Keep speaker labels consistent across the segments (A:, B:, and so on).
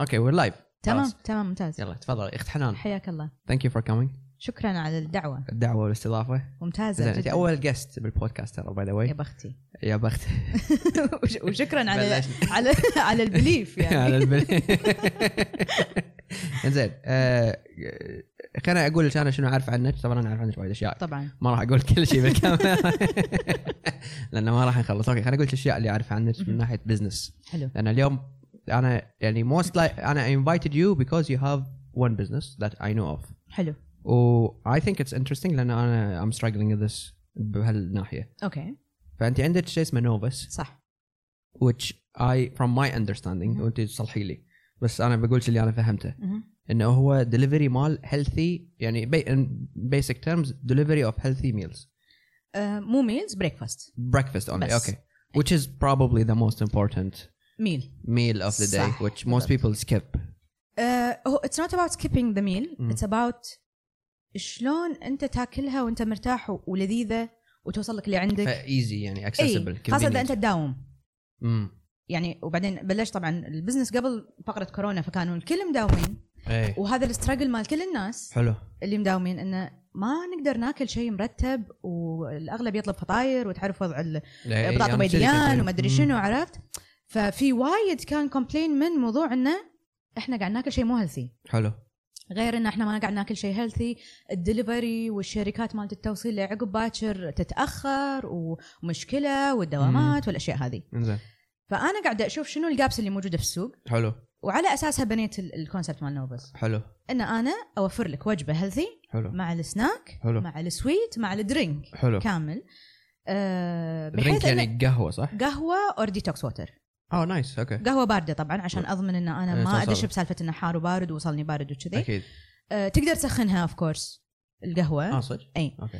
A: اوكي وير لايف
B: تمام
A: خلاص.
B: تمام ممتاز
A: يلا تفضلي اخت حنان
B: حياك الله
A: ثانك يو فور كومينج
B: شكرا على الدعوه
A: الدعوه والاستضافه
B: ممتازه
A: زين انت
B: جداً.
A: اول جست بالبودكاست ترى باي ذا
B: يا
A: واي
B: بختي
A: يا بخت
B: وش- وشكرا على
A: بلشنا.
B: على على البليف
A: على
B: يعني
A: البل- زين آه، خليني اقول لك انا شنو اعرف عنك طبعا انا اعرف عنك وايد اشياء
B: طبعا
A: ما راح اقول كل شيء بالكاميرا لانه ما راح نخلص اوكي خليني اقول لك الاشياء اللي اعرفها عنك من ناحيه بزنس
B: حلو
A: لان اليوم انا يعني موست انا invited you because you have one business that I know of
B: حلو
A: و I think it's interesting لان انا I'm struggling with this بهالناحيه
B: اوكي
A: فانت عندك شيء اسمه نوفس
B: صح
A: which I from my understanding
B: مهم.
A: وانت تصلحي لي بس انا بقول اللي انا فهمته
B: مهم.
A: انه هو دليفري مال هيلثي يعني بي in basic terms delivery of healthy meals
B: آه، مو ميلز بريكفاست
A: breakfast only
B: بس.
A: okay which is probably the most important
B: ميل
A: meal of the day
B: صح.
A: which most people skip
B: آه، هو اتس نوت اباوت سكيبينج ذا ميل
A: مم.
B: اتس اباوت شلون انت تاكلها وانت مرتاح و- ولذيذه وتوصل لك اللي عندك
A: ايزي Uh, يعني accessible
B: اي خاصه اذا
A: convenient.
B: انت تداوم
A: مم.
B: يعني وبعدين بلشت طبعا البزنس قبل فقره كورونا فكانوا الكل مداومين
A: اي
B: وهذا السترجل مال كل الناس
A: حلو
B: اللي مداومين انه ما نقدر ناكل شيء مرتب والاغلب يطلب فطاير وتعرف وضع ال-
A: إي،
B: بطاطا
A: إيه، يعني أنا
B: بيديان
A: كذي
B: وما ادري
A: كنت-
B: شنو عرفت ففي وايد كان كومبلين من موضوع انه احنا قاعد ناكل شيء مو هيلثي
A: حلو
B: غير ان احنا ما قاعد ناكل شيء هيلثي الدليفري والشركات مالت التوصيل اللي عقب باكر تتاخر ومشكله والدوامات والاشياء هذه
A: انزين
B: فانا قاعده اشوف شنو الجابس اللي موجوده في السوق
A: حلو
B: وعلى اساسها بنيت ال- الكونسبت مال نوبل
A: حلو
B: ان انا اوفر لك وجبه هيلثي
A: حلو
B: مع السناك
A: حلو
B: مع السويت مع الدرينك
A: حلو
B: كامل آه
A: درينك
B: بحيث آه، يعني
A: يعني قهوه صح؟
B: قهوه اور ديتوكس ووتر
A: اه نايس اوكي
B: قهوه بارده طبعا عشان اضمن ان انا
A: إيه،
B: ما
A: توصل.
B: ادش بسالفه انه حار وبارد ووصلني بارد وكذي
A: اكيد
B: آه، تقدر تسخنها اوف كورس القهوه
A: اه
B: آه.
A: صدق؟
B: أي.
A: اوكي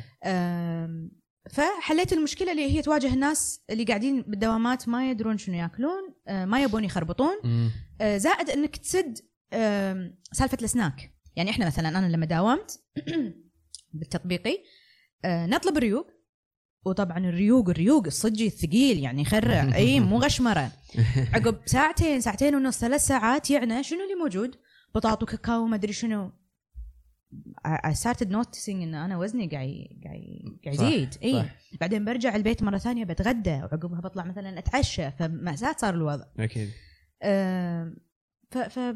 B: فحليت المشكله اللي هي تواجه الناس اللي قاعدين بالدوامات ما يدرون شنو ياكلون آه، ما يبون يخربطون
A: مم.
B: آه، زائد انك تسد آم، سالفه السناك يعني احنا مثلا انا لما داومت بالتطبيقي آه، نطلب الريوق وطبعا الريوق الريوق الصجي الثقيل يعني يخرع اي مو غشمره عقب ساعتين ساعتين ونص ثلاث ساعات يعني شنو اللي موجود؟ بطاط وكاكاو ما ادري شنو I I started noticing ان انا وزني قاعد قاعد قاعد
A: صح،
B: يزيد اي
A: صح.
B: بعدين برجع البيت مره ثانيه بتغدى وعقبها بطلع مثلا اتعشى فمأساة صار الوضع
A: اكيد
B: آم، ف ف ال-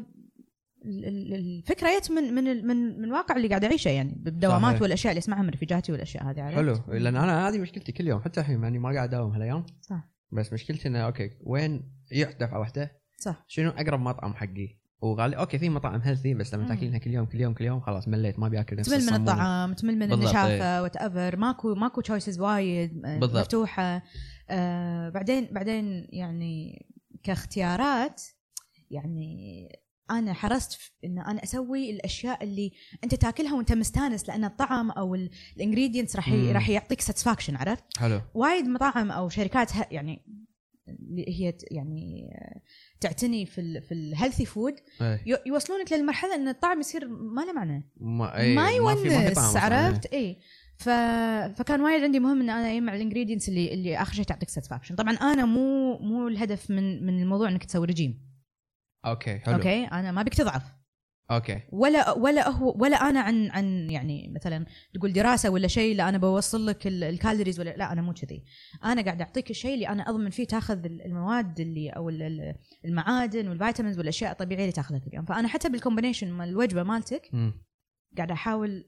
B: ال- الفكره جت من من ال- من من واقع اللي قاعد اعيشه يعني بالدوامات
A: صحيح.
B: والاشياء اللي اسمعها من رفيجاتي والاشياء هذه عرفت؟
A: حلو لان انا هذه مشكلتي كل يوم حتى الحين يعني ما قاعد اداوم هالايام
B: صح
A: بس مشكلتي انه اوكي وين يع- دفعه واحده
B: صح
A: شنو اقرب مطعم حقي وغالي اوكي في مطاعم هيلثي بس لما
B: مم.
A: تاكلينها كل يوم كل يوم كل يوم خلاص مليت ما ابي اكل نفس
B: تمل من
A: الصمونة.
B: الطعام تمل من
A: بالضبط، إيه.
B: النشافه وات ايفر ماكو ماكو تشويسز وايد آه،
A: بالضبط.
B: مفتوحه آه بعدين بعدين يعني كاختيارات يعني انا حرصت في ان انا اسوي الاشياء اللي انت تاكلها وانت مستانس لان الطعم او الانجريدينتس راح ي-
A: مم.
B: راح يعطيك ساتسفاكشن عرفت
A: حلو
B: وايد مطاعم او شركات ه- يعني اللي هي ت- يعني آه، تعتني في ال في الهيلثي فود
A: إيه.
B: يوصلونك للمرحله ان الطعم يصير ما له معنى
A: ما, إيه،
B: ما
A: في- في
B: يونس
A: طعم أصلاً. إيه.
B: عرفت اي ف... فكان وايد عندي مهم ان انا مع الانجريدينتس اللي اللي اخر شيء تعطيك ساتسفاكشن طبعا انا مو مو الهدف من من الموضوع انك تسوي رجيم
A: اوكي حلو اوكي
B: اوكي انا ما بك تضعف
A: اوكي
B: ولا ولا هو ولا انا عن عن يعني مثلا تقول دراسه ولا شيء لا انا بوصل لك ال- الكالوريز ولا لا انا مو كذي انا قاعد اعطيك الشيء اللي انا اضمن فيه تاخذ ال- المواد اللي او ال- ال- المعادن والفيتامينز والاشياء الطبيعيه اللي تاخذها كل يوم فانا حتى بالكومبينيشن مال الوجبه مالتك
A: مم.
B: قاعده احاول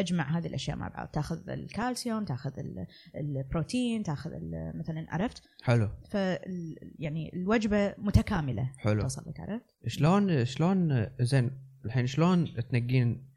B: اجمع هذه الاشياء مع بعض تاخذ الكالسيوم تاخذ ال- البروتين تاخذ ال- مثلا عرفت
A: حلو
B: ف يعني الوجبه متكامله
A: حلو
B: توصل لك عرفت
A: شلون شلون زين الحين شلون تنقين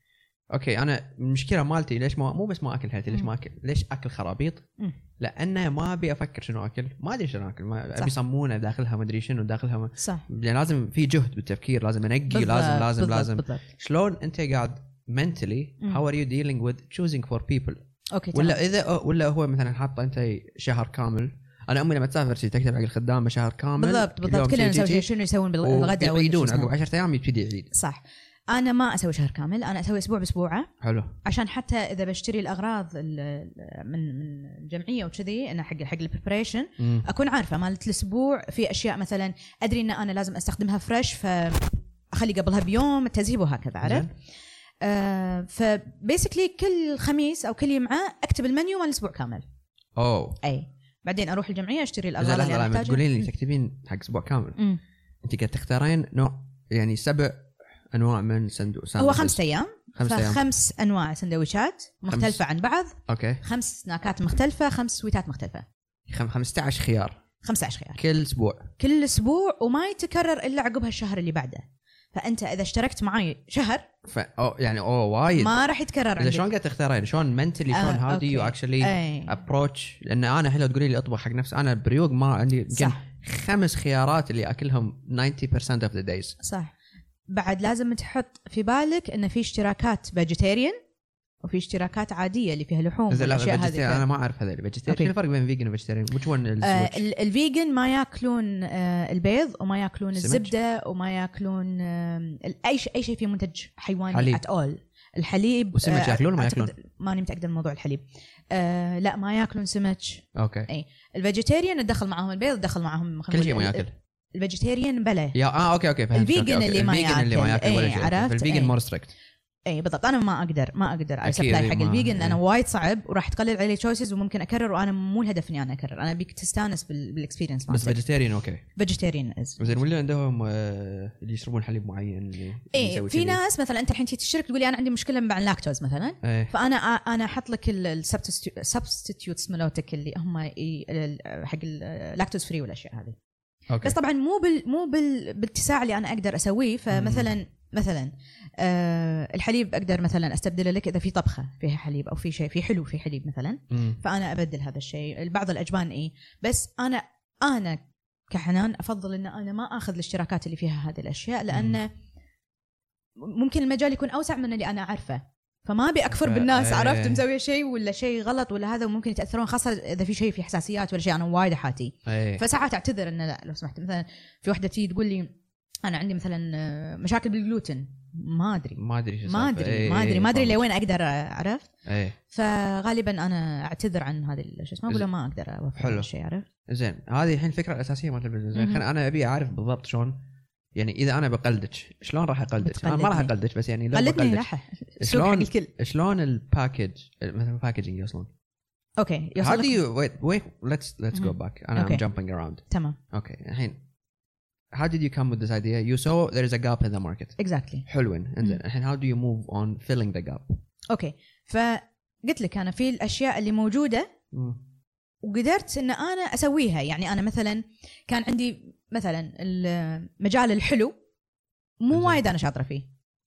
A: اوكي انا المشكله مالتي ليش ما مو بس ما اكل هيلثي ليش ما اكل ليش اكل خرابيط
B: مم.
A: لانه ما ابي افكر شنو اكل ما ادري شنو اكل ما
B: صح.
A: ابي صمونه داخلها ما ادري شنو داخلها ما...
B: صح
A: يعني لازم في جهد بالتفكير لازم انقي لازم لازم
B: بالضبط،
A: لازم
B: بالضبط
A: شلون انت قاعد mentally
B: مم.
A: how are you dealing with choosing for people
B: اوكي
A: ولا
B: تمام.
A: اذا ولا هو مثلا حاطه انت شهر كامل انا امي لما تسافر شي تكتب حق الخدامه شهر كامل
B: بالضبط بالضبط كلنا نسوي شيء شنو يسوون بالغداء ولا
A: يعيدون
B: شو اسمه.
A: عقب 10 ايام يبتدي يعيد
B: صح انا ما اسوي شهر كامل انا اسوي اسبوع باسبوعه
A: حلو
B: عشان حتى اذا بشتري الاغراض ال- ال- من من الجمعيه وكذي انا حق حق البريبريشن
A: مم.
B: اكون عارفه مالت الاسبوع في اشياء مثلا ادري ان انا لازم استخدمها فريش ف اخلي قبلها بيوم التزهيب وهكذا عرفت؟
A: زين.
B: آه فبيسكلي كل خميس او كل يمعه اكتب المنيو مال اسبوع كامل
A: اوه
B: اي بعدين اروح الجمعيه اشتري
A: زين
B: الاغراض
A: لحظه
B: اللي
A: لما
B: احتاجها
A: تقولين لي تكتبين حق اسبوع كامل
B: أمم.
A: انت قاعد تختارين نوع يعني سبع انواع من صندوق
B: هو خمس ايام
A: خمس ايام
B: فخمس انواع سندويشات مختلفه عن بعض
A: اوكي
B: خمس سناكات مختلفه خمس سويتات مختلفه
A: خم- 15 خيار
B: 15 خيار
A: كل اسبوع
B: كل اسبوع وما يتكرر الا عقبها الشهر اللي بعده فانت اذا اشتركت معي شهر
A: ف... أو يعني اوه وايد
B: ما راح يتكرر
A: اذا
B: عندك إيه.
A: شلون قاعد تختارين شلون منتلي شلون
B: آه،
A: هاو دو يو
B: أوكي.
A: اكشلي
B: اي
A: ابروتش لان انا حلو تقولي لي اطبخ حق نفسي انا بريوق ما عندي يمكن
B: صح
A: خمس خيارات اللي اكلهم 90% of the days
B: صح بعد لازم تحط في بالك ان في اشتراكات فيجيتيريان وفي اشتراكات عاديه اللي فيها لحوم
A: اذا لا
B: والاشياء
A: vegetarian، انا
B: هذه
A: ما اعرف هذا الفيجيتيريان
B: أوكي.
A: شو الفرق بين فيجن وفيجيتيريان which one is
B: آه،
A: which
B: ال- الفيجن ما ياكلون آه، البيض وما ياكلون
A: سمك.
B: الزبده وما ياكلون آه، ال- اي شيء اي شيء فيه منتج حيواني
A: حليب.
B: ات اول الحليب
A: والسمك
B: آه،
A: ياكلون ولا ما
B: أعتقد-
A: ياكلون؟
B: ماني متاكده من موضوع الحليب آه لا ما ياكلون سمك
A: اوكي
B: الفيجيتيريان دخل معاهم البيض دخل معاهم
A: كل شيء ما ياكل
B: الفيجيتيريان بلا
A: يا اه اوكي اوكي فهمت
B: الفيجن اللي ما
A: الفيجن اللي ما
B: ياكل.
A: ياكل ولا
B: إيه،
A: شيء
B: عرفت؟
A: الفيجن
B: إيه.
A: مور ستريكت
B: اي بالضبط انا ما اقدر ما اقدر على
A: أكيد
B: سبلاي حق
A: ما-
B: الفيجن لانه
A: إيه.
B: وايد صعب وراح تقلل علي تشويسز وممكن اكرر وانا مو الهدف اني انا اكرر انا بيك تستانس بال- بالاكسبيرينس
A: بس
B: مالتك
A: فيجيتيريان اوكي
B: فيجيتيريان از
A: زين واللي عندهم آه، اللي يشربون حليب معين اللي
B: اي
A: يسوي
B: إيه، في
A: كذي.
B: ناس مثلا انت الحين تيجي تشترك تقول لي انا عندي مشكله مع اللاكتوز مثلا
A: إيه.
B: فانا انا احط لك السبستيوتس مالتك اللي هم ي- ال- حق اللاكتوز فري والاشياء هذه
A: اوكي
B: بس طبعا مو بال مو بال بالاتساع اللي انا اقدر اسويه فمثلا مثلا آه الحليب اقدر مثلا استبدله لك اذا في طبخه فيها حليب او في شيء في حلو في حليب مثلا
A: مم.
B: فانا ابدل هذا الشيء بعض الاجبان اي بس انا انا كحنان افضل ان انا ما اخذ الاشتراكات اللي فيها هذه الاشياء لان ممكن المجال يكون اوسع من اللي انا اعرفه فما ابي
A: ف-
B: اكفر بالناس
A: إيه.
B: عرفت مسويه شيء ولا شيء غلط ولا هذا وممكن يتاثرون خاصه اذا في شيء في حساسيات ولا شيء انا وايد احاتي
A: إيه.
B: فساعات اعتذر انه لا لو سمحت مثلا في وحده تيجي تقول لي انا عندي مثلا آه، مشاكل بالجلوتين ما ادري
A: ما ادري شو
B: ما
A: السالفة.
B: ادري
A: إيه،
B: ما ادري ما ادري
A: فهمت.
B: لوين اقدر آه، عرفت
A: ايه
B: فغالبا انا اعتذر عن هذا ال- شو اسمه اقول له ما اقدر اوفر
A: حلو.
B: هذا الشيء عرفت
A: زين هذه الحين الفكره الاساسيه مالت البزنس زين
B: مهم.
A: خليني- انا ابي اعرف بالضبط شلون يعني اذا انا بقلدك شلون راح اقلدك؟ انا ما راح
B: بتقلدني.
A: اقلدك بس يعني لو
B: قلدني
A: بقلدك
B: لحه
A: شلون؟
B: شلون حق الكل
A: شلون الباكج مثلا الباكجينج يوصلون؟
B: اوكي
A: How do
B: يوصلك
A: you wait wait let's let's go
B: مهم.
A: back انا I'm
B: Okay.
A: jumping around
B: تمام
A: اوكي الحين how did you come with this idea you saw there is a gap in the market
B: اكزاكتلي
A: حلوين انزين
B: مم.
A: الحين how do you move on filling the gap
B: اوكي فقلت لك انا في الاشياء اللي موجوده وقدرت ان انا اسويها يعني انا مثلا كان عندي مثلا المجال الحلو
A: إنزين.
B: مو وايد انا شاطره فيه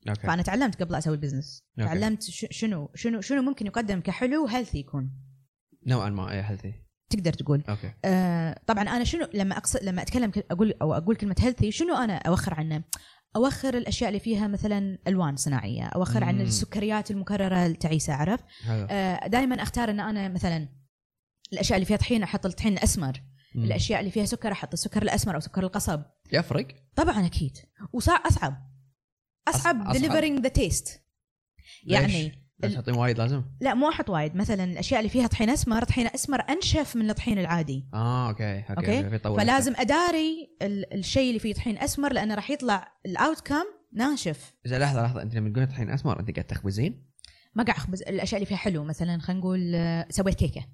A: اوكي
B: فانا تعلمت قبل اسوي بزنس
A: أوكي.
B: تعلمت ش- شنو شنو شنو ممكن يقدم كحلو وهيلثي يكون
A: نوعا ما اي healthy
B: تقدر تقول
A: اوكي
B: آه طبعا انا شنو لما اقصد لما اتكلم ك- اقول او اقول كلمه هيلثي شنو انا اوخر عنه اوخر الاشياء اللي فيها مثلا الوان صناعيه اوخر عن
A: مم.
B: السكريات المكرره التعيسه عرفت
A: حلو
B: آه دائما اختار ان انا مثلا الاشياء اللي فيها طحين احط الطحين الاسمر
A: مم.
B: الاشياء اللي فيها سكر احط السكر الاسمر او سكر القصب
A: يفرق
B: طبعا اكيد وصعب اصعب اصعب
A: أصعب.
B: ديليفرينج ذا تيست
A: ليش؟
B: يعني
A: بس
B: ال-
A: حاطين وايد لازم
B: لا مو احط وايد مثلا الاشياء اللي فيها طحين اسمر طحين اسمر انشف من الطحين العادي
A: اه اوكي اوكي,
B: أوكي؟
A: أوكي. بيطول
B: فلازم اداري ال- الشيء اللي فيه طحين اسمر لانه راح يطلع الاوت كم ناشف
A: زين لحظه لحظه انت لما تقول طحين اسمر انت قاعد تخبزين
B: ما قاعد اخبز الاشياء اللي فيها حلو مثلا خلينا نقول آه، سويت كيكه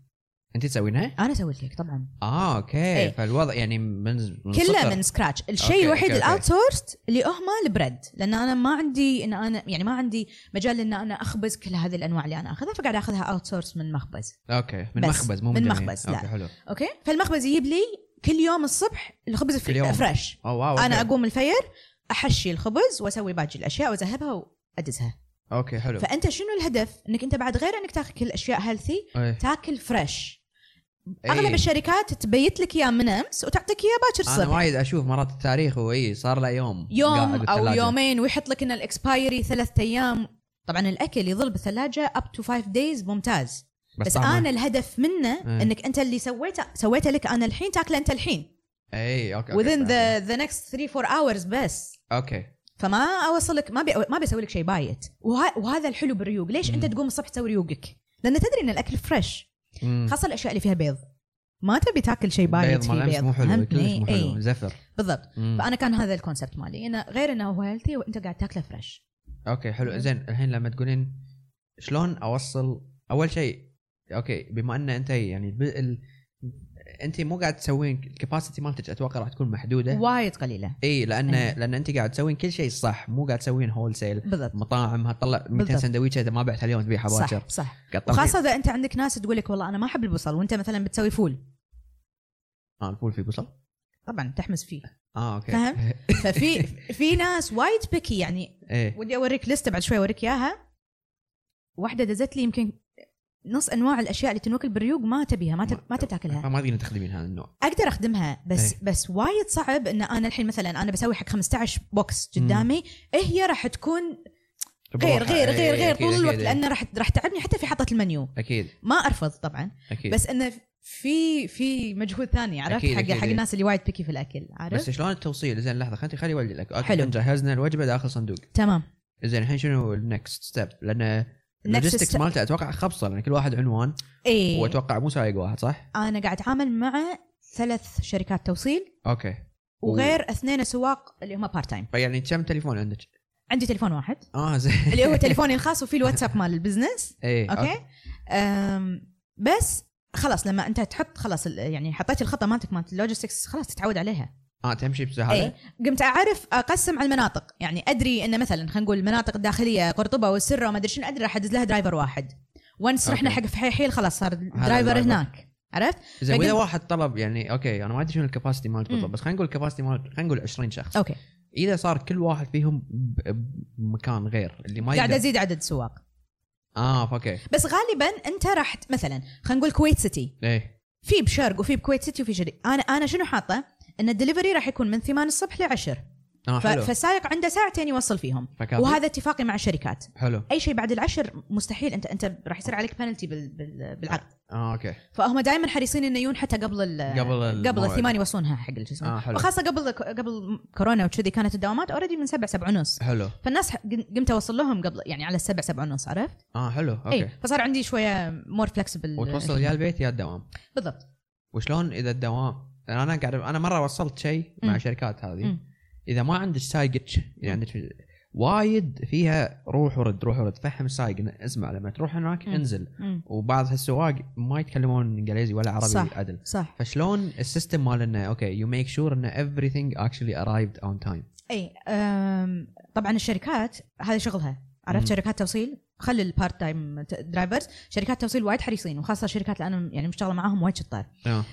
A: انت تسوينها؟
B: انا سويت كيك طبعا
A: اه اوكي
B: إيه.
A: فالوضع يعني من, من
B: كله
A: صفر.
B: من سكراتش
A: أوكي،
B: الشيء الوحيد
A: أوكي، أوكي.
B: الاوت سورس اللي هم البريد لان انا ما عندي ان انا يعني ما عندي مجال ان انا اخبز كل هذه الانواع اللي انا اخذها فقاعد اخذها اوت سورس من مخبز
A: اوكي من
B: بس.
A: مخبز مو من
B: من
A: جميع.
B: مخبز،
A: اوكي
B: لا.
A: حلو
B: اوكي فالمخبز يجيب لي كل يوم الصبح الخبز
A: كل يوم.
B: الفري- فريش
A: اوه واو
B: انا
A: أوكي.
B: اقوم الفير احشي الخبز واسوي باقي الاشياء واذهبها وادزها
A: اوكي حلو
B: فانت شنو الهدف انك انت بعد غير انك تاكل كل اشياء هيلثي
A: إيه.
B: تاكل فريش
A: إيه.
B: اغلب الشركات تبيت لك اياه من امس وتعطيك اياه باكر
A: انا
B: الصبح
A: وايد اشوف مرات التاريخ واي صار له يوم قاعد
B: يوم او
A: بالثلاجة.
B: يومين ويحط لك ان الاكسبايري ثلاثة ايام طبعا الاكل يظل بالثلاجه اب تو 5 دايز ممتاز بس, بس
A: طعمه-
B: انا الهدف منه
A: إيه.
B: انك انت اللي سويته سويته لك انا الحين تاكله انت الحين
A: اي اوكي أوكي،
B: within
A: فهمت.
B: the the next 3 4 hours بس
A: اوكي
B: فما اوصلك ما بي ما بيسوي لك شيء بايت وه... وهذا الحلو بالريوق ليش انت
A: مم.
B: تقوم الصبح تسوي ريوقك لان تدري ان الاكل فريش
A: مم.
B: خاصه الاشياء اللي فيها بيض ما تبي تاكل شيء بايت
A: بيض
B: فيه
A: ملامس
B: بيض إيه.
A: مو حلو
B: فهمتني؟
A: كلش مو حلو
B: إي،
A: زفر
B: بالضبط
A: مم.
B: فانا كان هذا الكونسبت مالي انه غير انه هو هيلثي وانت قاعد تاكله فريش
A: اوكي حلو زين الحين لما تقولين شلون اوصل اول شيء اوكي بما ان انت يعني ب... ال... انت مو قاعد تسوين الكباسيتي مالتك اتوقع راح تكون محدوده
B: وايد قليله
A: اي لان
B: أي.
A: لان انت قاعد تسوين كل شيء صح مو قاعد تسوين هول سيل
B: بالضبط
A: مطاعم هتطلع 200
B: بالضبط.
A: سندويشه اذا ما بعتها اليوم تبيعها باكر
B: صح صح
A: قطعتين.
B: وخاصه اذا انت عندك ناس تقول لك والله انا ما احب البصل وانت مثلا بتسوي فول
A: اه الفول في بصل
B: طبعا تحمس فيه
A: اه اوكي
B: فهم؟ ففي في ناس وايد بكي يعني
A: ايه
B: ودي اوريك لسته بعد شوي اوريك اياها واحده دزت لي يمكن نص انواع الاشياء اللي تنوكل بالريوق ما تبيها ما تب... ما تبي تاكلها
A: فما تقدرين تخدمين هذا النوع
B: اقدر اخدمها بس
A: إيه.
B: بس وايد صعب ان انا الحين مثلا انا بسوي حق 15 بوكس قدامي إيه هي راح تكون غير
A: بروحها.
B: غير
A: إيه،
B: غير غير
A: أكيد،
B: طول
A: أكيد،
B: الوقت
A: إيه.
B: لان راح راح تعبني حتى في حطه المنيو
A: اكيد
B: ما ارفض طبعا
A: اكيد
B: بس انه في في مجهود ثاني عرفت
A: إيه. أكيد، أكيد،
B: حق حق
A: إيه.
B: الناس اللي وايد بيكي في الاكل
A: بس
B: عرفت
A: شلون التوصيل زين لحظه خليني خلي يولي لك اوكي
B: حلو.
A: الحين جهزنا الوجبه داخل صندوق
B: تمام
A: زين الحين شنو النكست ستيب لان
B: Next
A: اللوجيستكس
B: step.
A: مالته اتوقع خبصه لان كل واحد عنوان
B: ايه
A: واتوقع مو سايق واحد صح؟
B: انا قاعد اتعامل مع ثلاث شركات توصيل
A: اوكي و-
B: وغير اثنين سواق اللي هم بارت تايم
A: فيعني كم تليفون عندك؟
B: عندي تليفون واحد
A: اه زين
B: اللي هو تليفوني الخاص وفي الواتساب مال البزنس
A: ايه
B: اوكي أم بس خلاص لما انت تحط خلاص ال- يعني حطيت الخطه مالتك مالت اللوجيستكس خلاص تتعود عليها
A: اه تمشي بس
B: اي
A: هذا؟
B: قمت اعرف اقسم على المناطق يعني ادري ان مثلا خلينا نقول المناطق الداخليه قرطبه والسره وما ادري شنو ادري راح ادز لها درايفر واحد ونس رحنا
A: أوكي.
B: حق فحيحيل خلاص صار درايفر
A: driver.
B: هناك عرفت؟
A: زين واذا
B: فقلت-
A: واحد طلب يعني اوكي انا ما ادري شنو الكباسيتي مالك بالضبط
B: مم.
A: بس خلينا نقول الكباسيتي مالك خلينا نقول 20 شخص
B: اوكي
A: اذا صار كل واحد فيهم ب- بمكان غير اللي ما
B: قاعد
A: يقدر
B: ازيد عدد سواق
A: اه اوكي
B: بس غالبا انت راح ت- مثلا خلينا نقول كويت سيتي
A: ايه
B: في بشرق وفي بكويت سيتي وفي شرق انا انا شنو حاطه؟ ان الدليفري راح يكون من 8 الصبح ل 10
A: اه حلو
B: فالسائق عنده ساعتين يوصل فيهم
A: فكافي.
B: وهذا اتفاقي مع الشركات
A: حلو
B: اي شيء بعد العشر مستحيل انت انت راح يصير عليك بنالتي بالعقد
A: اه اوكي
B: فهم دائما حريصين انه يجون حتى قبل ال
A: قبل الموعد.
B: آه، قبل الثمان يوصلونها حق الجسم
A: آه، حلو.
B: وخاصه قبل قبل كورونا وكذي كانت الدوامات اوريدي من سبع سبع ونص
A: حلو
B: فالناس ح- قمت اوصل لهم قبل يعني على السبع سبع ونص عرفت؟
A: اه حلو اوكي
B: اي فصار عندي شويه مور فلكسبل
A: وتوصل يا البيت يا الدوام
B: بالضبط
A: وشلون اذا الدوام لأن انا قاعد انا مره وصلت شيء مع
B: مم.
A: شركات هذه
B: مم.
A: اذا ما عندك سايقك اذا عندك وايد فيها روح ورد روح ورد فهم السايق إنه اسمع لما تروح هناك
B: مم.
A: انزل
B: مم.
A: وبعض هالسواق ما يتكلمون انجليزي ولا عربي
B: صح.
A: عدل
B: صح
A: فشلون السيستم مال انه اوكي يو ميك شور انه everything actually arrived on time
B: اي أم، طبعا الشركات هذا شغلها عرفت
A: مم.
B: شركات توصيل خلي البارت تايم درايفرز شركات توصيل وايد حريصين وخاصه الشركات اللي انا يعني مشتغله معاهم وايد شطار
A: اه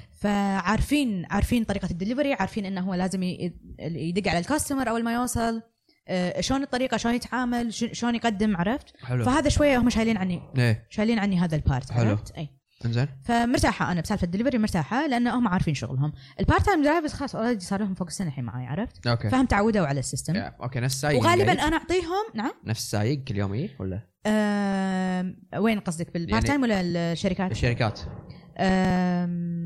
B: فعارفين عارفين طريقه الدليفري عارفين انه هو لازم ي- يدق على الكاستمر اول ما يوصل أه، شلون الطريقه شلون يتعامل ش- شلون يقدم عرفت
A: حلو
B: فهذا شويه هم شايلين عني
A: ايه
B: شايلين عني هذا البارت
A: حلو.
B: عرفت اي
A: انزين
B: فمرتاحه انا بسالفه الدليفري مرتاحه لان هم عارفين شغلهم البارت تايم درايفرز خلاص اوريدي صار لهم فوق السنه الحين معي عرفت
A: اوكي
B: فهم تعودوا على السيستم
A: يا، اوكي نفس السايق
B: وغالبا
A: إنجليزي؟
B: انا اعطيهم نعم
A: نفس السايق كل يوم يجي ولا
B: أم، وين قصدك بالبارت
A: يعني-
B: تايم ولا الشركات؟
A: الشركات
B: أم،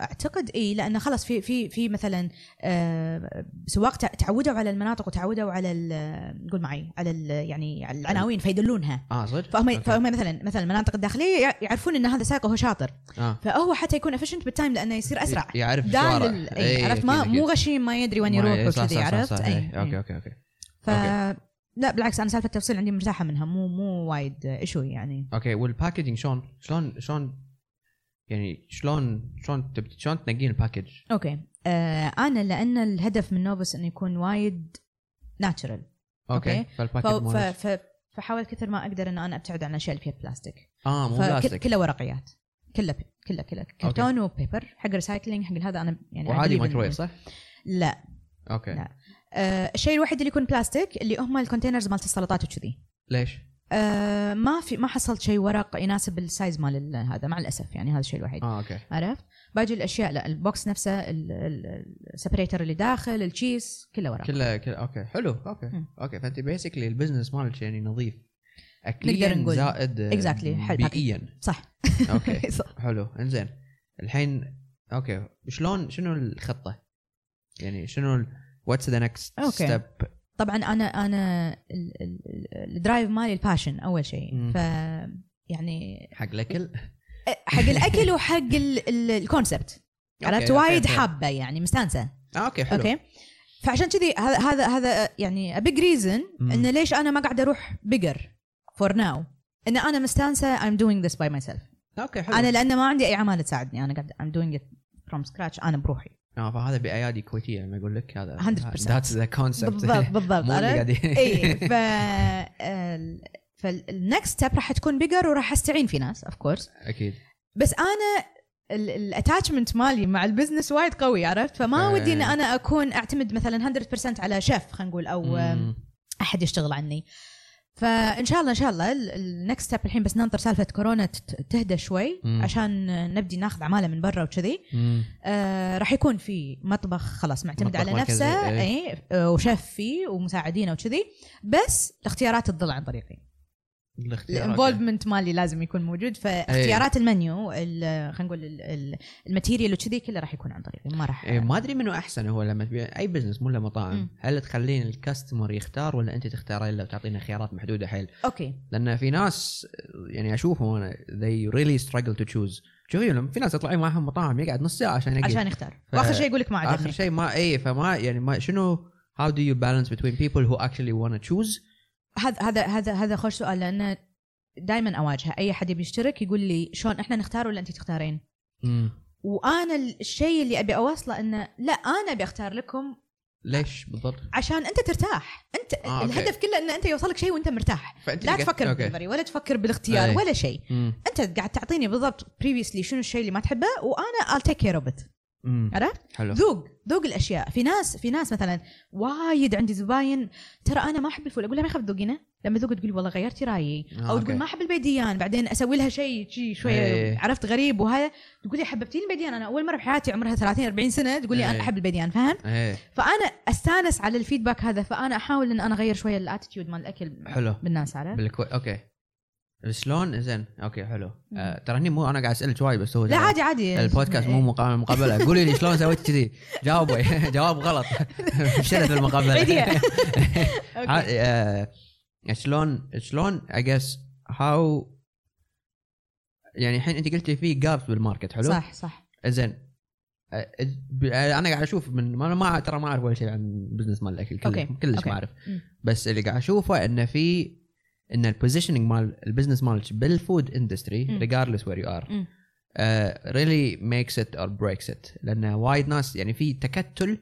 B: اعتقد اي لان خلاص في في في مثلا أم، سواق تع- تعودوا على المناطق وتعودوا على ال- قول معي على ال- يعني على العناوين فيدلونها
A: اه صدق
B: فهم
A: أوكي.
B: فهم مثلا مثلا المناطق الداخليه يع- يعرفون ان هذا سائق وهو شاطر
A: آه.
B: فهو حتى يكون افشنت بالتايم لانه يصير اسرع
A: يعرف
B: دال
A: الشوارع.
B: ال-
A: إيه،
B: إي، عرفت
A: أكيد،
B: ما
A: أكيد.
B: مو غشيم ما يدري وين
A: ما-
B: يروح
A: إيه، صح،
B: وكذي
A: صح، صح،
B: عرفت
A: صح،
B: إي،
A: إيه،
B: إي.
A: اوكي اوكي اوكي
B: ف لا بالعكس انا سالفه التوصيل عندي مرتاحه منها مو مو وايد ايشو يعني
A: اوكي والباكجينج شلون شلون شلون يعني شلون شلون تب... شلون تنقين الباكج
B: اوكي آه انا لان الهدف من نوفس انه يكون وايد ناتشرال
A: اوكي,
B: أوكي.
A: فالباكج
B: ف...
A: مالك
B: ف... فحاول كثر ما اقدر ان انا ابتعد عن الاشياء اللي فيها بلاستيك
A: اه مو
B: فكل...
A: بلاستيك
B: كلها ورقيات كلها كلها كلها كرتون وبيبر حق ريسايكلينج حق هذا انا يعني
A: وعادي
B: I believe in-
A: مايكرويف صح؟
B: لا
A: اوكي
B: لا. آه الشيء الوحيد اللي يكون بلاستيك اللي هم الكونتينرز مالت السلطات وكذي
A: ليش؟
B: آه ما في ما حصلت شيء ورق يناسب السايز مال ال- هذا مع الاسف يعني هذا الشيء الوحيد
A: اه اوكي
B: عرفت؟ باقي الاشياء لا البوكس نفسه ال- ال- السبريتر اللي داخل التشيز كله ورق
A: كله كله اوكي حلو اوكي
B: يعني. مم.
A: اوكي فانت بيسكلي البزنس مالك يعني نظيف اكليا
B: نقدر نقول.
A: زائد آه،
B: Exactly. حلو.
A: بيئيا
B: صح
A: اوكي
B: صح.
A: حلو انزين الحين اوكي شلون شنو الخطه؟ يعني شنو واتس ذا نكست
B: أوكي.
A: ستيب؟
B: طبعا انا انا ال- ال- ال- الدرايف مالي الباشن اول شيء
A: مم.
B: ف يعني
A: حق الاكل
B: حق الاكل وحق ال- ال- الكونسبت عرفت
A: أوكي،
B: وايد
A: أوكي.
B: حابه يعني مستانسه
A: آه اوكي حلو
B: اوكي فعشان كذي هذا هذا هذا يعني ابيج ريزن
A: مم.
B: انه ليش انا ما قاعده اروح بيجر فور ناو ان انا مستانسه I'm doing this by myself
A: اوكي حلو
B: انا لان ما عندي اي عماله تساعدني انا قاعد I'm doing it from scratch انا بروحي
A: اه فهذا بايادي كويتيه لما يقول لك هذا
B: 100%
A: ذاتس ذا كونسبت
B: بالضبط بالضبط
A: مو اللي
B: عرفت؟
A: قاعدين
B: إيه. اي ف ال- فالنكست ستيب راح تكون بيجر وراح استعين في ناس اوف كورس
A: اكيد
B: بس انا الاتاتشمنت مالي مع البزنس وايد قوي عرفت فما
A: آه.
B: ودي ان انا اكون اعتمد مثلا 100% على شيف خلينا نقول او
A: مم.
B: احد يشتغل عني فان شاء الله ان شاء الله النكست ستيب الحين بس ننطر سالفه كورونا تت- تهدى شوي
A: مم.
B: عشان نبدي ناخذ عماله من برا وكذي
A: مم.
B: آه راح يكون في مطبخ خلاص معتمد
A: مطبخ
B: على
A: مركزي،
B: نفسه
A: إيه.
B: اي آه، وشيف فيه ومساعدينه وكذي بس الاختيارات تضل عن طريقي
A: الاختيار أوكي.
B: الانفولفمنت مالي لازم يكون موجود
A: إيه.
B: فاختيارات المنيو ال- خلينا نقول ال- ال- الماتيريال وكذي كله راح يكون عن طريقي ما راح
A: إيه، ما ادري منو احسن هو لما تبيع اي بزنس مو الا مطاعم
B: أيوة. مم.
A: هل تخلين الكاستمر يختار ولا انت تختارين لو تعطينا خيارات محدوده حيل
B: اوكي
A: لان في ناس يعني اشوفهم انا they really struggle to choose شوفي لهم في ناس يطلعون معهم مطاعم يقعد نص ساعه عشان يلاقي
B: عشان يختار
A: ف-
B: واخر شيء يقول لك ما
A: اخر
B: عجبني
A: إيه. شيء ما اي فما يعني ما شنو how do you balance between people who actually want to choose
B: هذا هذا هذا هذا خوش سؤال لان دائما اواجهه اي حد يبي يشترك يقول لي شلون احنا نختار ولا انت تختارين
A: مم.
B: وانا الشيء اللي ابي اوصله انه لا انا ابي اختار لكم
A: ليش بالضبط
B: عشان انت ترتاح انت
A: آه،
B: آه،
A: أوكي.
B: الهدف كله ان انت يوصلك شيء وانت مرتاح
A: فأنت
B: لا
A: لقيت- أوكي.
B: تفكر بالدليفري ولا تفكر بالاختيار
A: أي.
B: ولا شيء
A: مم.
B: انت قاعد تعطيني بالضبط بريفيسلي شنو الشيء اللي ما تحبه وانا التيك كير اوف
A: مم.
B: عرفت؟
A: حلو
B: ذوق ذوق الاشياء في ناس في ناس مثلا وايد عندي زباين ترى انا ما احب الفول اقول لها ما يخاف ذوقنا لما ذوق تقول والله غيرتي رايي
A: آه،
B: او
A: أوكي.
B: تقول ما احب البيديان بعدين اسوي لها شيء شي شويه
A: إيه.
B: عرفت غريب وهذا تقول لي حببتيني البيديان انا اول مره بحياتي عمرها 30 40 سنه تقول لي انا
A: إيه.
B: احب البيديان فاهم؟
A: ايه
B: فانا استانس على الفيدباك هذا فانا احاول ان انا اغير شويه الاتيتيود مال الاكل
A: حلو
B: بالناس عرفت؟
A: بالكو... اوكي شلون زين اوكي حلو
B: مم.
A: آه، ترى هني مو انا قاعد اسالك وايد بس هو
B: لا عادي عادي
A: البودكاست مو مقابله مقابله قولي لي شلون سويت كذي جاوبي جواب غلط فشلت المقابله
B: عيديها. إيه. أوكي.
A: ع- آه، شلون شلون اجس هاو يعني الحين انت قلتي في جابس بالماركت حلو
B: صح صح
A: زين آه، ب- آه، انا قاعد اشوف من ما انا ما ترى ما اعرف ولا شيء عن بزنس مال الاكل كله
B: أوكي.
A: كلش
B: أوكي.
A: ما اعرف
B: مم.
A: بس اللي قاعد اشوفه انه في ان البوزيشننج مال البزنس مالك بالفود اندستري
B: مم.
A: ريجاردلس وير يو ار
B: مم.
A: ريلي ميكس ات اور بريكس ات لان وايد ناس يعني في تكتل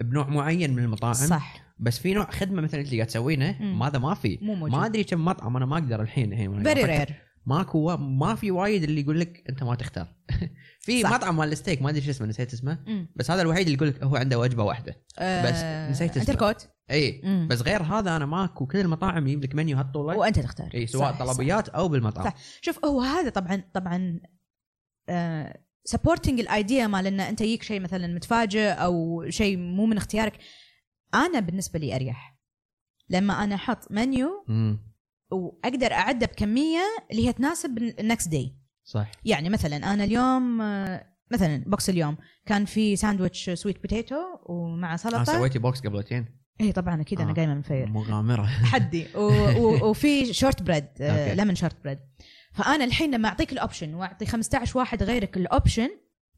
A: بنوع معين من المطاعم صح.
B: صح
A: بس في نوع خدمه مثلا اللي قاعد تسوينه
B: مم.
A: ماذا ما في
B: مو موجود
A: ما ادري كم مطعم انا ما اقدر الحين الحين وأنا
B: فيري
A: قاعد أفكر.
B: رير
A: ماكو وا- ما في وايد اللي يقول لك انت ما تختار في
B: صح.
A: مطعم مال الستيك ما ادري شو اسمه نسيت اسمه بس هذا الوحيد اللي يقول لك هو عنده وجبه واحده بس نسيت اسمه.
B: انتركوت
A: اي
B: آه، مم.
A: بس غير هذا انا ماكو كل المطاعم يجيب لك منيو هالطوله
B: وانت تختار
A: اي إيه، سواء
B: صح،
A: طلبيات او بالمطعم
B: صح. صح. شوف هو هذا طبعا طبعا سبورتنج الايديا مال ان انت يجيك شيء مثلا متفاجئ او شيء مو من اختيارك انا بالنسبه لي اريح لما انا احط منيو
A: امم
B: واقدر اعده بكميه اللي هي تناسب النكست داي
A: صح
B: يعني مثلا انا اليوم آه، مثلا بوكس اليوم كان في ساندويتش سويت بوتيتو ومع إيه،
A: انا
B: سلطه
A: سويتي بوكس قبلتين
B: اي طبعا اكيد انا
A: آه.
B: قايمه من فير
A: مغامره
B: حدي و... و... وفي آه، شورت بريد
A: أوكي.
B: لمن شورت بريد فانا الحين لما اعطيك الاوبشن واعطي 15 واحد غيرك الاوبشن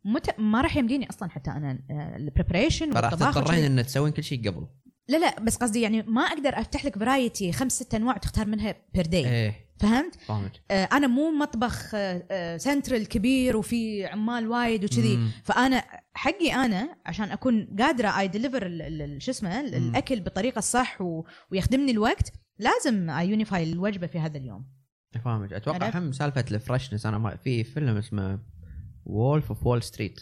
B: مت... ما راح يمديني اصلا حتى انا البريبريشن
A: فراح
B: والطباخ
A: تضطرين
B: وشذي.
A: ان تسوين كل شيء قبل
B: لا لا بس قصدي يعني ما اقدر افتح لك فرايتي خمس ست انواع تختار منها بير داي
A: ايه
B: فهمت؟
A: فاهمك
B: آه، انا مو مطبخ آه، آه، سنترال كبير وفي عمال وايد وكذي
A: مم.
B: فانا حقي انا عشان اكون قادره اي ديليفر شو اسمه ال-
A: مم.
B: الاكل بالطريقه الصح و... ويخدمني الوقت لازم اي يونيفاي الوجبه في هذا اليوم
A: فاهمك اتوقع
B: عرفت؟
A: هم سالفه الفرشنس انا ما في فيلم اسمه وولف اوف وول ستريت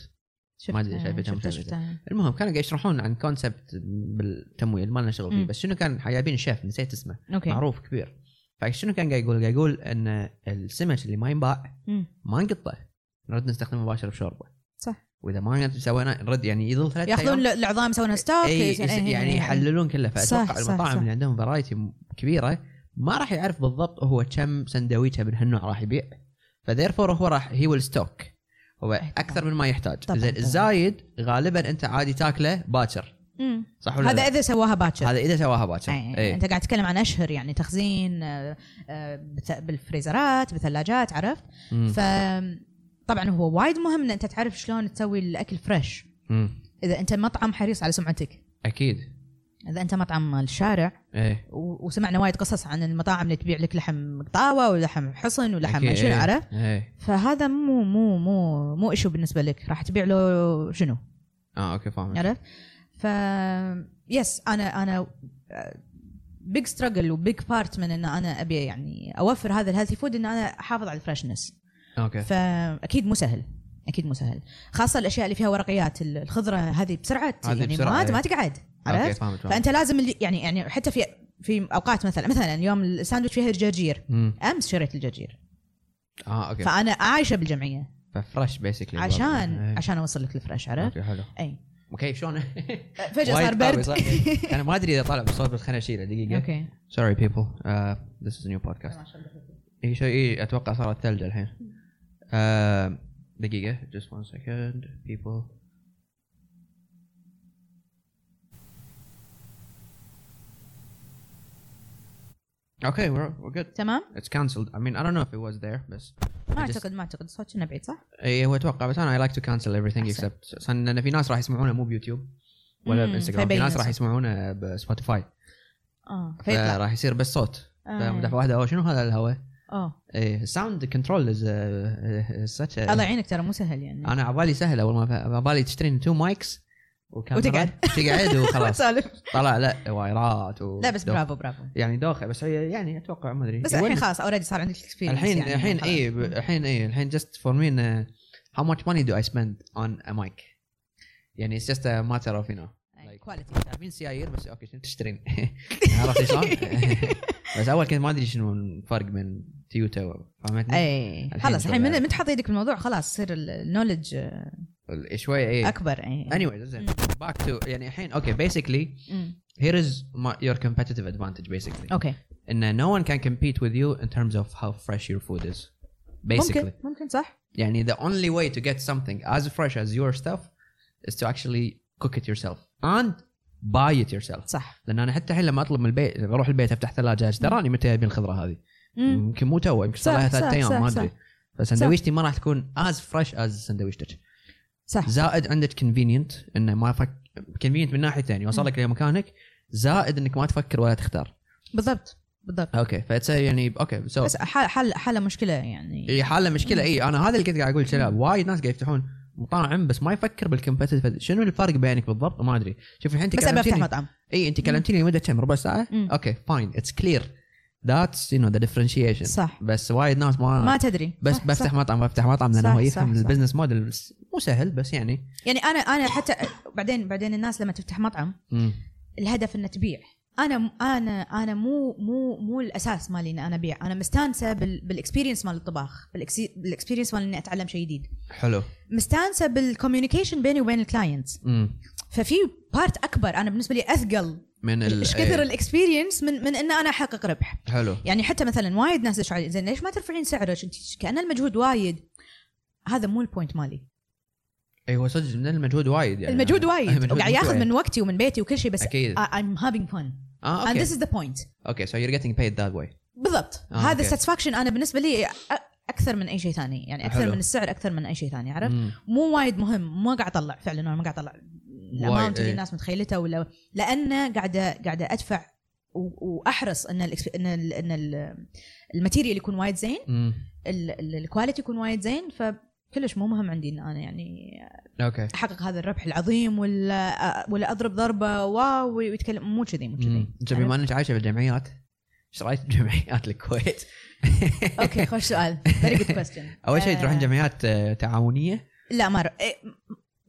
A: ما أدري شايفة كم
B: شفتها
A: شايفة.
B: آه، شفتها
A: المهم كانوا قاعد يشرحون عن كونسبت بالتمويل ما لنا شغل فيه
B: مم.
A: بس شنو كان جايبين شيف نسيت اسمه
B: اوكي
A: معروف كبير فشنو كان قاعد يقول؟ قاعد يقول ان السمك اللي ما ينباع
B: مم.
A: ما نقطه نرد نستخدمه مباشر بشوربه
B: صح.
A: واذا ما سوينا نرد يعني يظل ثلاث
B: ياخذون ال- العظام يسوونها ستوك
A: اي
B: يسوون- إيه،
A: يعني
B: إيه،
A: يحللون كله
B: صح،
A: فاتوقع
B: صح،
A: المطاعم
B: صح.
A: اللي عندهم فرايتي كبيره ما راح يعرف بالضبط هو كم سندويشه من هالنوع راح يبيع فذيرفور هو راح هي ويل ستوك هو
B: طبعاً.
A: اكثر من ما يحتاج
B: أيوة. طبعاً،
A: زين
B: طبعاً.
A: الزايد غالبا انت عادي تاكله باكر
B: مم.
A: صح ولا
B: هذا
A: لا؟
B: اذا سواها باكر
A: هذا اذا سواها باكر
B: أي-
A: إيه.
B: انت قاعد تتكلم عن اشهر يعني تخزين آه، آه، بت- بالفريزرات بثلاجات عرفت
A: مم.
B: ف طبعا هو وايد مهم ان انت تعرف شلون تسوي الاكل فريش
A: مم.
B: اذا انت مطعم حريص على سمعتك
A: اكيد
B: اذا انت مطعم مال الشارع
A: ايه
B: و- وسمعنا وايد قصص عن المطاعم اللي تبيع لك لحم قطاوه ولحم حصن ولحم
A: أكيد،
B: ما شنو
A: إيه.
B: عرفت
A: ايه
B: فهذا مو مو مو مو ايشو بالنسبه لك راح تبيع له شنو
A: اه اوكي فاهم
B: عرفت ف يس انا انا آه، بيج ستراجل وبيج بارت من ان انا ابي يعني اوفر هذا الهيلثي فود ان انا احافظ على الفريشنس
A: اوكي
B: فاكيد مو سهل اكيد مو سهل خاصه الاشياء اللي فيها ورقيات ال- الخضره هذه بسرعه
A: هذه
B: يعني
A: بسرعة،
B: ما
A: إيه.
B: ما تقعد
A: اوكي
B: عرفت
A: فاهمت فاهمت
B: فانت لازم اللي- يعني يعني حتى في في اوقات مثلا مثلا يوم الساندويتش فيها جرجير
A: مم.
B: امس شريت الجرجير
A: اه اوكي
B: فانا عايشه بالجمعيه
A: ففرش بيسكلي
B: عشان عشان اوصل لك الفريش عرفت؟
A: اوكي إيه. حلو
B: اي
A: مكيف شلون؟
B: فجاه
A: وايد
B: صار
A: قوي،
B: برد
A: صح؟ انا ما ادري اذا طالع بصوت بس خليني اشيله دقيقه
B: اوكي
A: سوري بيبل ذيس از نيو بودكاست اي شيء اي اتوقع صارت ثلج الحين آه، دقيقه just one second people Okay, we're, we're good.
B: تمام
A: It's cancelled. I mean, I don't know if it was there, eh, بس
B: ما
A: Just-
B: اعتقد ما اعتقد صوت كنا بعيد صح؟
A: اي هو اتوقع بس انا I like to cancel everything
B: أحسن.
A: except عشان لان في ناس راح يسمعونه مو بيوتيوب ولا
B: مم،
A: بانستغرام في
B: فيبين
A: ناس راح
B: الصوت.
A: يسمعونه بسبوتيفاي
B: اه فيطلع
A: Uh, راح يصير بس صوت
B: آه.
A: دفعه واحده أوه، شنو هذا الهواء؟
B: اه
A: ايه الساوند كنترول از ساتش
B: الله يعينك ترى مو سهل يعني
A: انا عبالي سهل اول ما ف- عبالي تشتري تو مايكس وكاميرات.
B: وتقعد.
A: تقعد وخلاص
B: سالف
A: طلع لا وايرات و
B: لا بس
A: دوخ.
B: برافو برافو
A: يعني دوخه بس هي يعني اتوقع ما ادري
B: بس
A: يولد.
B: الحين يعني، خلاص اوريدي صار عندك اكسبيرينس
A: الحين الحين إيه، اي ب- الحين اي الحين just for me uh, how much money do I spend on a mic يعني it's just a matter of you know
B: كواليتي
A: تعرفين سيايير E, بس اوكي شنو تشترين عرفت شلون؟ بس اول كنت ما ادري شنو الفرق بين تيوتا فهمتني؟
B: اي
A: الحين
B: خلاص الحين
A: تبع-
B: من من تحط ايدك بالموضوع خلاص يصير النولج
A: شوي إيه، اي
B: اكبر اي
A: إيه. anyway زين باك تو يعني الحين اوكي basically here is my, your competitive advantage basically
B: اوكي
A: ان no one can compete with you in terms of how fresh your food is basically
B: ممكن ممكن صح؟
A: يعني the only way to get something as fresh as your stuff is to actually cook it yourself and buy it yourself
B: صح
A: لان انا حتى الحين لما اطلب من البيت بروح البيت افتح ثلاجه ايش تراني متى ابي الخضره هذه
B: مم.
A: يمكن مو تو يمكن صار
B: صح،
A: لها
B: صح،
A: ثلاث
B: صح،
A: ايام ما
B: صح.
A: ادري فسندويشتي ما راح تكون as fresh as سندويشتك
B: صح
A: زائد عندك convenient انه ما فك convenient من ناحيتين يوصلك لمكانك زائد انك ما تفكر ولا تختار
B: بالضبط بالضبط
A: اوكي فتس يعني اوكي سو
B: بس حاله حاله حالة مشكله يعني
A: هي حاله مشكله اي انا هذا اللي كنت قاعد اقول شباب وايد ناس قاعد يفتحون مطاعم بس ما يفكر بالكومبتيتف شنو الفرق بينك بالضبط ما ادري شوف الحين إيه، انت
B: بس ابي افتح
A: كلمتني
B: مطعم
A: اي انت كلمتني لمده كم ربع ساعه
B: مم.
A: اوكي فاين اتس كلير ذاتس يو نو ذا ديفرنشيشن
B: صح
A: بس وايد ناس ما,
B: ما تدري
A: آه. بس
B: صح،
A: بفتح
B: صح.
A: مطعم بفتح مطعم
B: صح،
A: لانه هو
B: صح،
A: يفهم
B: صح.
A: البزنس موديل بس مو سهل بس يعني
B: يعني انا انا حتى بعدين بعدين الناس لما تفتح مطعم
A: مم.
B: الهدف انه تبيع انا انا انا مو مو مو الاساس مالي ان انا ابيع انا مستانسه بال بالاكسبيرينس مال الطباخ بالإكسي- بالاكسبيرينس مال اني اتعلم شيء جديد
A: حلو
B: مستانسه بالكوميونيكيشن بيني وبين الكلاينتس
A: مم.
B: ففي بارت اكبر انا بالنسبه لي اثقل
A: من ال
B: ايش
A: إيه.
B: كثر الاكسبيرينس من من ان انا احقق ربح
A: حلو
B: يعني حتى مثلا وايد ناس دش علي زين ليش ما ترفعين سعرك انت كان المجهود وايد هذا مو البوينت مالي
A: اي إيه، هو صدق من المجهود وايد يعني
B: المجهود
A: المجهود
B: وايد وقاعد
A: مو
B: ياخذ
A: شوية.
B: من وقتي ومن بيتي وكل شيء بس
A: اكيد
B: I- I'm having fun
A: اه
B: and this
A: اوكي
B: is the point
A: اوكي سو يور getting paid ذات واي
B: بالضبط
A: آه،
B: هذا
A: أوكي.
B: الساتسفاكشن انا بالنسبه لي أ- اكثر من اي شيء ثاني يعني اكثر
A: حلو.
B: من السعر اكثر من اي شيء ثاني عرفت مو وايد مهم ما قاعد اطلع فعلا انا ما قاعد اطلع الاماونت
A: إيه.
B: اللي الناس متخيلته ولا لان قاعده قاعده ادفع و- واحرص ان ال ان ال ان ال الماتيريال يكون وايد زين ال- ال- الكواليتي يكون وايد زين فكلش مو مهم عندي ان انا يعني
A: اوكي
B: احقق هذا الربح العظيم ولا ولا اضرب ضربه واو ويتكلم مو كذي مو كذي
A: مم. انت بما انك عايشه بالجمعيات ايش رايك بجمعيات الكويت؟
B: اوكي خوش سؤال فيري جود كويستشن
A: اول شيء تروحين جمعيات آه، تعاونيه
B: لا ما ر- إيه،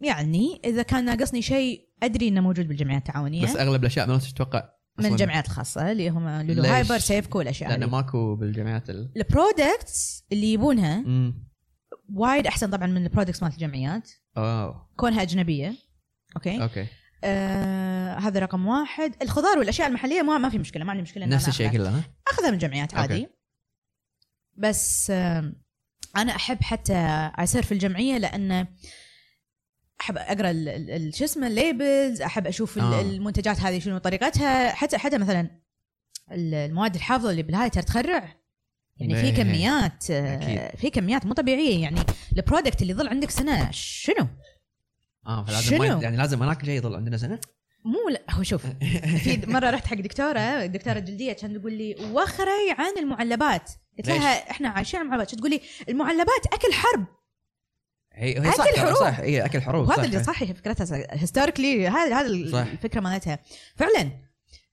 B: يعني اذا كان ناقصني شيء ادري انه موجود بالجمعيات التعاونيه
A: بس اغلب الاشياء ما ناس تتوقع
B: من
A: أصلاً.
B: الجمعيات الخاصه اللي هم لولو
A: ليش؟
B: هايبر سيفكو الاشياء
A: لانه
B: هذه
A: ماكو بالجمعيات ال...
B: البرودكتس اللي يبونها
A: مم.
B: وايد احسن طبعا من البرودكتس مالت الجمعيات
A: اوه
B: كونها اجنبيه اوكي
A: اوكي
B: آه هذا رقم واحد الخضار والاشياء المحليه ما ما في مشكله ما عندي مشكله إن
A: نفس
B: أنا
A: الشيء
B: أخذها.
A: كله ها؟
B: اخذها من الجمعيات
A: أوكي.
B: عادي بس آه انا احب حتى اسير في الجمعيه لان احب اقرا ال- ال- ال- شو اسمه الليبلز احب اشوف
A: آه.
B: آه. المنتجات هذه شنو طريقتها حتى حتى مثلا ال- المواد الحافظه اللي بالهاي ترى تخرع يعني
A: إيه.
B: في كميات آه،
A: أكيد.
B: في كميات مو طبيعيه يعني البرودكت اللي يظل عندك سنه شنو؟
A: اه فلازم ما
B: شنو؟
A: يد- يعني لازم هناك شيء يضل عندنا سنه
B: مو لا هو شوف في مره رحت حق دكتوره دكتوره جلديه كانت تقول لي وخري عن المعلبات قلت لها احنا عايشين على المعلبات شو تقول لي المعلبات اكل حرب
A: هي هي
B: أكل
A: صح ترى،
B: حروب.
A: صح هي اكل حروب
B: وهذا اللي صح هي فكرتها هيستوريكلي هذا هذا
A: صح.
B: الفكره مالتها فعلا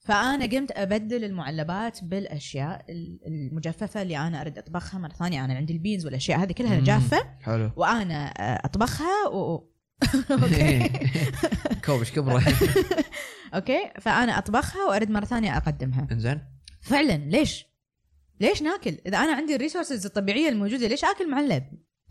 B: فانا قمت ابدل المعلبات بالاشياء المجففه اللي انا اريد اطبخها مره ثانيه انا عندي البينز والاشياء هذه كلها
A: مم.
B: جافه
A: حلو
B: وانا آه، اطبخها و... اوكي
A: كوبش كبره
B: اوكي فانا اطبخها واريد مره ثانيه اقدمها
A: انزين
B: فعلا ليش؟ ليش ناكل؟ اذا انا عندي الريسورسز الطبيعيه الموجوده ليش اكل معلب؟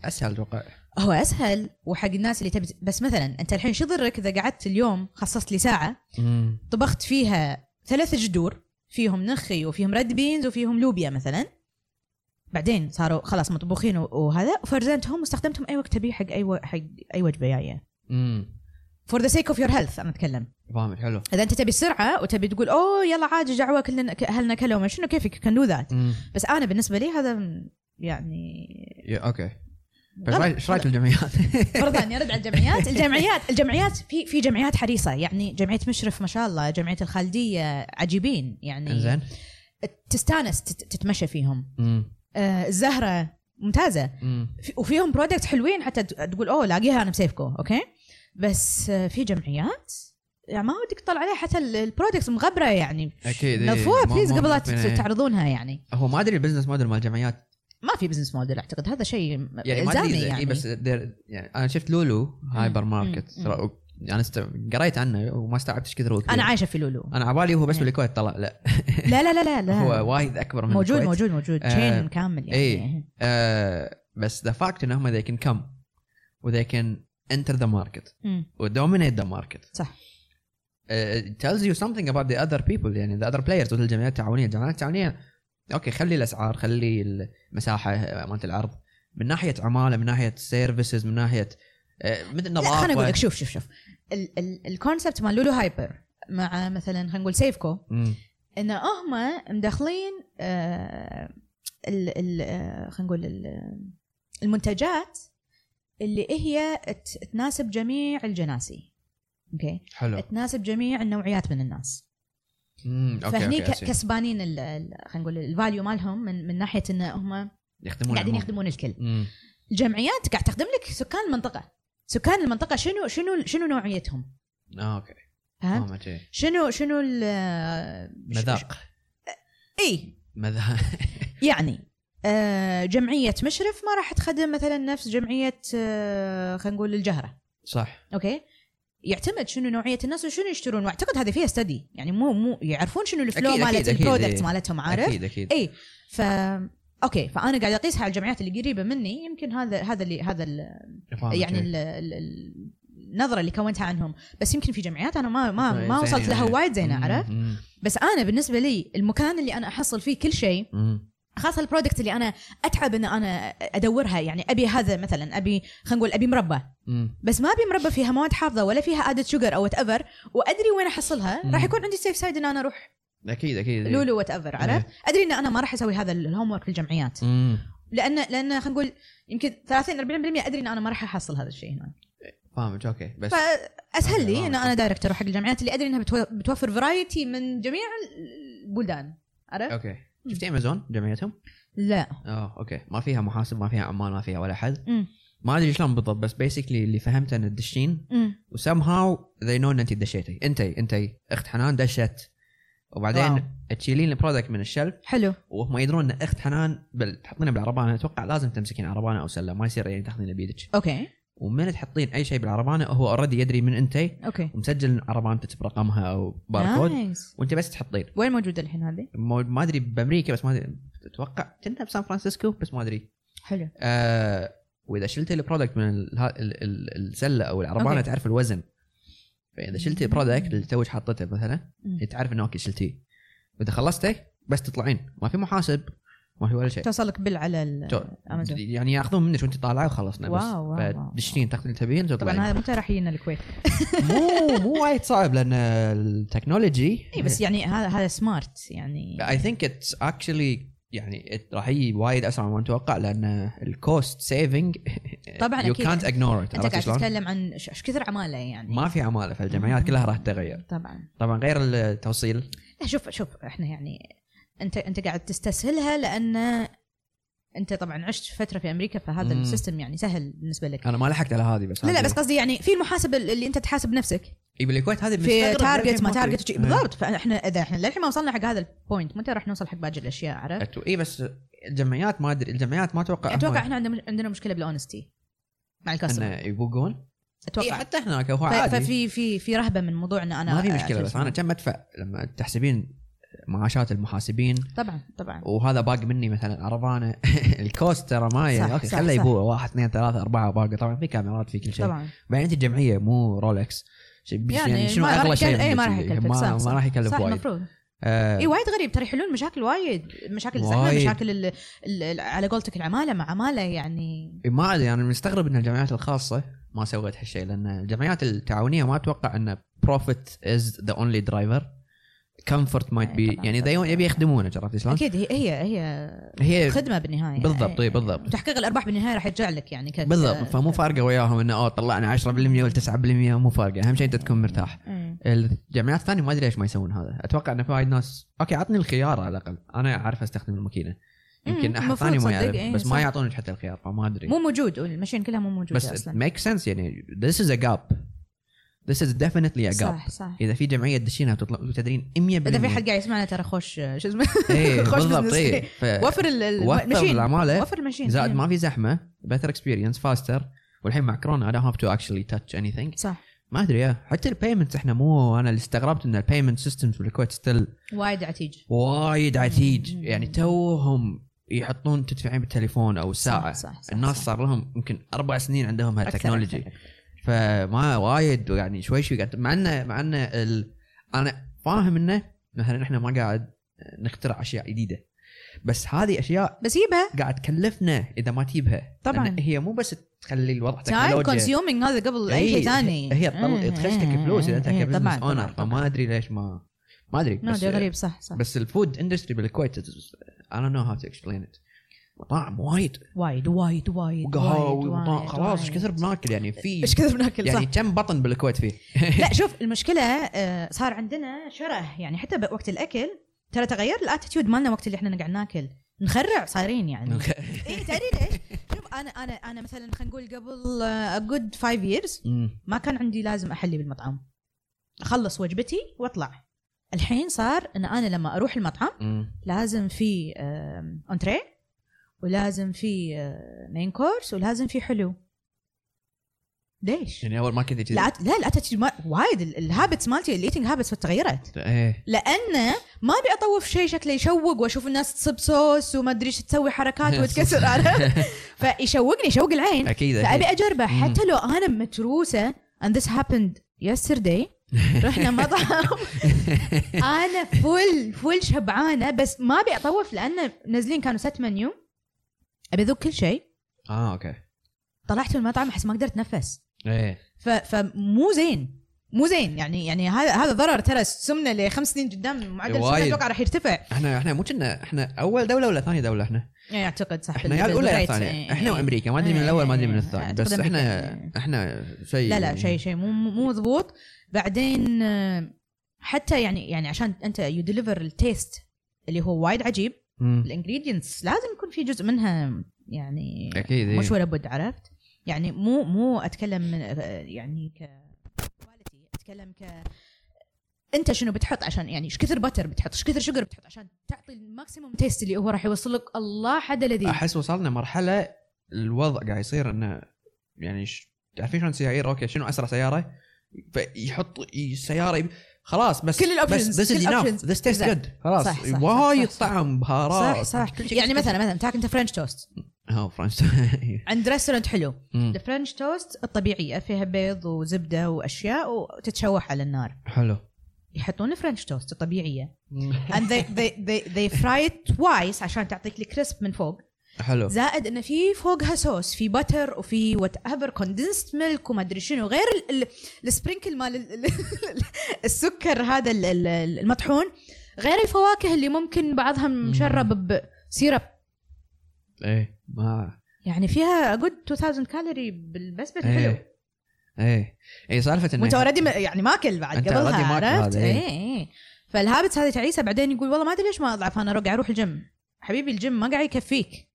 A: اسهل اتوقع
B: هو اسهل وحق الناس اللي تبي بس مثلا انت الحين شو ضرك اذا قعدت اليوم خصصت لي ساعه
A: أمم.
B: طبخت فيها ثلاث جذور فيهم نخي وفيهم ريد بينز وفيهم لوبيا مثلا بعدين صاروا خلاص مطبوخين و- وهذا وفرزنتهم واستخدمتهم اي وقت ابي حق اي و... حق اي وجبه جايه
A: امم
B: فور ذا سيك اوف يور هيلث انا اتكلم
A: فاهم حلو
B: اذا انت تبي سرعه وتبي تقول اوه يلا عادي جعوه كلنا ك- اهلنا كلوا ما شنو كيفك كان دو ذات
A: أمم.
B: بس انا بالنسبه لي هذا م- يعني
A: يا، اوكي
B: غلط.
A: ايش رايك الجمعيات؟
B: برضه اني ارد على الجمعيات، الجمعيات الجمعيات في في جمعيات حريصه يعني جمعيه مشرف ما شاء الله، جمعيه الخالديه عجيبين يعني
A: انزين
B: تستانس تت- تتمشى فيهم
A: أمم.
B: آه الزهره ممتازه
A: أمم.
B: في- وفيهم برودكت حلوين حتى ت- تقول اوه لاقيها انا بسيفكو اوكي بس آه في جمعيات يعني ما ودك تطلع عليها حتى ال- البرودكتس مغبره يعني
A: اكيد إيه.
B: نظفوها
A: ما-
B: بليز
A: ما
B: قبل لا
A: ممكن، إيه.
B: تت- تعرضونها يعني
A: هو ما ادري البزنس موديل مال الجمعيات
B: ما في بزنس موديل اعتقد هذا شيء م-
A: يعني ما ادري
B: الزامي
A: إذا- إيه،
B: يعني
A: بس they're- يعني انا شفت لولو هايبر
B: أمم.
A: ماركت
B: أمم.
A: ترى- انا است- قريت عنه وما استوعبت ايش كثر هو كبير.
B: انا عايشه في لولو
A: انا عبالي هو بس
B: إيه.
A: بالكويت طلع لا
B: لا لا لا لا, لا.
A: هو وايد اكبر من
B: موجود
A: الكويت.
B: موجود موجود
A: آه،
B: تشين كامل يعني
A: إيه. آه بس ذا فاكت انهم they can come و they can enter the market
B: مم.
A: و dominate the market
B: صح
A: آه it tells you something about the other people يعني the other players مثل الجمعيات التعاونيه الجمعيات التعاونيه اوكي خلي الاسعار خلي المساحه آه، مالت العرض من ناحيه عماله من ناحيه سيرفيسز من ناحيه آه مثل
B: لا
A: نظافه
B: خليني اقول لك شوف شوف شوف ال- ال- الكونسبت مال لولو هايبر مع مثلا خلينا نقول سيفكو
A: مم.
B: ان هم مدخلين آه، ال ال آه، خلينا نقول ال- المنتجات اللي هي ت- تناسب جميع الجناسي اوكي
A: حلو
B: تناسب جميع النوعيات من الناس
A: مم. اوكي
B: فهني
A: أوكي،
B: ك-
A: I see.
B: كسبانين ال- ال- خلينا نقول الفاليو مالهم من من ناحيه ان هم
A: يخدمون
B: قاعدين
A: العموم.
B: يخدمون الكل
A: مم.
B: الجمعيات قاعد تخدم لك سكان المنطقه سكان المنطقه شنو شنو شنو نوعيتهم
A: آه، اوكي
B: فهمت
A: فاهمك إيه.
B: شنو شنو ال- ش- ش-
A: مذاق
B: اي
A: مذاق
B: يعني آه، جمعيه مشرف ما راح تخدم مثلا نفس جمعيه آه، خلينا نقول الجهره
A: صح
B: اوكي يعتمد شنو نوعيه الناس وشنو يشترون واعتقد هذا فيها استدي يعني مو مو يعرفون شنو الفلو
A: أكيد-
B: مالت
A: أكيد- أكيد،
B: البرودكت
A: إيه.
B: مالتهم عارف
A: اكيد اكيد
B: اي ف اوكي فانا قاعد اقيسها على الجمعيات اللي قريبه مني يمكن هذا هذا اللي هذا ال-
A: فاهمك
B: يعني
A: إيه.
B: ال- ال- ال- النظره اللي كونتها عنهم بس يمكن في جمعيات انا ما ما
A: زين-
B: ما وصلت
A: زين
B: لها
A: يعني.
B: وايد زين عرفت
A: مم.
B: بس انا بالنسبه لي المكان اللي انا احصل فيه كل شيء
A: مم.
B: خاصه البرودكت اللي انا اتعب ان انا ادورها يعني ابي هذا مثلا ابي خلينا نقول ابي مربى
A: مم.
B: بس ما ابي مربى فيها مواد حافظه ولا فيها ادد شوجر او وات ايفر وادري وين احصلها
A: مم.
B: راح يكون عندي سيف سايد ان انا اروح
A: اكيد اكيد إيه.
B: لولو وات ايفر عرفت ادري ان انا ما راح اسوي هذا الهوم ورك في الجمعيات
A: مم.
B: لان لان خلينا نقول يمكن 30 40% ادري ان انا ما راح احصل هذا الشيء هنا
A: فاهمك اوكي بس
B: فاسهل لي ان
A: تمام.
B: انا دايركت اروح حق الجامعات اللي ادري انها بتو- بتوفر فرايتي من جميع البلدان عرفت؟
A: اوكي شفت امازون جمعيتهم؟
B: لا
A: اه اوكي ما فيها محاسب ما فيها عمال ما فيها ولا حد
B: مم.
A: ما ادري شلون بالضبط بس بيسكلي اللي فهمته ان الدشين
B: مم.
A: وسم هاو ذي نو ان انت دشيتي انت انت اخت حنان دشت وبعدين تشيلين البرودكت من الشلف
B: حلو
A: وهم يدرون ان اخت حنان بل تحطينه بالعربانه اتوقع لازم تمسكين عربانه او سله ما يصير يعني تاخذينه بيدك
B: اوكي
A: ومن تحطين اي شيء بالعربانه هو اوريدي يدري من انت
B: اوكي
A: ومسجل عربانتك برقمها او باركود
B: نايس.
A: وانت بس تحطين
B: وين موجوده الحين هذه؟
A: مو- ما ادري بامريكا بس ما ادري اتوقع كنا بسان فرانسيسكو بس ما ادري
B: حلو
A: آه واذا شلت البرودكت من ال- ها- ال- ال- السله او العربانه
B: أوكي.
A: تعرف الوزن فاذا شلت البرودكت اللي توج حطيته مثلا
B: مم.
A: هي إيه، تعرف انه اوكي شلتيه واذا خلصته بس تطلعين ما في محاسب ما في ولا شيء
B: توصلك بال على
A: تو-
B: ال- امازون
A: يعني ياخذون منك وانت طالعه وخلصنا بس
B: واو، واو، واو.
A: فتدشين تاخذين اللي تبين
B: طبعا
A: وتطلعين
B: هذا متى راح يجينا الكويت؟
A: مو مو وايد صعب لان التكنولوجي
B: إيه، اي بس يعني هذا هذا سمارت يعني
A: I think it's actually يعني راح يجي وايد اسرع مما نتوقع لان الكوست سيفنج
B: طبعاً
A: يو
B: أكيد.
A: كانت اجنور
B: انت
A: عرفت
B: قاعد
A: شلون؟
B: تتكلم عن إيش- ايش كثر عماله يعني
A: ما في عماله فالجمعيات كلها راح تتغير
B: طبعا
A: طبعا غير التوصيل
B: لا شوف شوف احنا يعني انت انت قاعد تستسهلها لان انت طبعا عشت فتره في امريكا فهذا
A: مم.
B: السيستم يعني سهل بالنسبه لك
A: انا ما لحقت على هذه بس
B: لا لا
A: هذه-
B: بس قصدي يعني في المحاسبه اللي انت تحاسب نفسك
A: إي بالكويت هذه
B: في
A: بنستغرب إيه.
B: تارجت ما
A: ليه في
B: تارجت
A: مصر.
B: بالضبط فاحنا اذا احنا للحين ما وصلنا حق هذا البوينت متى راح نوصل حق باقي الاشياء عرفت؟
A: أتو- اي بس الجمعيات ما ادري الجمعيات ما اتوقع
B: اتوقع احنا عندنا عندنا مشكله بالاونستي مع الكاستمر
A: انه يبوقون اي
B: اتوقع
A: إيه، حتى هناك هو
B: ف-
A: عادي
B: ففي في في رهبه من موضوع ان انا
A: ما في
B: أ-
A: مشكله بس
B: أشوف-
A: انا كم ادفع لما تحسبين معاشات المحاسبين
B: طبعا طبعا
A: وهذا باق مني مثلا عربانه الكوست ترى
B: صح،
A: ماي اوكي
B: صح،
A: خله
B: صح.
A: يبوع واحد اثنين ثلاثه اربعه باقي طبعا في كاميرات في كل شيء
B: طبعا
A: بعدين انت الجمعيه مو رولكس ش- يعني,
B: يعني
A: شنو
B: ما راح
A: اغلى شيء
B: يكلف- إيه، ما راح
A: بال-
B: يكلفك،
A: ما-
B: صح،
A: ما راح يكلف
B: صح
A: وايد
B: المفروض
A: آه،
B: اي وايد غريب ترى يحلون مشاكل وايد مشاكل الزحمه
A: وايد.
B: مشاكل ال ال ال على قولتك العماله مع عماله يعني
A: ما ادري انا مستغرب ان الجمعيات الخاصه ما سوت هالشيء لان الجمعيات التعاونيه ما اتوقع ان بروفيت از ذا اونلي درايفر كمفورت مايت
B: إيه،
A: بي
B: طبعاً،
A: يعني
B: طبعاً.
A: ذا يبي يخدمونك عرفت شلون؟
B: اكيد هي هي, هي
A: هي
B: خدمه بالنهايه
A: إيه. بالضبط،
B: إيه،
A: إيه، بالضبط.
B: تحقيق الارباح بالنهايه راح يرجع لك يعني ك
A: بالضبط فمو فارقه وياهم "أه، انه اوه طلعنا 10% ولا 9% مو فارقه اهم شيء انت تكون مرتاح
B: إيه.
A: الجامعات الثانيه ما ادري ليش ما يسوون هذا اتوقع انه في وايد ناس اوكي عطني الخيار على الاقل انا اعرف استخدم الماكينه يمكن
B: مم،
A: احد
B: المفروض
A: ثاني ما
B: صدق،
A: يعرف
B: إيه،
A: بس
B: صح.
A: ما يعطونك حتى الخيار فما ادري
B: مو موجود والماشين كلها مو موجوده
A: بس
B: اصلا
A: ميك سنس يعني this is a gap this is definitely a gap
B: صح صح
A: اذا في جمعيه تدشينها وتطلع وتدرين 100%
B: اذا في حد قاعد يسمعنا ترى خوش آه، شو اسمه
A: ايه
B: خوش
A: بالضبط
B: business.
A: ايه ف-
B: وفر ال- ال-
A: وفر
B: الماشين
A: العماله
B: وفر الماشين
A: زائد
B: إيه.
A: ما في زحمه better experience faster والحين مع كورونا I don't have to actually touch anything
B: صح
A: ما ادري يا حتى البيمنتس احنا مو انا اللي استغربت ان البيمنت سيستمز بالكويت ستيل
B: وايد عتيج
A: وايد عتيج
B: مم.
A: يعني توهم يحطون تدفعين بالتليفون او ساعه
B: صح، صح، صح،
A: الناس
B: صح.
A: صار لهم يمكن اربع سنين عندهم
B: أكثر،
A: هالتكنولوجي
B: أكثر، أكثر.
A: فما وايد يعني شوي شوي قاعد مع انه مع انه ال... انا فاهم انه مثلا احنا ما قاعد نخترع اشياء جديده بس هذه اشياء
B: بس يبها
A: قاعد تكلفنا اذا ما تجيبها
B: طبعاً.
A: لأن هي مو بس تخلي الوضع
B: تايم
A: تكنولوجيا
B: كونسيومينج هذا قبل اي شيء
A: إيه،
B: ثاني إيه،
A: هي تطل... تخشتك فلوس اذا انت كبزنس اونر فما ادري ليش ما ما ادري بس
B: نادي غريب صح صح
A: بس الفود اندستري بالكويت اي دونت نو هاو تو اكسبلين ات مطاعم وايد
B: وايد وايد وايد
A: وقهاوي
B: وايد،
A: ومطاعم
B: وايد،
A: خلاص ايش
B: وايد.
A: كثر بناكل يعني في
B: ايش كثر بناكل صح
A: يعني كم بطن بالكويت فيه؟
B: لا شوف المشكله آه، صار عندنا شره يعني حتى ب- وقت الاكل ترى تغير الاتيتيود مالنا وقت اللي احنا قاعد ناكل نخرع صايرين يعني اي تدري ليش؟ شوف انا انا انا مثلا خلينا نقول قبل آه، جود فايف ييرز
A: أمم.
B: ما كان عندي لازم احلي بالمطعم اخلص وجبتي واطلع الحين صار ان انا لما اروح المطعم
A: أمم.
B: لازم في اونتري ولازم في مين كورس ولازم في حلو ليش؟
A: يعني اول ما كنت كذي.
B: لا لا الاتيتيود ما- وايد الهابتس مالتي الايتنج هابتس تغيرت
A: ايه
B: لانه ما ابي اطوف شيء شكله يشوق واشوف الناس تصب صوص وما ادري ايش تسوي حركات وتكسر عرفت؟ فيشوقني يشوق العين
A: اكيد
B: فابي
A: اكيد
B: اجربه
A: مم.
B: حتى لو انا متروسه and this happened yesterday رحنا مطعم انا فل فل شبعانه بس ما ابي اطوف لانه نازلين كانوا ست منيو ابي اذوق كل شيء
A: اه اوكي
B: طلعت من المطعم احس ما قدرت اتنفس
A: ايه
B: ف- فمو زين مو زين يعني يعني هذا هذا ضرر ترى السمنه لخمس سنين قدام معدل السمنه
A: وايد.
B: اتوقع راح يرتفع
A: احنا احنا مو كنا احنا اول دوله ولا ثاني دوله احنا؟
B: يعني اعتقد صح
A: احنا يا
B: بال-
A: الاولى يا
B: بالريت.
A: الثانية
B: إيه.
A: احنا وامريكا ما ادري من
B: إيه.
A: الاول ما ادري من
B: إيه.
A: الثاني
B: أعتقد
A: بس احنا
B: أمريكا.
A: احنا شيء
B: لا لا شيء شيء مو مو مو مضبوط بعدين آه، حتى يعني يعني عشان انت يو ديليفر التيست اللي هو وايد عجيب
A: أمم.
B: الانجريدينتس لازم يكون في جزء منها يعني
A: اكيد إيه.
B: مش ولا بد عرفت يعني مو مو اتكلم من يعني ك quality، اتكلم ك انت شنو بتحط عشان يعني ايش كثر بتر بتحط ايش كثر شجر بتحط عشان تعطي الماكسيموم تيست اللي هو راح يوصل لك الله حدا لذيذ
A: احس وصلنا مرحله الوضع قاعد يصير انه يعني ش... تعرفين شلون سيارة اوكي شنو اسرع سياره فيحط السياره يب... خلاص بس
B: كل الأوبشنز،
A: بس this
B: كل
A: is
B: الأوبشنز.
A: enough this tastes
B: صح.
A: good خلاص
B: صح، صح، صح،
A: وايد
B: صح، صح.
A: طعم بهارات
B: صح صح
A: كل شيء-
B: يعني مثلا مثلا تاك انت فرنش توست
A: اه فرنش
B: عند ريستورنت حلو
A: أمم.
B: الفرنش توست الطبيعيه فيها بيض وزبده واشياء وتتشوح على النار
A: حلو
B: يحطون الفرنش توست الطبيعيه and they they they they fry it twice عشان تعطيك الكريسب من فوق
A: حلو
B: زائد انه في فوقها صوص في بتر وفي وات ايفر كوندنسد ميلك وما ادري شنو غير ال- ال- السبرينكل مال ال- ال- السكر هذا ال- ال- المطحون غير الفواكه اللي ممكن بعضها مشرب ب سيرب
A: ايه ما
B: يعني فيها جود 2000 كالوري بالبسبه الحلو
A: ايه ايه اي سالفه انه
B: وانت اوريدي ما- يعني ماكل بعد
A: أنت
B: قبلها
A: already ماكل
B: عرفت
A: هذا، إيه.
B: اي اي فالهابتس هذه تعيسه بعدين يقول والله ما ادري ليش ما اضعف انا رقع اروح الجيم حبيبي الجيم ما قاعد يكفيك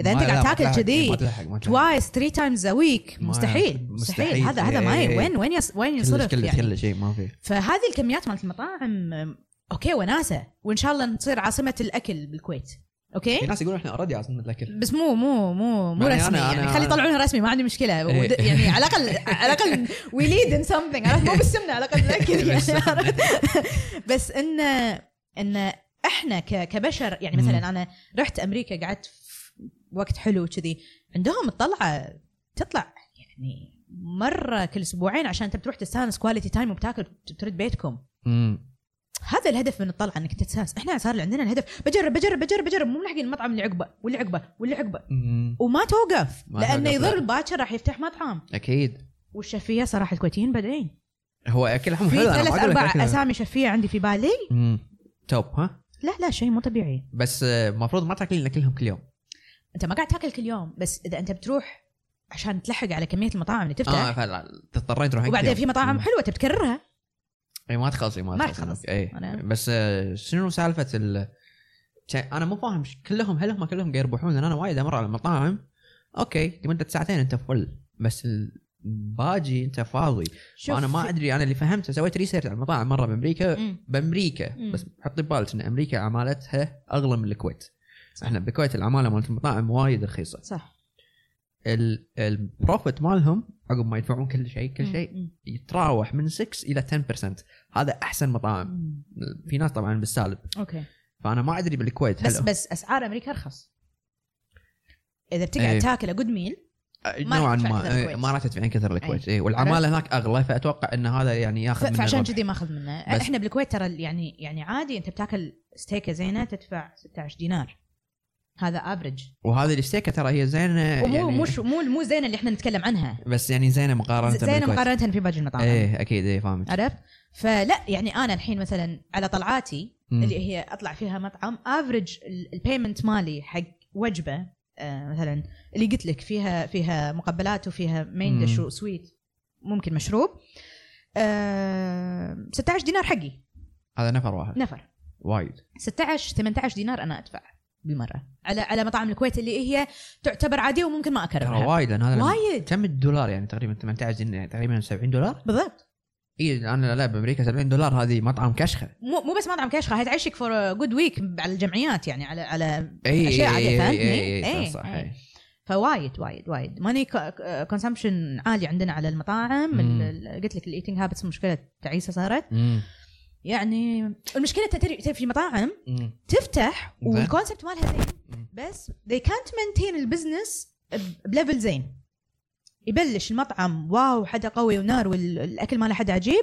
B: اذا انت
A: ما- لا، ما
B: قاعد
A: تلحق،
B: تاكل
A: إيه، ما
B: كذي
A: تلحق، ما تلحق.
B: توايس ثري تايمز ا ويك
A: ما-
B: مستحيل
A: مستحيل.
B: مستحيل هذا هذا ما
A: إيه، إيه.
B: ي- وين وين يص- وين
A: كلش
B: ينصرف
A: كلش
B: يعني
A: كلش شيء ما في
B: فهذه الكميات مالت المطاعم أم، اوكي وناسه وان شاء الله نصير عاصمه الاكل بالكويت
A: في
B: اوكي
A: ناس يقولون احنا اوريدي عاصمه الاكل
B: بس مو مو مو مو
A: يعني
B: رسمي
A: أنا-
B: يعني
A: أنا-
B: خلي يطلعونها رسمي ما عندي مشكله
A: إيه.
B: ود- يعني على الاقل على الاقل وي ليد ان سمثينج عرفت مو بالسمنه على الاقل الاكل يعني عرفت؟ بس ان ان احنا ك- كبشر يعني
A: مم.
B: مثلا انا رحت امريكا قعدت في وقت حلو كذي عندهم الطلعه تطلع يعني مره كل اسبوعين عشان انت بتروح تستانس كواليتي تايم وبتاكل بترد بيتكم
A: امم
B: هذا الهدف من الطلعه انك تتساس احنا صار عندنا الهدف بجرب بجرب بجرب بجرب مو ملحقين المطعم اللي عقبه واللي عقبه واللي عقبه
A: أمم.
B: وما توقف
A: ما
B: لانه
A: توقف، لا.
B: يضر باكر راح يفتح مطعم
A: اكيد
B: والشفيه صراحه الكويتيين بدعين
A: هو اكلهم
B: في
A: حلو أنا ما
B: ثلاث
A: أقول لك أكلهم.
B: اربع اسامي شفيه عندي في بالي
A: أمم. توب ها
B: لا لا شيء مو طبيعي
A: بس آه، المفروض ما تاكلين اكلهم كل يوم
B: انت ما قاعد تاكل كل يوم بس اذا انت بتروح عشان تلحق على كميه المطاعم اللي تفتح
A: اه
B: آه
A: فلا تضطرين تروحين كل
B: وبعدين
A: يوم.
B: في مطاعم
A: أمم.
B: حلوه تبكررها
A: اي ما تخلصي ما
B: ما
A: تخلصي
B: تخلص.
A: اي
B: أنا-
A: بس آه، شنو سالفه ال شا- انا مو فاهم ش- كلهم هل هم كلهم قاعد يربحون لان انا وايد امر على المطاعم اوكي لمده ساعتين انت فل بس الباجي انت فاضي
B: شوف
A: فانا ما ادري انا اللي فهمته سويت ريسيرش على المطاعم مره بامريكا
B: مم.
A: بامريكا
B: مم.
A: بس حطي ببالك ان امريكا عمالتها اغلى من الكويت احنا بالكويت العماله مالت المطاعم وايد رخيصه
B: صح
A: ال- البروفيت مالهم عقب ما يدفعون كل شيء كل
B: مم.
A: شيء
B: مم.
A: يتراوح من 6 الى 10% هذا احسن مطاعم
B: مم.
A: في ناس طبعا بالسالب
B: اوكي
A: فانا ما ادري بالكويت
B: بس
A: هل
B: بس اسعار امريكا ارخص اذا بتقعد
A: إيه.
B: تاكل جود ميل
A: أه،
B: ما
A: نوعا
B: راح تدفع
A: ما أه، ما راح تدفع
B: كثر الكويت.
A: كثر الكويت اي والعماله هناك اغلى فاتوقع ان هذا يعني
B: ف-
A: ياخذ منه
B: فعشان
A: الربح.
B: كذي ماخذ منه
A: بس-
B: احنا بالكويت ترى يعني يعني عادي انت بتاكل ستيكه زينه تدفع 16 دينار هذا افرج
A: وهذه الستيكه ترى هي زينه
B: ومو
A: أه، يعني
B: مو شو- مو مو زينه اللي احنا نتكلم عنها
A: بس يعني زينه مقارنه
B: زينه
A: بالكويت.
B: مقارنه في باقي المطاعم
A: ايه اكيد ايه فاهمك
B: عرفت فلا يعني انا الحين مثلا على طلعاتي
A: مم.
B: اللي هي اطلع فيها مطعم افرج البيمنت مالي حق وجبه آه، مثلا اللي قلت لك فيها فيها مقبلات وفيها مين
A: مم.
B: دش وسويت ممكن مشروب آه 16 دينار حقي
A: هذا نفر واحد
B: نفر
A: وايد
B: 16 18 دينار انا ادفع بالمره على على مطاعم الكويت اللي هي تعتبر عاديه وممكن ما
A: ترى
B: اكررها
A: وايد لان هذا
B: وايد
A: كم الدولار يعني تقريبا 18 جنيه تقريبا 70 دولار
B: بالضبط
A: اي انا لا بامريكا 70 دولار هذه مطعم كشخه
B: مو مو بس مطعم كشخه هي تعيشك فور جود ويك على الجمعيات يعني على على
A: اي
B: أشياء
A: إي-
B: عادية،
A: إي-
B: فهمتني؟
A: إي- إي-
B: إيه،
A: صح صح
B: إيه.
A: إي.
B: فوايد وايد وايد ماني كونسبشن عالي عندنا على المطاعم
A: مم.
B: ال- ال- قلت لك الايتنج هابتس مشكله تعيسه صارت
A: أمم.
B: يعني المشكله أنت تدري تدري في مطاعم
A: أمم.
B: تفتح
A: زين.
B: والكونسبت مالها زين
A: مم.
B: بس they can't maintain البزنس ب- بليفل زين يبلش المطعم واو حدا قوي ونار والاكل ماله حدا عجيب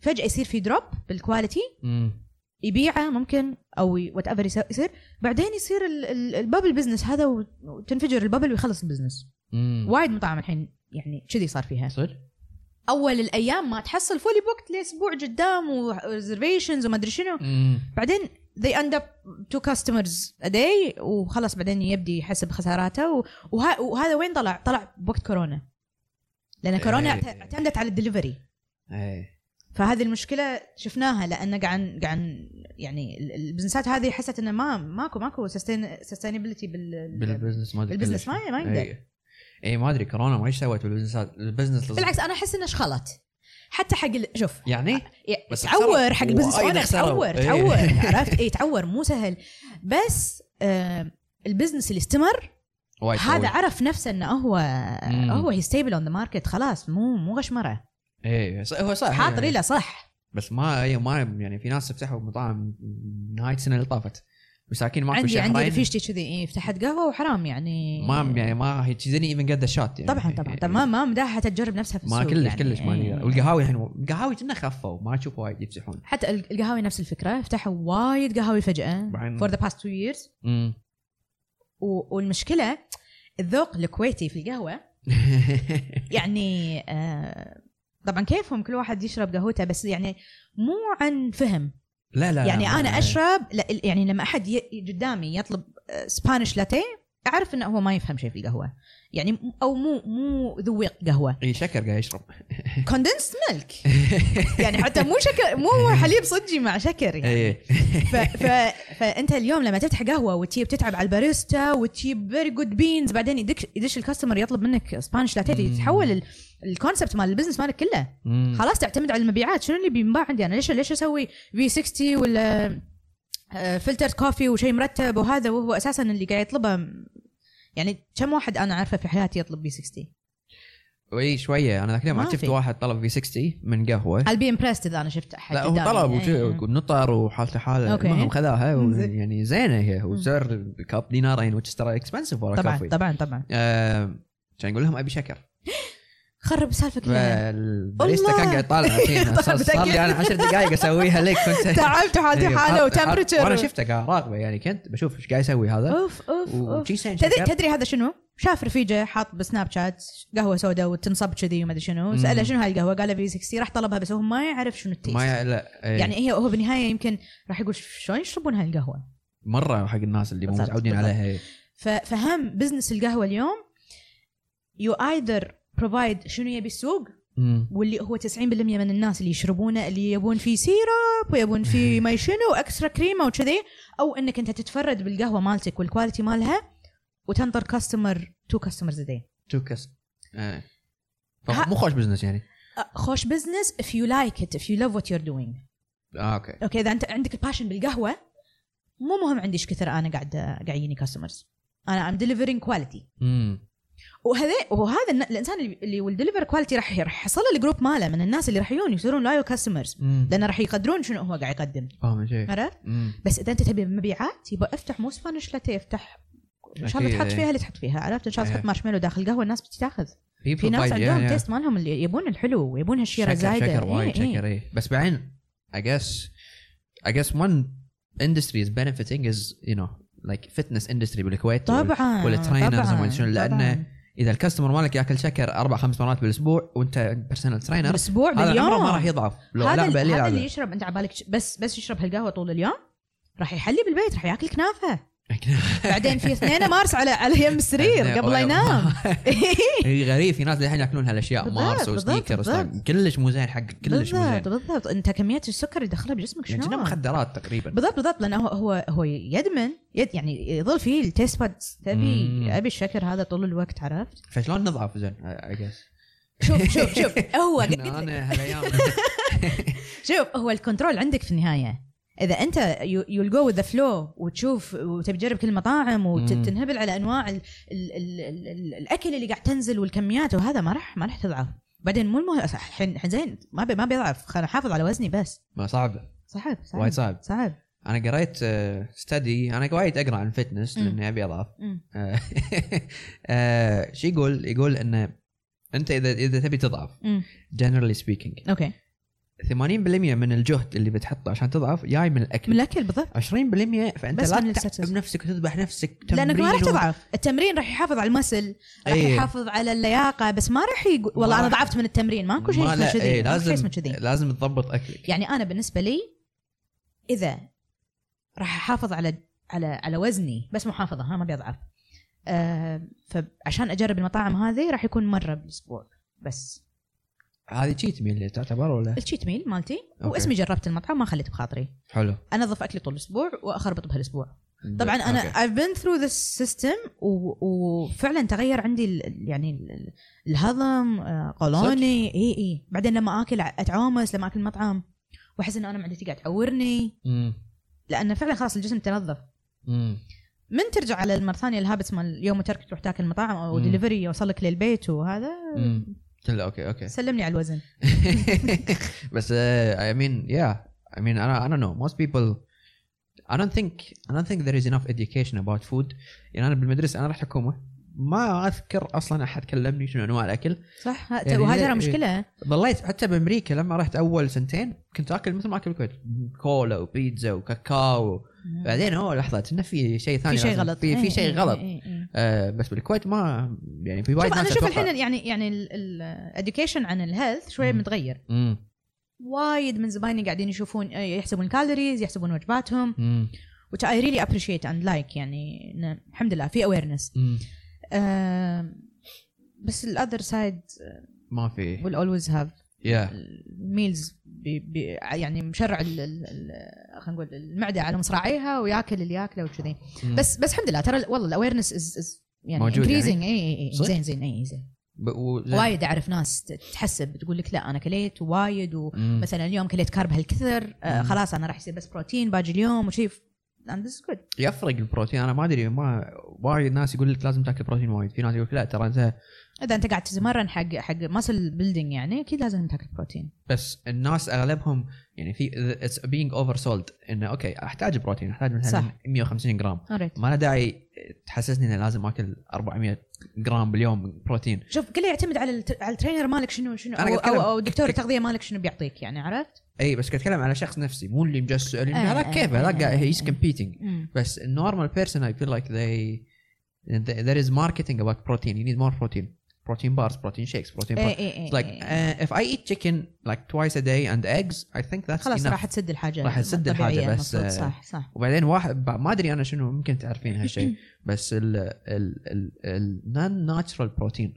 B: فجاه يصير في دروب بالكواليتي
A: أمم.
B: يبيعه ممكن او وات ايفر يصير بعدين يصير ال- ال- البابل بزنس هذا و- وتنفجر البابل ويخلص البزنس
A: أمم.
B: وايد مطاعم الحين يعني كذي صار فيها
A: صدق؟
B: اول الايام ما تحصل فولي بوكت لاسبوع قدام وريزرفيشنز وما ادري شنو
A: أمم.
B: بعدين they end up two customers a day وخلاص بعدين يبدي يحسب خساراته و- وه... وهذا وين طلع؟ طلع بوقت كورونا لان كورونا
A: إيه.
B: اعت- اعتمدت على الدليفري
A: ايه
B: فهذه المشكله شفناها لان قاعد قاعد يعني ال- البزنسات هذه حست انه ما ماكو ماكو سستينابيلتي بال...
A: بالبزنس ما ادري
B: بالبزنس
A: كلش.
B: ما- ما يقدر.
A: اي اي ما ادري كورونا ما ايش سوت بالبزنسات البزنس
B: بالعكس انا احس انه شخلط حتى حق ال... شوف
A: يعني بس
B: بس تعور
A: خسروا.
B: حق البزنس
A: وايد
B: اونر
A: خسروا.
B: تعور
A: إيه.
B: تعور عرفت اي تعور مو سهل بس آه البزنس اللي استمر
A: وايد
B: هذا
A: قوي.
B: عرف نفسه انه هو
A: مم.
B: هو هي ستيبل اون ذا ماركت خلاص مو مو غشمره
A: ايه ص- هو صح
B: حاط
A: يعني.
B: ريله صح
A: بس ما اي ما يعني في ناس فتحوا مطاعم نهايه السنه اللي طافت مساكين ما في
B: عندي عندي
A: شهرين
B: رفيجتي كذي إيه، فتحت قهوه وحرام يعني
A: ما يعني ما هي شي didn't even get the shot يعني.
B: طبعا طبعا طبعا ما ما مداها تجرب نفسها في السوق
A: ما كلش
B: يعني.
A: كلش ما
B: إيه.
A: نقدر والقهاوي الحين القهاوي كنا خفوا ما اشوف وايد يفتحون
B: حتى ال- القهاوي نفس الفكره فتحوا وايد قهاوي فجاه
A: بعدين-
B: فور ذا باست تو ييرز
A: أمم.
B: والمشكله الذوق الكويتي في القهوه يعني آه، طبعا كيفهم كل واحد يشرب قهوته بس يعني مو عن فهم
A: لا لا لا،
B: يعني
A: ما-
B: انا اشرب لا- يعني لما احد ي- قدامي يطلب سبانيش لاتيه اعرف انه هو ما يفهم شيء في القهوه يعني م- او مو مو ذويق قهوه
A: اي إيه، شكر قاعد يشرب
B: كوندنس ميلك يعني حتى مو شكر مو حليب صجي مع شكر يعني
A: اي
B: ف... ف... فانت اليوم لما تفتح قهوه وتجيب تتعب على الباريستا وتجيب فيري جود بينز بعدين يدك يدش الكاستمر يطلب منك سبانش لاتيه
A: مم.
B: يتحول ال- الكونسبت مال البزنس مالك كله خلاص تعتمد على المبيعات شنو اللي بينباع عندي انا ليش ليش اسوي في 60 ولا آه، فلتر كوفي وشيء مرتب وهذا وهو اساسا اللي قاعد يطلبه م- يعني كم واحد انا اعرفه في حياتي يطلب بي 60
A: اي شويه انا ذاك اليوم
B: ما
A: أنا شفت
B: في.
A: واحد طلب في 60 من قهوه
B: I'll be impressed اذا انا شفت احد
A: لا هو
B: قدامي.
A: طلب
B: يعني.
A: وج- ونطر وحالته حاله
B: أوكي.
A: المهم خذاها و-
B: زين.
A: يعني زينه هي
B: مم.
A: وسعر الكاب دينارين وتش ترى اكسبنسيف ورا
B: طبعا
A: كافي
B: طبعا طبعا
A: آم، كان يقول لهم ابي شكر
B: خرب السالفه كلها
A: فالباريستا
B: الله.
A: كان قاعد يطالع فينا
B: طلع
A: صار صار لي انا 10 دقائق اسويها لك كنت
B: تعبت وحالتي
A: أيوه،
B: حاله
A: حط- حط- وانا
B: وتمبرتشر
A: شفته قاعد راقبه يعني كنت بشوف ايش قاعد يسوي هذا
B: اوف اوف اوف
A: وشي سين
B: تدري
A: شكر.
B: تدري هذا شنو؟ شاف رفيجه حاط بسناب شات قهوه سوداء وتنصب كذي وما ادري شنو
A: مم.
B: ساله شنو هاي القهوه قال ابي 60 راح طلبها بس هو ما يعرف شنو التيست
A: ما ي- لا إيه.
B: يعني هي هو بالنهايه يمكن راح يقول شلون يشربون هالقهوه؟
A: مره حق الناس اللي مو
B: بالضبط،
A: متعودين
B: بالضبط.
A: عليها
B: ف- فهم بزنس القهوه اليوم يو ايذر بروفايد شنو يبي السوق
A: مم.
B: واللي هو 90% من الناس اللي يشربونه اللي يبون فيه سيرب ويبون فيه ما شنو واكسترا كريمه وكذي او انك انت تتفرد بالقهوه مالتك والكواليتي مالها وتنطر كاستمر تو كاستمرز داي
A: تو كس إيه.
B: ها-
A: مو خوش بزنس يعني
B: خوش بزنس if you like it if you love what you're doing
A: اه اوكي
B: اوكي اذا انت عندك الباشن بالقهوه مو مهم عندي ايش كثر انا قاعد قاعد يجيني كاستمرز انا ام ديليفرينج كواليتي
A: مم.
B: وهذا وهذا الن- الانسان اللي- اللي والدليفر كواليتي راح راح يحصل له الجروب ماله من الناس اللي راح يجون يصيرون لايو كاستمرز
A: مم.
B: لان راح يقدرون شنو هو قاعد يقدم
A: فاهم شيء
B: عرفت؟
A: مم.
B: بس اذا انت تبي مبيعات يبقى افتح مو سبانيش لاتيه افتح ان شاء الله
A: أكيد،
B: تحط
A: إيه.
B: فيها اللي تحط فيها عرفت ان شاء الله
A: إيه.
B: تحط مارشميلو داخل قهوه الناس بتتاخذ في
A: في
B: ناس
A: فايدة، يا-
B: عندهم
A: يا.
B: تيست مالهم اللي يبون الحلو ويبون هالشيره
A: شكر
B: الزايده
A: شكر وايد
B: إيه، إيه.
A: شكر اي بس بعدين I guess I guess one industry is benefiting is you know like fitness industry بالكويت وال-
B: طبعا
A: والtrainers وما
B: طبعا
A: أدري شنو، لأنه اذا الكاستمر مالك ياكل شكر اربع خمس مرات بالاسبوع وانت بيرسونال ترينر
B: اسبوع
A: هذا
B: باليوم
A: عمره ما راح يضعف لو
B: هذا,
A: لعبه
B: اللي, هذا اللي
A: لعبه
B: يشرب انت عبالك ش- بس بس يشرب هالقهوه طول اليوم راح يحلي بالبيت راح ياكل كنافه بعدين في اثنين مارس على على يم السرير قبل لا ينام
A: اي غريب في ناس للحين ياكلون هالاشياء
B: بالضبط،
A: مارس
B: بالضبط،
A: وسنيكرز
B: بالضبط.
A: كلش مو زين حقك كلش مو زين
B: بالضبط بالضبط انت كميه السكر اللي دخلها بجسمك
A: يعني كنا
B: شنو
A: مخدرات تقريبا
B: بالضبط بالضبط لانه هو هو هو يدمن يد يعني يظل فيه التيست بادز تبي
A: مم.
B: ابي الشكر هذا طول الوقت عرفت
A: فشلون نضعف زين اي جس
B: شوف شوف شوف هو قلت لك
A: انا هالايام
B: شوف هو الكنترول عندك في النهايه اذا انت يو جو ذا فلو وتشوف وتبي تجرب كل المطاعم
A: مم.
B: وتنهبل على انواع ال ال ال ال ال الاكل اللي قاعد تنزل والكميات وهذا ما راح ما راح تضعف بعدين مو المهم الحين الحين زين ما بي ما بيضعف خل احافظ على وزني بس
A: ما صعب
B: صعب صعب
A: وايد صعب
B: صعب
A: انا قريت ستدي انا وايد اقرا عن فتنس
B: مم.
A: لاني ابي اضاف
B: مم.
A: آه، شو يقول يقول انه انت اذا اذا تبي تضعف
B: مم.
A: جنرالي سبيكينج
B: اوكي
A: 80% من الجهد اللي بتحطه عشان تضعف جاي من
B: من
A: الاكل
B: الاكل بالضبط
A: 20% فانت
B: بس
A: لا
B: من
A: تتعب
B: السكسس.
A: نفسك وتذبح نفسك
B: لانك ما راح
A: تمرين و-
B: تضعف التمرين راح يحافظ على المسل راح
A: إيه.
B: يحافظ على اللياقه بس ما راح يقول
A: ما
B: والله انا
A: راح-
B: ضعفت من التمرين ماكو شيء
A: ما
B: اسمه
A: لا، إيه،
B: كذي ماكو شيء
A: لازم-
B: اسمه كذي
A: لازم تضبط اكلك
B: يعني انا بالنسبه لي اذا راح احافظ على على على وزني بس محافظه ها ما بيضعف آه فعشان اجرب المطاعم هذه راح يكون مره بالاسبوع بس
A: هذه تشيت ميل تعتبر ولا
B: الشيت ميل مالتي
A: أوكي.
B: واسمي جربت المطعم ما خليت بخاطري
A: حلو
B: انظف اكلي طول الاسبوع واخربط بهالاسبوع طبعا انا I've been through this system و... وفعلا تغير عندي ال... ال- يعني ال- ال- الهضم آه، قولوني اي اي بعدين لما اكل اتعامس لما اكل مطعم واحس ان انا معدتي قاعد تعورني
A: امم
B: لانه فعلا خلاص الجسم تنظف
A: امم
B: من ترجع على المره الثانيه الهابتس مال يوم وترك تروح تاكل مطاعم او
A: مم.
B: دليفري يوصلك للبيت وهذا
A: اوكي اوكي
B: سلمني على الوزن
A: بس uh, I mean yeah I mean I, don't- I don't know most people I don't think I don't think there is enough education about food يعني أنا بالمدرسة أنا رحت حكومة ما أذكر أصلا أحد كلمني شنو أنواع الأكل
B: صح ه-
A: يعني
B: وهذا
A: هي-
B: ترى مشكله
A: ظليت حتى بأمريكا لما رحت أول سنتين كنت أكل مثل ما أكل بالكويت كولا وبيتزا وكاكاو بعدين أوه لحظة إنه في شيء ثاني
B: في شيء
A: لازم-
B: غلط
A: في, في
B: إيه،
A: شيء
B: إيه،
A: غلط
B: إيه، إيه.
A: آه بس بالكويت ما يعني في وايد
B: شوف
A: ناس
B: انا شوف
A: أتوقع.
B: الحين يعني يعني الاديوكيشن عن الهيلث شويه
A: مم.
B: متغير
A: مم.
B: إيه، وايد من زبايني قاعدين يشوفون يحسبون الكالوريز يحسبون وجباتهم
A: مم.
B: which I really appreciate and like يعني إنه الحمد لله في awareness
A: مم.
B: آم، بس الاذر سايد
A: ما في
B: ويل اولويز هاف
A: يا
B: الميلز بي بي يعني مشرع ال- ال- ال- خلينا نقول المعده على مصراعيها وياكل اللي ياكله وكذي
A: مم.
B: بس بس الحمد لله ترى والله الاويرنس از يعني
A: موجود يعني؟
B: موجود increasing اي اي
A: صدق؟
B: زين زين اي زين
A: ب- و- زين.
B: وايد اعرف ناس ت- تحسب تقول لك لا انا كليت وايد
A: مم.
B: ومثلا اليوم كليت كارب هالكثر آه
A: مم.
B: خلاص انا راح يصير بس بروتين باقي اليوم وشي اند ذس جود
A: يفرق البروتين انا ما ادري ما وايد ناس يقول لك لازم تاكل بروتين وايد في ناس يقول لك لا ترى انت
B: اذا انت قاعد تتمرن حق حق ماسل بيلدينج يعني اكيد لازم تاكل بروتين
A: بس الناس اغلبهم يعني في اتس بينج اوفر سولد انه اوكي احتاج بروتين احتاج مثلا
B: صح.
A: 150 جرام
B: Alright.
A: ما له داعي تحسسني انه لازم اكل 400 جرام باليوم بروتين
B: شوف كله يعتمد على الت... على الترينر مالك شنو شنو
A: أنا
B: او,
A: قاعد أتكلم.
B: أو, أو دكتور التغذيه مالك شنو بيعطيك يعني عرفت؟
A: اي بس قاعد اتكلم على شخص نفسي مو اللي مجسع لان
B: آه،
A: هذاك
B: آه،
A: كيف
B: آه،
A: هذاك
B: آه،
A: هيز
B: آه.
A: كومبيتنج بس النورمال بيرسون اي فيل لايك ذي there is marketing about protein you need more protein protein bars protein shakes protein
B: اي
A: bars
B: اي
A: It's يعني like
B: اي
A: uh, if I eat chicken like twice a day and eggs, I think that's
B: خلاص
A: enough.
B: راح تسد الحاجه
A: راح تسد
B: الطبيعية
A: الحاجة بس،
B: المفروض.
A: آه،
B: صح صح
A: وبعدين واحد ب- ما ادري انا شنو ممكن تعرفين هالشيء بس ال ال ال النون ناتشرال بروتين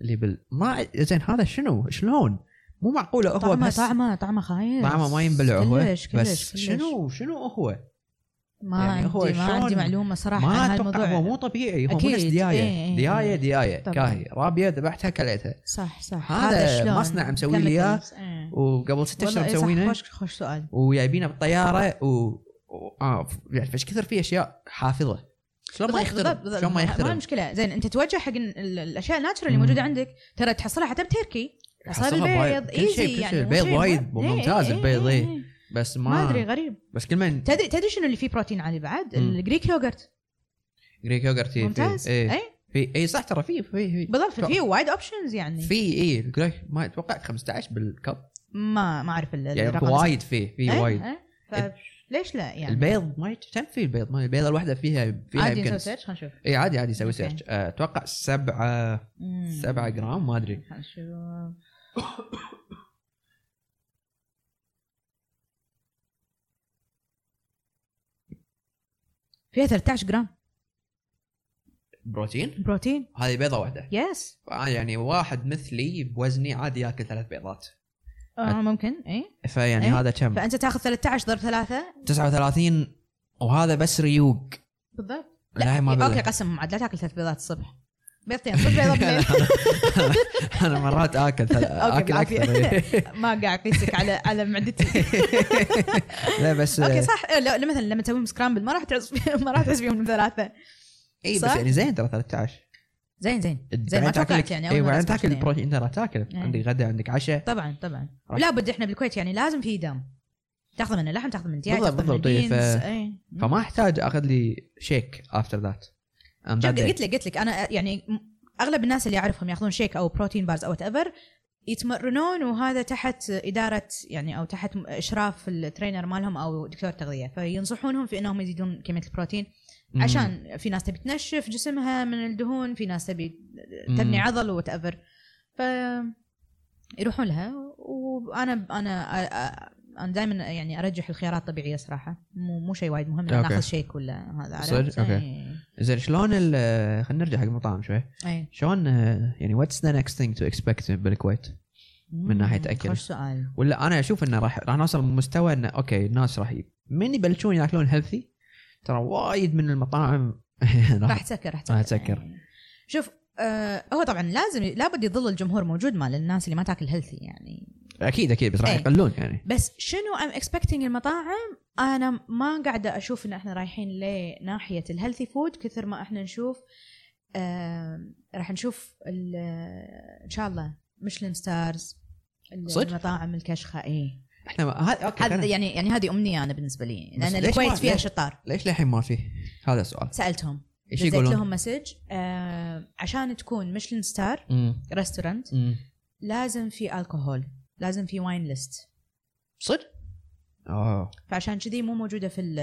A: اللي بال ما زين هذا شنو شلون مو معقوله هو
B: طعمه
A: بس
B: طعمه طعمه خايس
A: طعمه ما ينبلع هو
B: كلش كلش
A: بس
B: كلش.
A: شنو شنو هو
B: ما
A: يعني
B: عندي
A: هو
B: ما عندي
A: شلون-
B: معلومه صراحه عن
A: ما اتوقع
B: هالموضوع
A: هو مو طبيعي هو مو
B: أكيد.
A: نفس
B: إيه،
A: ديايه
B: إيه،
A: ديايه
B: إيه.
A: ديايه
B: طبعاً.
A: كاهي رابيه ذبحتها كلتها
B: صح صح
A: هذا مصنع مسوي لي إياه
B: إيه.
A: وقبل ست اشهر مسوينه
B: خوش خوش سؤال
A: وجايبينه بالطياره و... و... آه ف- يعني فايش كثر في اشياء حافظه شلون ما
B: بالضبط، بالضبط،
A: يخترب
B: بالضبط.
A: شلون ما
B: ما
A: يخترب
B: المشكله زين انت توجه حق ال- ال- الاشياء الناتشرال اللي
A: مم.
B: موجوده عندك ترى تحصلها حتى بتركي تحصلها
A: حصلها
B: بالبيض
A: بوايض. كل شيء- كل
B: ايزي يعني
A: شيء.
B: مو
A: البيض
B: شيء
A: وايد
B: مو- إيه،
A: ممتاز،
B: إيه،
A: البيض،
B: إيه،
A: إيه.
B: إيه.
A: بس ما
B: ما ادري غريب
A: بس كل من
B: تدري تدري شنو اللي فيه بروتين عالي بعد؟
A: مم.
B: الجريك يوغرت
A: جريك يوغرت في-
B: ممتاز
A: في اي
B: اي
A: في اي إيه، صح ترى في في في
B: بالضبط
A: تو-
B: فيه وايد اوبشنز يعني
A: في اي الجريك إيه، ما توقعت 15 بالكب
B: ما ما اعرف ال-
A: يعني
B: الرقم
A: وايد فيه في
B: إيه،
A: وايد
B: إيه. فليش لا يعني
A: البيض ما يت- كم في البيض ما البيضه الواحده فيها فيها
B: عادي
A: يمكن
B: نسوي سيرش خلينا نشوف
A: اي عادي عادي يسوي
B: أوكي.
A: سيرش آه، اتوقع سبعة
B: مم.
A: سبعة جرام ما ادري
B: خلينا نشوف فيها 13 جرام
A: بروتين
B: بروتين
A: هذه بيضه واحده
B: يس
A: يعني واحد مثلي بوزني عادي ياكل ثلاث بيضات
B: آه ممكن اي
A: فيعني
B: إيه؟
A: هذا كم؟
B: فانت تاخذ 13 ضرب ثلاثة
A: 39 وهذا بس ريوق
B: بالضبط
A: لا ما
B: اوكي
A: بلع.
B: قسم عاد لا تاكل ثلاث بيضات الصبح بيضتين الصبح بيضه بالليل
A: انا مرات اكل ثل- اكل
B: بالعافية.
A: اكثر
B: ما قاعد اقيسك على على معدتي
A: لا بس
B: اوكي صح إيه، لو لو مثلا لما تسويهم سكرامبل ما راح تعز ما راح تعز فيهم ثلاثه
A: اي بس
B: صح؟
A: يعني زين ترى 13
B: زين زين زين ما
A: بعدين تاكل
B: توقعت
A: لك-
B: يعني
A: إيه،
B: أول مرة
A: بعدين
B: أسمع
A: تاكل
B: كذا يعني.
A: البروتين ترى تاكل
B: إيه.
A: عندك غدا عندك عشاء
B: طبعا طبعا
A: راح-
B: ولا بد احنا بالكويت يعني لازم في دم تاخذه من اللحم تاخذه من دياي
A: بالضبط،
B: تاخذه من
A: بالضبط، إيه،
B: البينز
A: ف-
B: اي
A: فما احتاج اخذ لي شيك افتر ذات
B: شوف، قلت لك قلت لك انا يعني م- اغلب الناس اللي اعرفهم ياخذون شيك او بروتين بارز او ايفر يتمرنون وهذا تحت اداره يعني او تحت م- اشراف الترينر مالهم او دكتور تغذيه فينصحونهم في انهم يزيدون كميه البروتين عشان في ناس تبي تنشف جسمها من الدهون في ناس تبي تبني
A: مم.
B: عضل وتأفر ف يروحون لها وانا انا أ- أ- انا دائما يعني ارجح الخيارات الطبيعيه صراحه مو مو شيء وايد مهم إن
A: أوكي.
B: ناخذ شيك ولا هذا عرفت؟ إيه.
A: صدق؟ أوكي.
B: إي.
A: زين شلون ال- خلينا نرجع حق المطاعم شوي
B: اي
A: شلون آه، يعني واتس ذا نكست ثينج تو اكسبكت بالكويت؟ من ناحية
B: مم،
A: أكل.
B: خوش سؤال
A: ولا انا اشوف انه راح راح نوصل لمستوى انه اوكي الناس راح ي- من يبلشون ياكلون هيلثي ترى وايد من المطاعم
B: راح
A: راح
B: تسكر راح تسكر
A: راح تسكر.
B: إي. شوف آه هو طبعا لازم لابد يظل الجمهور موجود مال الناس اللي ما تاكل هيلثي يعني
A: اكيد اكيد بس راح
B: إيه.
A: يقلون يعني
B: بس شنو ام اكسبكتنج المطاعم انا ما قاعده اشوف ان احنا رايحين لناحيه الهيلثي فود كثر ما احنا نشوف آم، راح نشوف ال- ان شاء الله ميشلان ستارز
A: صدق؟
B: المطاعم الكشخه اي
A: احنا ما... هذا اوكي
B: هذا
A: خلينا-
B: يعني يعني هذه امنيه انا بالنسبه لي
A: بس
B: لان
A: ليش
B: الكويت
A: ما-
B: فيها
A: ليش-
B: شطار
A: ليش للحين ما في؟ هذا السؤال
B: سالتهم
A: ايش
B: دزيت
A: يقولون؟
B: لهم مسج آم، عشان تكون ميشلان ستار
A: مم.
B: ريستورنت
A: مم.
B: لازم في الكحول لازم في واين ليست
A: صدق؟ اوه
B: فعشان كذي مو موجوده في ال-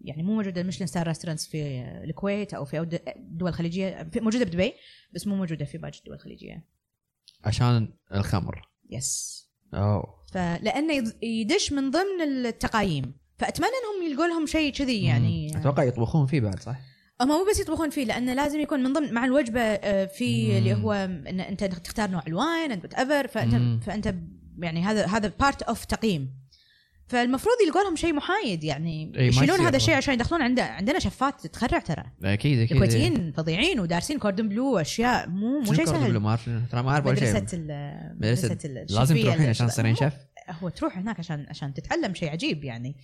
B: يعني مو موجوده الميشلان ستار ريستورانتس في الكويت او في أود- دول خليجيه في- موجوده بدبي بس مو موجوده في باقي الدول الخليجيه
A: عشان الخمر
B: يس
A: اوه
B: فلانه يض- يدش من ضمن التقايم فاتمنى انهم يلقوا لهم شيء كذي يعني
A: مم. اتوقع يطبخون فيه بعد صح؟
B: هم مو بس يطبخون فيه لانه لازم يكون من ضمن مع الوجبه آه، في
A: مم.
B: اللي هو ان انت تختار نوع الواين انت وات ايفر
A: مم.
B: فانت فانت يعني هذا هذا بارت اوف تقييم فالمفروض يلقوا لهم شيء محايد يعني
A: إي، إيه، ما
B: يشيلون
A: يصير. إيه.
B: هذا الشيء عشان يدخلون عند عندنا شفات تتخرع ترى
A: اكيد اكيد
B: الكويتيين فظيعين ودارسين كوردون بلو واشياء مو مو شيء سهل
A: ما اعرف ترى ما اعرف ولا شيء
B: مدرسه ال- مدرسه ال-
A: لازم
B: الشيفية
A: تروحين عشان
B: الأشباح.
A: تصيرين شيف
B: هو تروح هناك عشان عشان تتعلم شيء عجيب يعني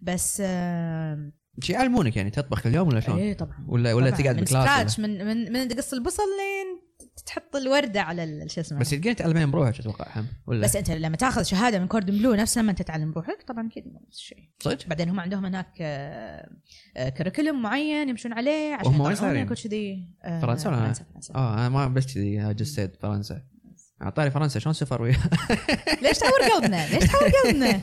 B: بس آه
A: شي يعلمونك يعني تطبخ كل يوم ولا شلون؟
B: ايه طبعا
A: ولا ولا
B: طبعاً،
A: تقعد
B: من
A: بكلاس
B: سكراتش
A: ولا-
B: من من من تقص البصل لين تحط الورده على ال- شو اسمه
A: بس
B: بس,
A: تقدرين تعلمين بروحك اتوقع هم ولا
B: آه. بس انت لما تاخذ شهاده من كوردن بلو نفس لما انت تعلم بروحك طبعا اكيد مو نفس الشيء
A: صدق؟
B: بعدين هم عندهم هناك آه، آه، كريكولم معين يمشون عليه عشان
A: وهم وين
B: يطلعونك
A: صايرين؟
B: وكذي آه،
A: فرنسا ولا
B: فرنسا فرنسا
A: اه انا ما بس كذي جسيت فرنسا اعطاني فرنسا شلون سفر ويا
B: ليش تعور قلبنا؟ ليش تعور قلبنا؟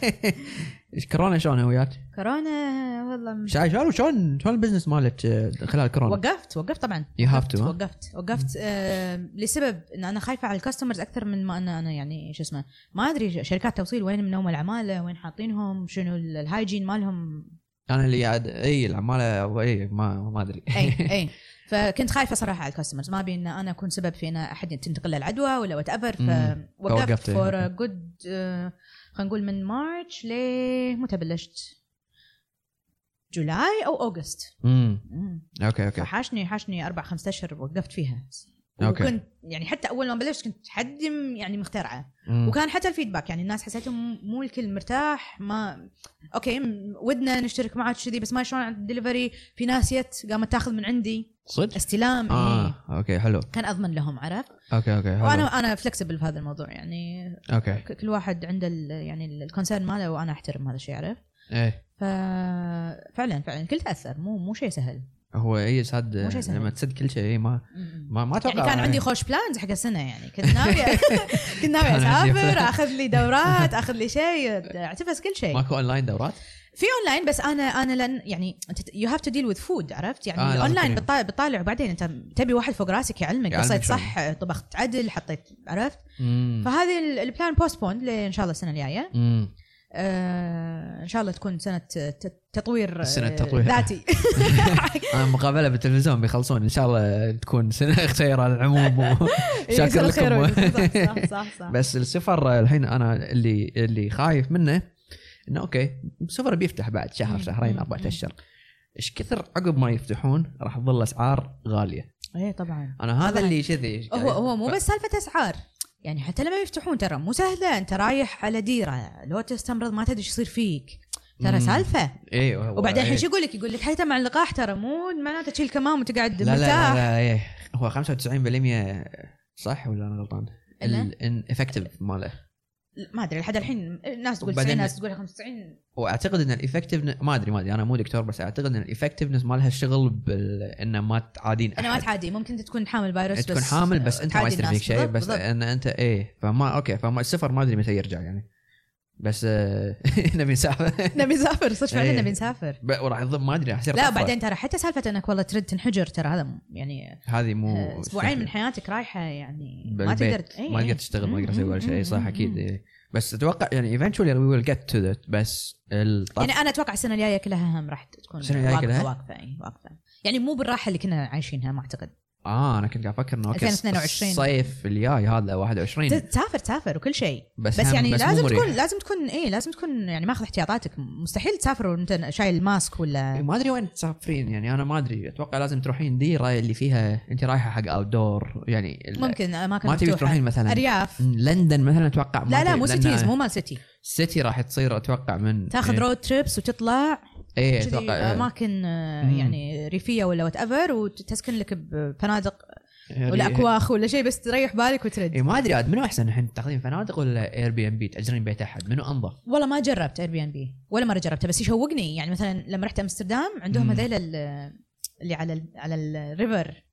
A: كورونا شلون وياك؟
B: كورونا والله
A: شا- شلون شلون شلون البزنس مالك آه، خلال كورونا؟
B: وقفت وقفت طبعا
A: You have
B: وقفت
A: to، ها؟
B: وقفت وقفت آه لسبب ان انا خايفه على الكاستمرز اكثر من ما انا انا يعني شو اسمه ما ادري شركات توصيل وين منوم العماله وين حاطينهم شنو ال- الهايجين مالهم
A: انا اللي قاعد اي العماله اي ما ما ادري
B: اي اي فكنت خايفه صراحه على الكاستمرز ما ابي ان انا اكون سبب في ان احد تنتقل له العدوى ولا وات ايفر
A: مم.
B: فوقفت
A: فوقفت،
B: فور
A: إيه.
B: جود آه، خلينا نقول من مارش ل متى بلشت؟ جولاي او اوغست
A: امم
B: مم.
A: اوكي اوكي
B: فحاشني حاشني اربع خمسة اشهر وقفت فيها
A: أوكي.
B: وكنت يعني حتى اول ما بلشت كنت حدي م- يعني مخترعه
A: مم.
B: وكان حتى الفيدباك يعني الناس حسيتهم مو الكل مرتاح ما اوكي م- ودنا نشترك معك كذي بس ما شلون عند الدليفري في ناس يت قامت تاخذ من عندي
A: صدق؟
B: استلام آه. إيه.
A: اه اوكي حلو
B: كان اضمن لهم عرفت
A: اوكي اوكي
B: وانا
A: حلو
B: انا فلكسبل في هذا الموضوع يعني
A: اوكي
B: ك- كل واحد عنده ال- يعني الكونسيرن ماله وانا احترم هذا الشيء عرفت
A: ايه
B: ففعلا فعلا كل تاثر مو مو شيء سهل
A: هو اي صاد
B: مو شيء سهل.
A: لما تصد كل شيء إي، ما
B: م- م.
A: ما, إيه. ما اتوقع
B: يعني كان عندي خوش بلانز حق السنه يعني كنت ناويه كنت ناويه
A: كان عندي
B: اسافر
A: plan.
B: اخذ لي دورات اخذ لي شيء اعتبس كل شيء
A: ماكو اونلاين دورات؟
B: في اونلاين بس انا انا لان يعني يو هاف تو ديل وذ فود عرفت يعني
A: آه، لازم
B: الاونلاين
A: تكون-
B: بتطالع, بتطالع وبعدين انت تبي واحد فوق راسك يعلمك
A: يعلمك
B: قصيت
A: شغل.
B: صح طبخت عدل حطيت عرفت
A: امم
B: فهذه ال- البلان بوستبوند لان شاء الله السنه الجايه
A: امم
B: آه ان شاء الله تكون سنه ت- تطوير
A: سنة
B: آه،
A: تطوير.
B: ذاتي
A: انا مقابله آه، بالتلفزيون بيخلصون ان شاء الله تكون سنه خير على العموم و- شاكر
B: إيه، يصير خير
A: لكم
B: صح صح صح, صح.
A: بس السفر آه، الحين انا اللي اللي خايف منه انه اوكي السفر بيفتح بعد شهر
B: مم.
A: شهرين
B: مم.
A: اربعة
B: مم.
A: اشهر ايش كثر عقب ما يفتحون راح تظل اسعار غاليه
B: ايه طبعا
A: انا هذا
B: طبعاً.
A: اللي كذي
B: هو هو مو بس سالفه اسعار يعني حتى لما يفتحون ترى مو سهله انت رايح على ديره لو تستمرض ما تدري ايش يصير فيك ترى
A: مم.
B: سالفه
A: ايوه هو-
B: وبعدين الحين
A: إيه.
B: شو يقول لك؟ يقول لك حتى مع اللقاح ترى مو معناته تشيل كمام وتقعد
A: لا لا لا,
B: مرتاح
A: لا إيه. هو 95% صح ولا انا غلطان؟
B: إنه؟
A: الافكتيف ماله
B: ما ادري لحد الحين الناس تقول 90
A: وبعدين-
B: ناس تقول 95
A: واعتقد ان الافكتيف ما ادري ما ادري انا مو دكتور بس اعتقد ان الافكتيفنس مالها الشغل بانه ما تعادين
B: انا ما
A: أحد. إيه،
B: تعادي ممكن تكون حامل فيروس
A: تكون
B: بس
A: حامل بس انت ما
B: تعادي
A: يصير
B: الناس.
A: فيك شيء
B: بالضبط،
A: بس
B: بالضبط.
A: ان انت ايه فما اوكي فما السفر ما ادري متى يرجع يعني بس آه، نبي نسافر
B: نبي نسافر صدق فعلا
A: إيه.
B: نبي نسافر
A: ب- وراح يضل ما ادري راح يصير
B: لا
A: طفرة.
B: وبعدين ترى حتى سالفه انك والله ترد تنحجر ترى هذا م- يعني
A: هذه
B: آه،
A: مو
B: اسبوعين من حياتك رايحه يعني ما تقدر
A: بالبيت
B: إيه،
A: ما
B: إيه.
A: تقدر تشتغل ما تقدر تسوي ولا شيء إيه، صح
B: مم، يعني
A: اكيد
B: مم.
A: إيه. بس اتوقع يعني eventually we will get to that بس الطف
B: يعني انا اتوقع السنه الجايه كلها هم راح تكون
A: السنة الجاية
B: واقفه
A: كلها؟
B: واقفه اي واقفه يعني مو بالراحه اللي كنا عايشينها ما اعتقد
A: اه انا كنت قاعد افكر انه اوكي
B: 2022.
A: الصيف الجاي هذا
B: ت-
A: 21
B: تسافر تسافر وكل شيء
A: بس,
B: بس
A: هم-
B: يعني
A: إيه. بس مو
B: لازم
A: مريح.
B: تكون لازم تكون اي لازم تكون يعني ماخذ احتياطاتك مستحيل تسافر وانت شايل ماسك ولا
A: إيه، ما ادري وين تسافرين يعني انا ما ادري اتوقع لازم تروحين ديره اللي فيها انت رايحه حق اوت دور يعني ال-
B: ممكن اماكن
A: ما تبي
B: مفتوحة.
A: تروحين مثلا
B: ارياف
A: م، لندن مثلا اتوقع ما
B: لا لا
A: أدري،
B: مو
A: لأن
B: سيتيز مو مال سيتي
A: سيتي راح تصير اتوقع من
B: تاخذ
A: إيه،
B: رود تريبس وتطلع
A: ايه
B: كذي
A: اتوقع آه،
B: اماكن آه،
A: مم.
B: يعني ريفيه ولا وات ايفر وتسكن لك بفنادق
A: يعني-
B: ولا اكواخ ولا شيء بس تريح بالك
A: إيه
B: وترد
A: ما ادري عاد منو احسن الحين تاخذين فنادق ولا اير بي ام بي تاجرين بيت احد منو انظف؟
B: والله ما جربت اير بي ان بي ولا مره جربته بس يشوقني يعني مثلا لما رحت امستردام عندهم
A: مم.
B: هذيل ال- اللي على ال على الريفر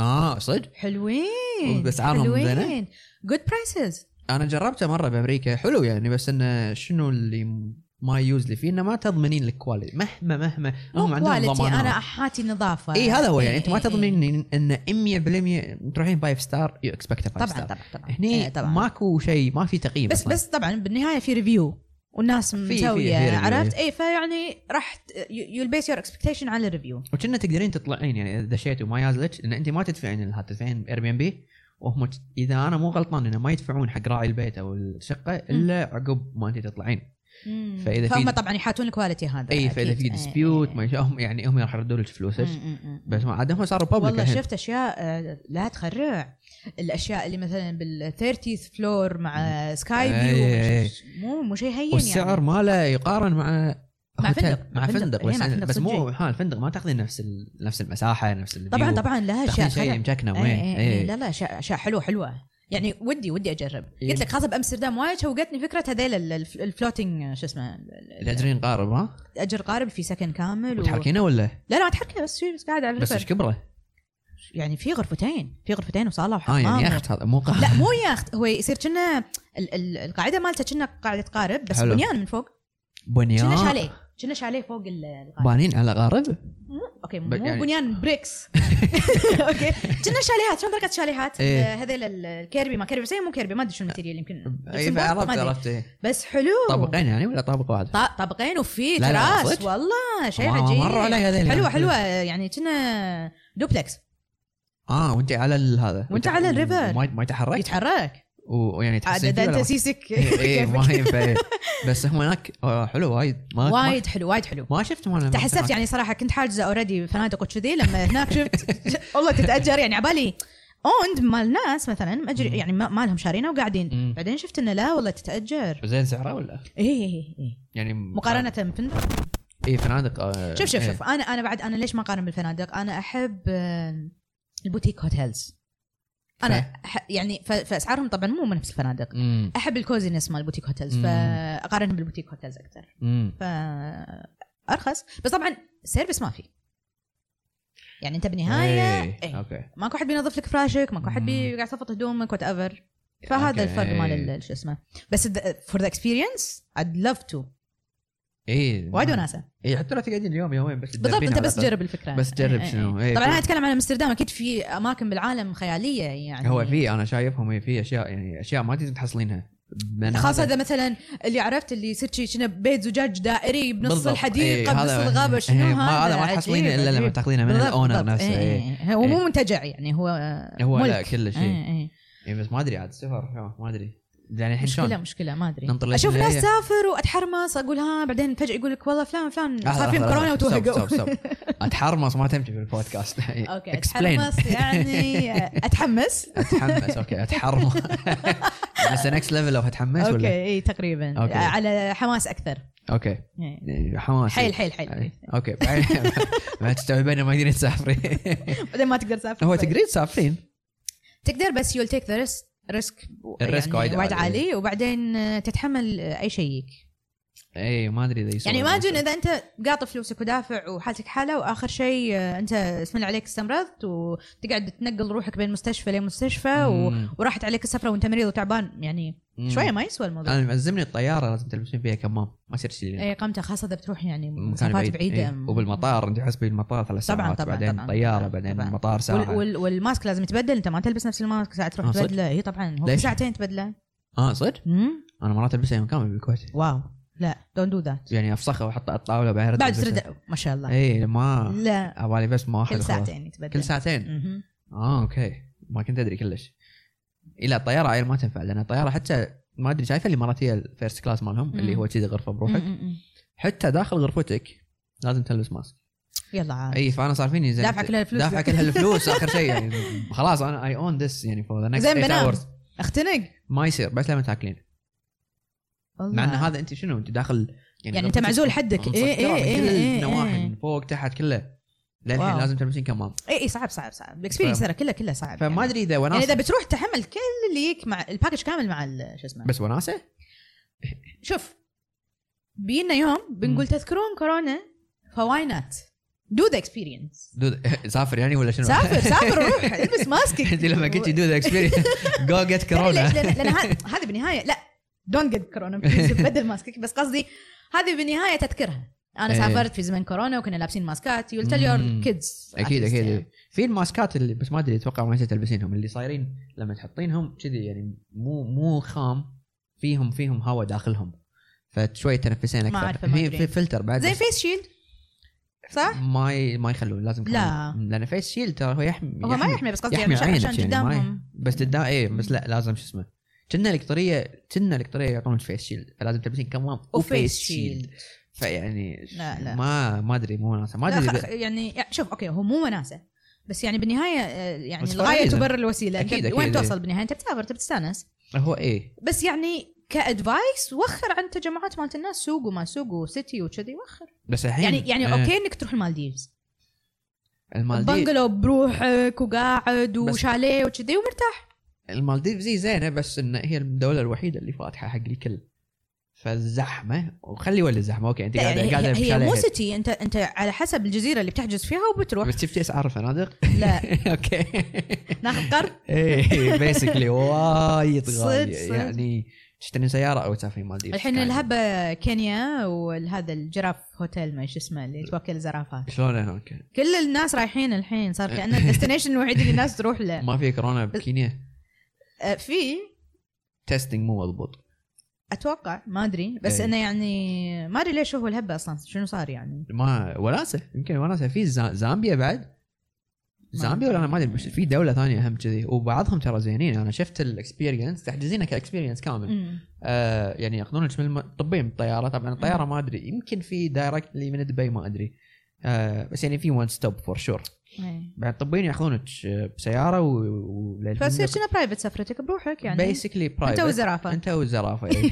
A: اه صدق
B: حلوين
A: وبأسعارهم
B: حلوين
A: زينة؟
B: جود برايسز
A: انا جربته مره بامريكا حلو يعني بس انه شنو اللي ما يوز لي فيه انه ما تضمنين الكواليتي مهما مهما هم عندهم ضمانات
B: انا احاتي نظافه
A: اي هذا هو يعني انت ما
B: إي- إي-
A: تضمنين ان 100% تروحين فايف ستار يو اكسبكت فايف
B: طبعا
A: ستار
B: طبعا طبعا
A: هني
B: إي طبعا
A: ماكو شيء ما في تقييم
B: إيه، بس
A: أصلاً.
B: بس طبعا بالنهايه في ريفيو والناس مسويه
A: في review.
B: عرفت اي فيعني راح يو بيس يور اكسبكتيشن على الريفيو
A: وكنا تقدرين تطلعين يعني اذا دشيتي وما يازلك ان انت ما تدفعين لها تدفعين اير بي ام بي وهم ت- اذا انا مو غلطان انه ما يدفعون حق راعي البيت او الشقه الا عقب ما انت تطلعين فإذا في-
B: فهم طبعا يحاتون الكواليتي هذا
A: اي فاذا
B: أكيد. إيه،
A: في
B: إي- إي-
A: ديسبيوت
B: إي.
A: ما يش- هم يعني هم راح يردوا لك فلوسك
B: مم، مم، مم.
A: بس ما عاد هم صاروا بابليك
B: والله شفت اشياء آه، لا تخرع الاشياء اللي مثلا بال 30 فلور مع سكاي
A: إي- إي.
B: فيو مو مو شيء هين
A: والسعر
B: يعني
A: ماله يقارن مع
B: مع
A: هوتيل-
B: فندق.
A: مع
B: فندق.
A: فندق
B: إي،
A: بس,
B: مع فندق
A: بس مو
B: صجي.
A: ها الفندق ما تاخذين نفس ال... نفس المساحه نفس الفيو.
B: طبعا طبعا لها اشياء
A: تاخذين
B: خرع.
A: شيء مجكنه
B: إي- إي-
A: وين إيه.
B: إي.
A: إي.
B: إيه، لا لا اشياء اشياء حلوه حلوه يعني ودي ودي اجرب
A: إي.
B: قلت لك خاصه بامستردام وايد شوقتني فكره هذيل ال- الف- الفلوتينج شو اسمه ال- ال-
A: الاجرين قارب ها
B: اجر قارب في سكن كامل و...
A: وتحركينه ولا
B: لا لا ما تحركه بس شي- بس قاعد على
A: بس ايش
B: الرفرش.
A: كبره؟
B: يعني في غرفتين في غرفتين وصاله
A: اه
B: وحمام
A: يعني يخت هذا مو قارب
B: لا مو يخت هو يصير كنا ال- ال- القاعده مالته كنا قاعده قارب بس
A: حلو.
B: بنيان من فوق كنا
A: بنيان
B: شاليه كنا شاليه فوق ال- القاعده
A: بانين على قارب
B: مو اوكي
A: ب-
B: مو
A: يعني-
B: بنيان بريكس اوكي كنا شاليهات شلون طريقه شاليهات
A: إيه.
B: آه، هذيل ال- الكيربي ما كيربي بس هي مو كيربي ما ادري شو الماتيريال يمكن
A: اي
B: لوكسمبورغ، ما
A: عرفت
B: أدري.
A: عرفت إيه.
B: بس حلو
A: طابقين يعني ولا طابق واحد؟
B: ط- طبقين وفي
A: لا، لا،
B: تراس
A: صدق؟
B: والله شيء
A: ما- ما
B: عجيب
A: مروا علي هذيل
B: حلوه
A: يعني.
B: حلوه يعني كنا دوبلكس
A: اه وانت على ال- هذا
B: وأنت على الريفر.
A: ما ما يتحرك
B: يتحرك
A: و- ويعني
B: عاد
A: تحسين
B: اذا
A: فيه
B: انت
A: ولا ما-
B: سيسك
A: إيه، إيه، ما
B: كيفك.
A: هي فيه. بس هم هناك آه، حلو وايد ما ما-
B: وايد حلو وايد حلو
A: ما شفت مال
B: تحسفت يعني صراحه كنت حاجزه اوريدي فنادق وكذي لما هناك شفت والله تتاجر يعني عبالي اوند مال ناس مثلا مأجر يعني ما ما لهم شارينه
A: مم.
B: وقاعدين بعدين شفت انه لا والله إيه، تتاجر
A: زين سعره ولا؟
B: اي اي اي
A: يعني
B: مقارنه بفندق
A: اي فنادق آه،
B: شوف شوف
A: إيه.
B: شوف انا انا بعد انا ليش ما اقارن بالفنادق انا احب آه، البوتيك هوتيلز انا
A: فاهم.
B: أح- يعني ف- فاسعارهم طبعا مو من نفس الفنادق
A: أمم،
B: احب الكوزينس مال البوتيك هوتيلز
A: مم.
B: فاقارنهم بالبوتيك هوتيلز اكثر
A: أمم.
B: فارخص بس طبعا سيرفيس ما في يعني انت بالنهايه
A: إيه،
B: إيه.
A: اوكي
B: ماكو احد بينظف لك فراشك ماكو احد بي-
A: مم.
B: قاعد يصفط هدومك وات ايفر فهذا
A: أوكي.
B: الفرق مال ال- شو اسمه بس فور ذا اكسبيرينس I'd love to
A: اي
B: وايد وناسه
A: اي حتى لو إيه، تقعدين اليوم يومين بس
B: بالضبط
A: تجربينها
B: انت بس
A: نعم. على الأقل.
B: جرب الفكره
A: بس جرب
B: إيه، إيه،
A: شنو،
B: إيه.
A: إيه،
B: طبعا
A: في-
B: انا اتكلم عن امستردام اكيد في اماكن بالعالم خياليه يعني
A: هو في انا شايفهم إيه، في اشياء يعني اشياء ما تقدر تحصلينها من
B: خاصة
A: هذا-
B: اذا مثلا اللي عرفت اللي يصير شي شنو بيت زجاج دائري بنص
A: بالضبط.
B: الحديقة
A: إيه،
B: بنص
A: هذا-
B: الغابة شنو
A: إيه،
B: هذا
A: ما هذا ما تحصلينه
B: عجيب،
A: الا لما
B: عجيب.
A: تاخذينه من
B: بالضبط،
A: الاونر
B: بالضبط.
A: نفسه
B: إيه،
A: إيه.
B: إيه. هو مو منتجع يعني هو
A: هو لا،
B: ملك.
A: كل شيء.
B: إيه، إيه.
A: اي بس ما ادري عاد صفر شو- ما ادري يعني الحين
B: مشكلة
A: شلون
B: مشكلة ما ادري
A: ننطر
B: اشوف
A: الإسرائيلية.
B: ناس تسافر واتحرمص اقول ها بعدين فجأة يقول لك والله فلان فلان
A: لحظة،
B: صار فيهم
A: لحظة،
B: كورونا
A: لحظة. stop،
B: وتوهقوا
A: stop، stop. اتحرمص ما تمشي في البودكاست
B: اوكي
A: Explain.
B: اتحمس يعني اتحمس
A: اتحمس اوكي اتحرمص بس نكست ليفل اوف اتحمس
B: اوكي
A: ولا
B: اي تقريبا
A: أوكي.
B: إيه، على حماس اكثر
A: اوكي
B: إيه.
A: حماس
B: حيل حيل حيل
A: يعني- اوكي بعدين- ما تستوعبين ما تقدرين تسافرين
B: بعدين ما تقدر تسافر
A: هو تقدرين تسافرين
B: تقدر بس يول تيك ذا ريسك
A: الريسك وايد
B: يعني وايد
A: عالي.
B: عالي وبعدين آه، تتحمل آه، اي شيء يجيك
A: اي إيه، ما ادري اذا يسوون
B: يعني imagine
A: هذا.
B: اذا انت قاطع فلوسك ودافع وحالتك حاله واخر شيء آه، انت اسم الله عليك استمرضت وتقعد تنقل روحك بين مستشفى لمستشفى و...
A: مم.
B: وراحت عليك السفره وانت مريض وتعبان يعني
A: مم.
B: شويه ما يسوى الموضوع
A: انا ملزمني الطياره لازم تلبسين فيها كمام ما يصير شيء
B: اي قامته خاصه اذا بتروح يعني
A: مكان
B: مسافات بعيده
A: إيه. وبالمطار انت حسبي المطار ثلاث
B: طبعاً،
A: ساعات
B: طبعاً،
A: بعدين
B: طبعاً.
A: الطياره
B: طبعاً.
A: بعدين
B: طبعاً.
A: المطار
B: وال...
A: ساعه
B: وال... والماسك لازم يتبدل انت ما تلبس نفس الماسك ساعه تروح
A: آه، صدق؟
B: تبدله اي طبعا هو
A: ليش؟
B: في ساعتين تبدله
A: اه صدق؟
B: مم؟
A: انا مرات البسها يوم كامل بالكويت
B: واو لا دونت دو ذات
A: يعني افسخها واحطها على الطاوله بعدين أرد
B: بعد
A: ألبسها.
B: ترد ما شاء الله
A: اي ما
B: لا
A: عبالي بس ما احد
B: كل
A: أخذها.
B: ساعتين يتبدل
A: آه. كل ساعتين
B: مهم.
A: اه اوكي ما كنت ادري كلش الى الطياره عيل ما تنفع لان الطياره حتى ما ادري شايفه الاماراتيه الفيرست كلاس مالهم اللي
B: مم.
A: هو كذي غرفه بروحك
B: مم، مم، مم.
A: حتى داخل غرفتك لازم تلبس ماسك
B: يلا عاد
A: اي فانا صار فيني إيه، زين
B: دافعة كل هالفلوس.
A: دافعه كل هالفلوس اخر شيء يعني خلاص انا اي اون ذس يعني فور ذا نكست
B: زين
A: 8
B: بنام.
A: اورز
B: اختنق
A: ما يصير بس لما تاكلين
B: والله.
A: مع ان هذا انت شنو انت داخل
B: يعني أنت
A: غرفتك
B: معزول حدك. إي إي
A: مسكرة من
B: إي
A: كل
B: إي
A: النواحي
B: إي.
A: من فوق تحت كله للحين
B: واو.
A: لازم تلبسين كمام
B: اي اي إيه، صعب صعب صعب الاكسبيرينس ترى كله كله صعب
A: فما
B: يعني.
A: ادري اذا
B: يعني
A: وناسه
B: اذا بتروح تحمل كل اللي يك مع الباكج كامل مع ال- شو اسمه
A: بس وناسه
B: شوف بينا يوم بنقول تذكرون كورونا فواي نوت دو ذا اكسبيرينس
A: دود- سافر يعني ولا شنو؟
B: سافر سافر روح البس ماسكك
A: انت لما قلتي دو ذا اكسبيرينس جو جيت
B: تدري
A: كورونا
B: ليش؟ لان لأن هذا- هذه بالنهايه لا دونت جيت كورونا بليز، بدل ماسكك بس قصدي هذه بالنهايه تذكرها انا
A: إيه.
B: سافرت في زمن كورونا وكنا لابسين ماسكات يو تيل يور
A: مم.
B: كيدز
A: اكيد اكيد في الماسكات اللي بس ما ادري اتوقع ما يصير تلبسينهم اللي صايرين لما تحطينهم كذي يعني مو مو خام فيهم فيهم هواء داخلهم فشوي تنفسين
B: ما أعرف،
A: اكثر
B: ما
A: هي
B: أدري.
A: في فلتر بعد
B: زين
A: بس
B: فيس شيلد صح؟
A: ما ي- ما يخلون لازم
B: لا.
A: يخلون. لان فيس شيلد ترى هو يحمي
B: هو ما يحمي بس قصدي يعني
A: يحمي عينك
B: عشان, عشان
A: يعني ما ي-
B: قدامهم
A: بس قدام اي بس لا لازم شو اسمه كنا القطريه كنا القطريه يعطون الفيس شيلد فلازم تلبسين كمام
B: وفيس شيلد
A: فيعني
B: لا، لا.
A: ما ما ادري مو ناسا ما
B: لا
A: ادري
B: خ- يعني يعني شوف اوكي هو مو وناسه بس يعني بالنهايه آه، يعني
A: بس
B: الغايه
A: فريزة.
B: تبرر الوسيله
A: أكيد،
B: أكيد
A: أكيد،
B: وين
A: إيه.
B: توصل بالنهايه انت بتسافر انت بتستانس
A: هو ايه
B: بس يعني كادفايس وخر عن تجمعات مالت الناس سوق وما سوق وسيتي وكذي وخر
A: بس الحين
B: يعني يعني
A: آه،
B: اوكي انك تروح المالديفز
A: المالديف
B: بنجلو بروحك وقاعد
A: بس-
B: وشاليه وكذي ومرتاح
A: يعني المالديف زي زينه بس ان هي الدوله الوحيده اللي فاتحه حق الكل فالزحمه وخلي ولا الزحمه اوكي انت
B: لا،
A: قاعده
B: يعني
A: قاعده
B: هي, هي مو
A: بشاليه
B: سيتي انت انت على حسب الجزيره اللي بتحجز فيها وبتروح
A: بس شفتي اسعار الفنادق؟
B: لا
A: اوكي
B: ناخذ قرض
A: ايه بيسكلي وايد
B: صدق،
A: غاليه
B: صدق.
A: يعني تشترين سياره او تسافرين مالديف
B: الحين الهبه كينيا وهذا الجراف هوتيل ما شو اسمه اللي توكل زرافات
A: شلون هناك؟
B: كل الناس رايحين الحين صار كانه الديستنيشن الوحيد اللي الناس تروح له
A: ما في كورونا بكينيا
B: آه، في
A: تيستنج مو مضبوط
B: اتوقع ما ادري بس
A: إيه.
B: انه يعني ما ادري ليش هو الهبه اصلا شنو صار يعني
A: ما وناسه يمكن وناسه في زا- زامبيا بعد زامبيا ولا انا ما ادري بس في دوله ثانيه اهم كذي وبعضهم ترى زينين انا شفت الاكسبيرينس تحجزينه كاكسبيرينس كامل
B: أمم.
A: آه يعني ياخذونك من الم... طبيا بالطياره طبعا الطياره ما ادري يمكن في دايركتلي من دبي ما ادري آه بس يعني في وان ستوب فور شور
B: إيه.
A: بعد طبيا ياخذونك آه، بسياره و, و...
B: فتصير كنا برايفت سفرتك بروحك يعني
A: بيسكلي برايفت
B: انت والزرافه
A: انت والزرافه يعني.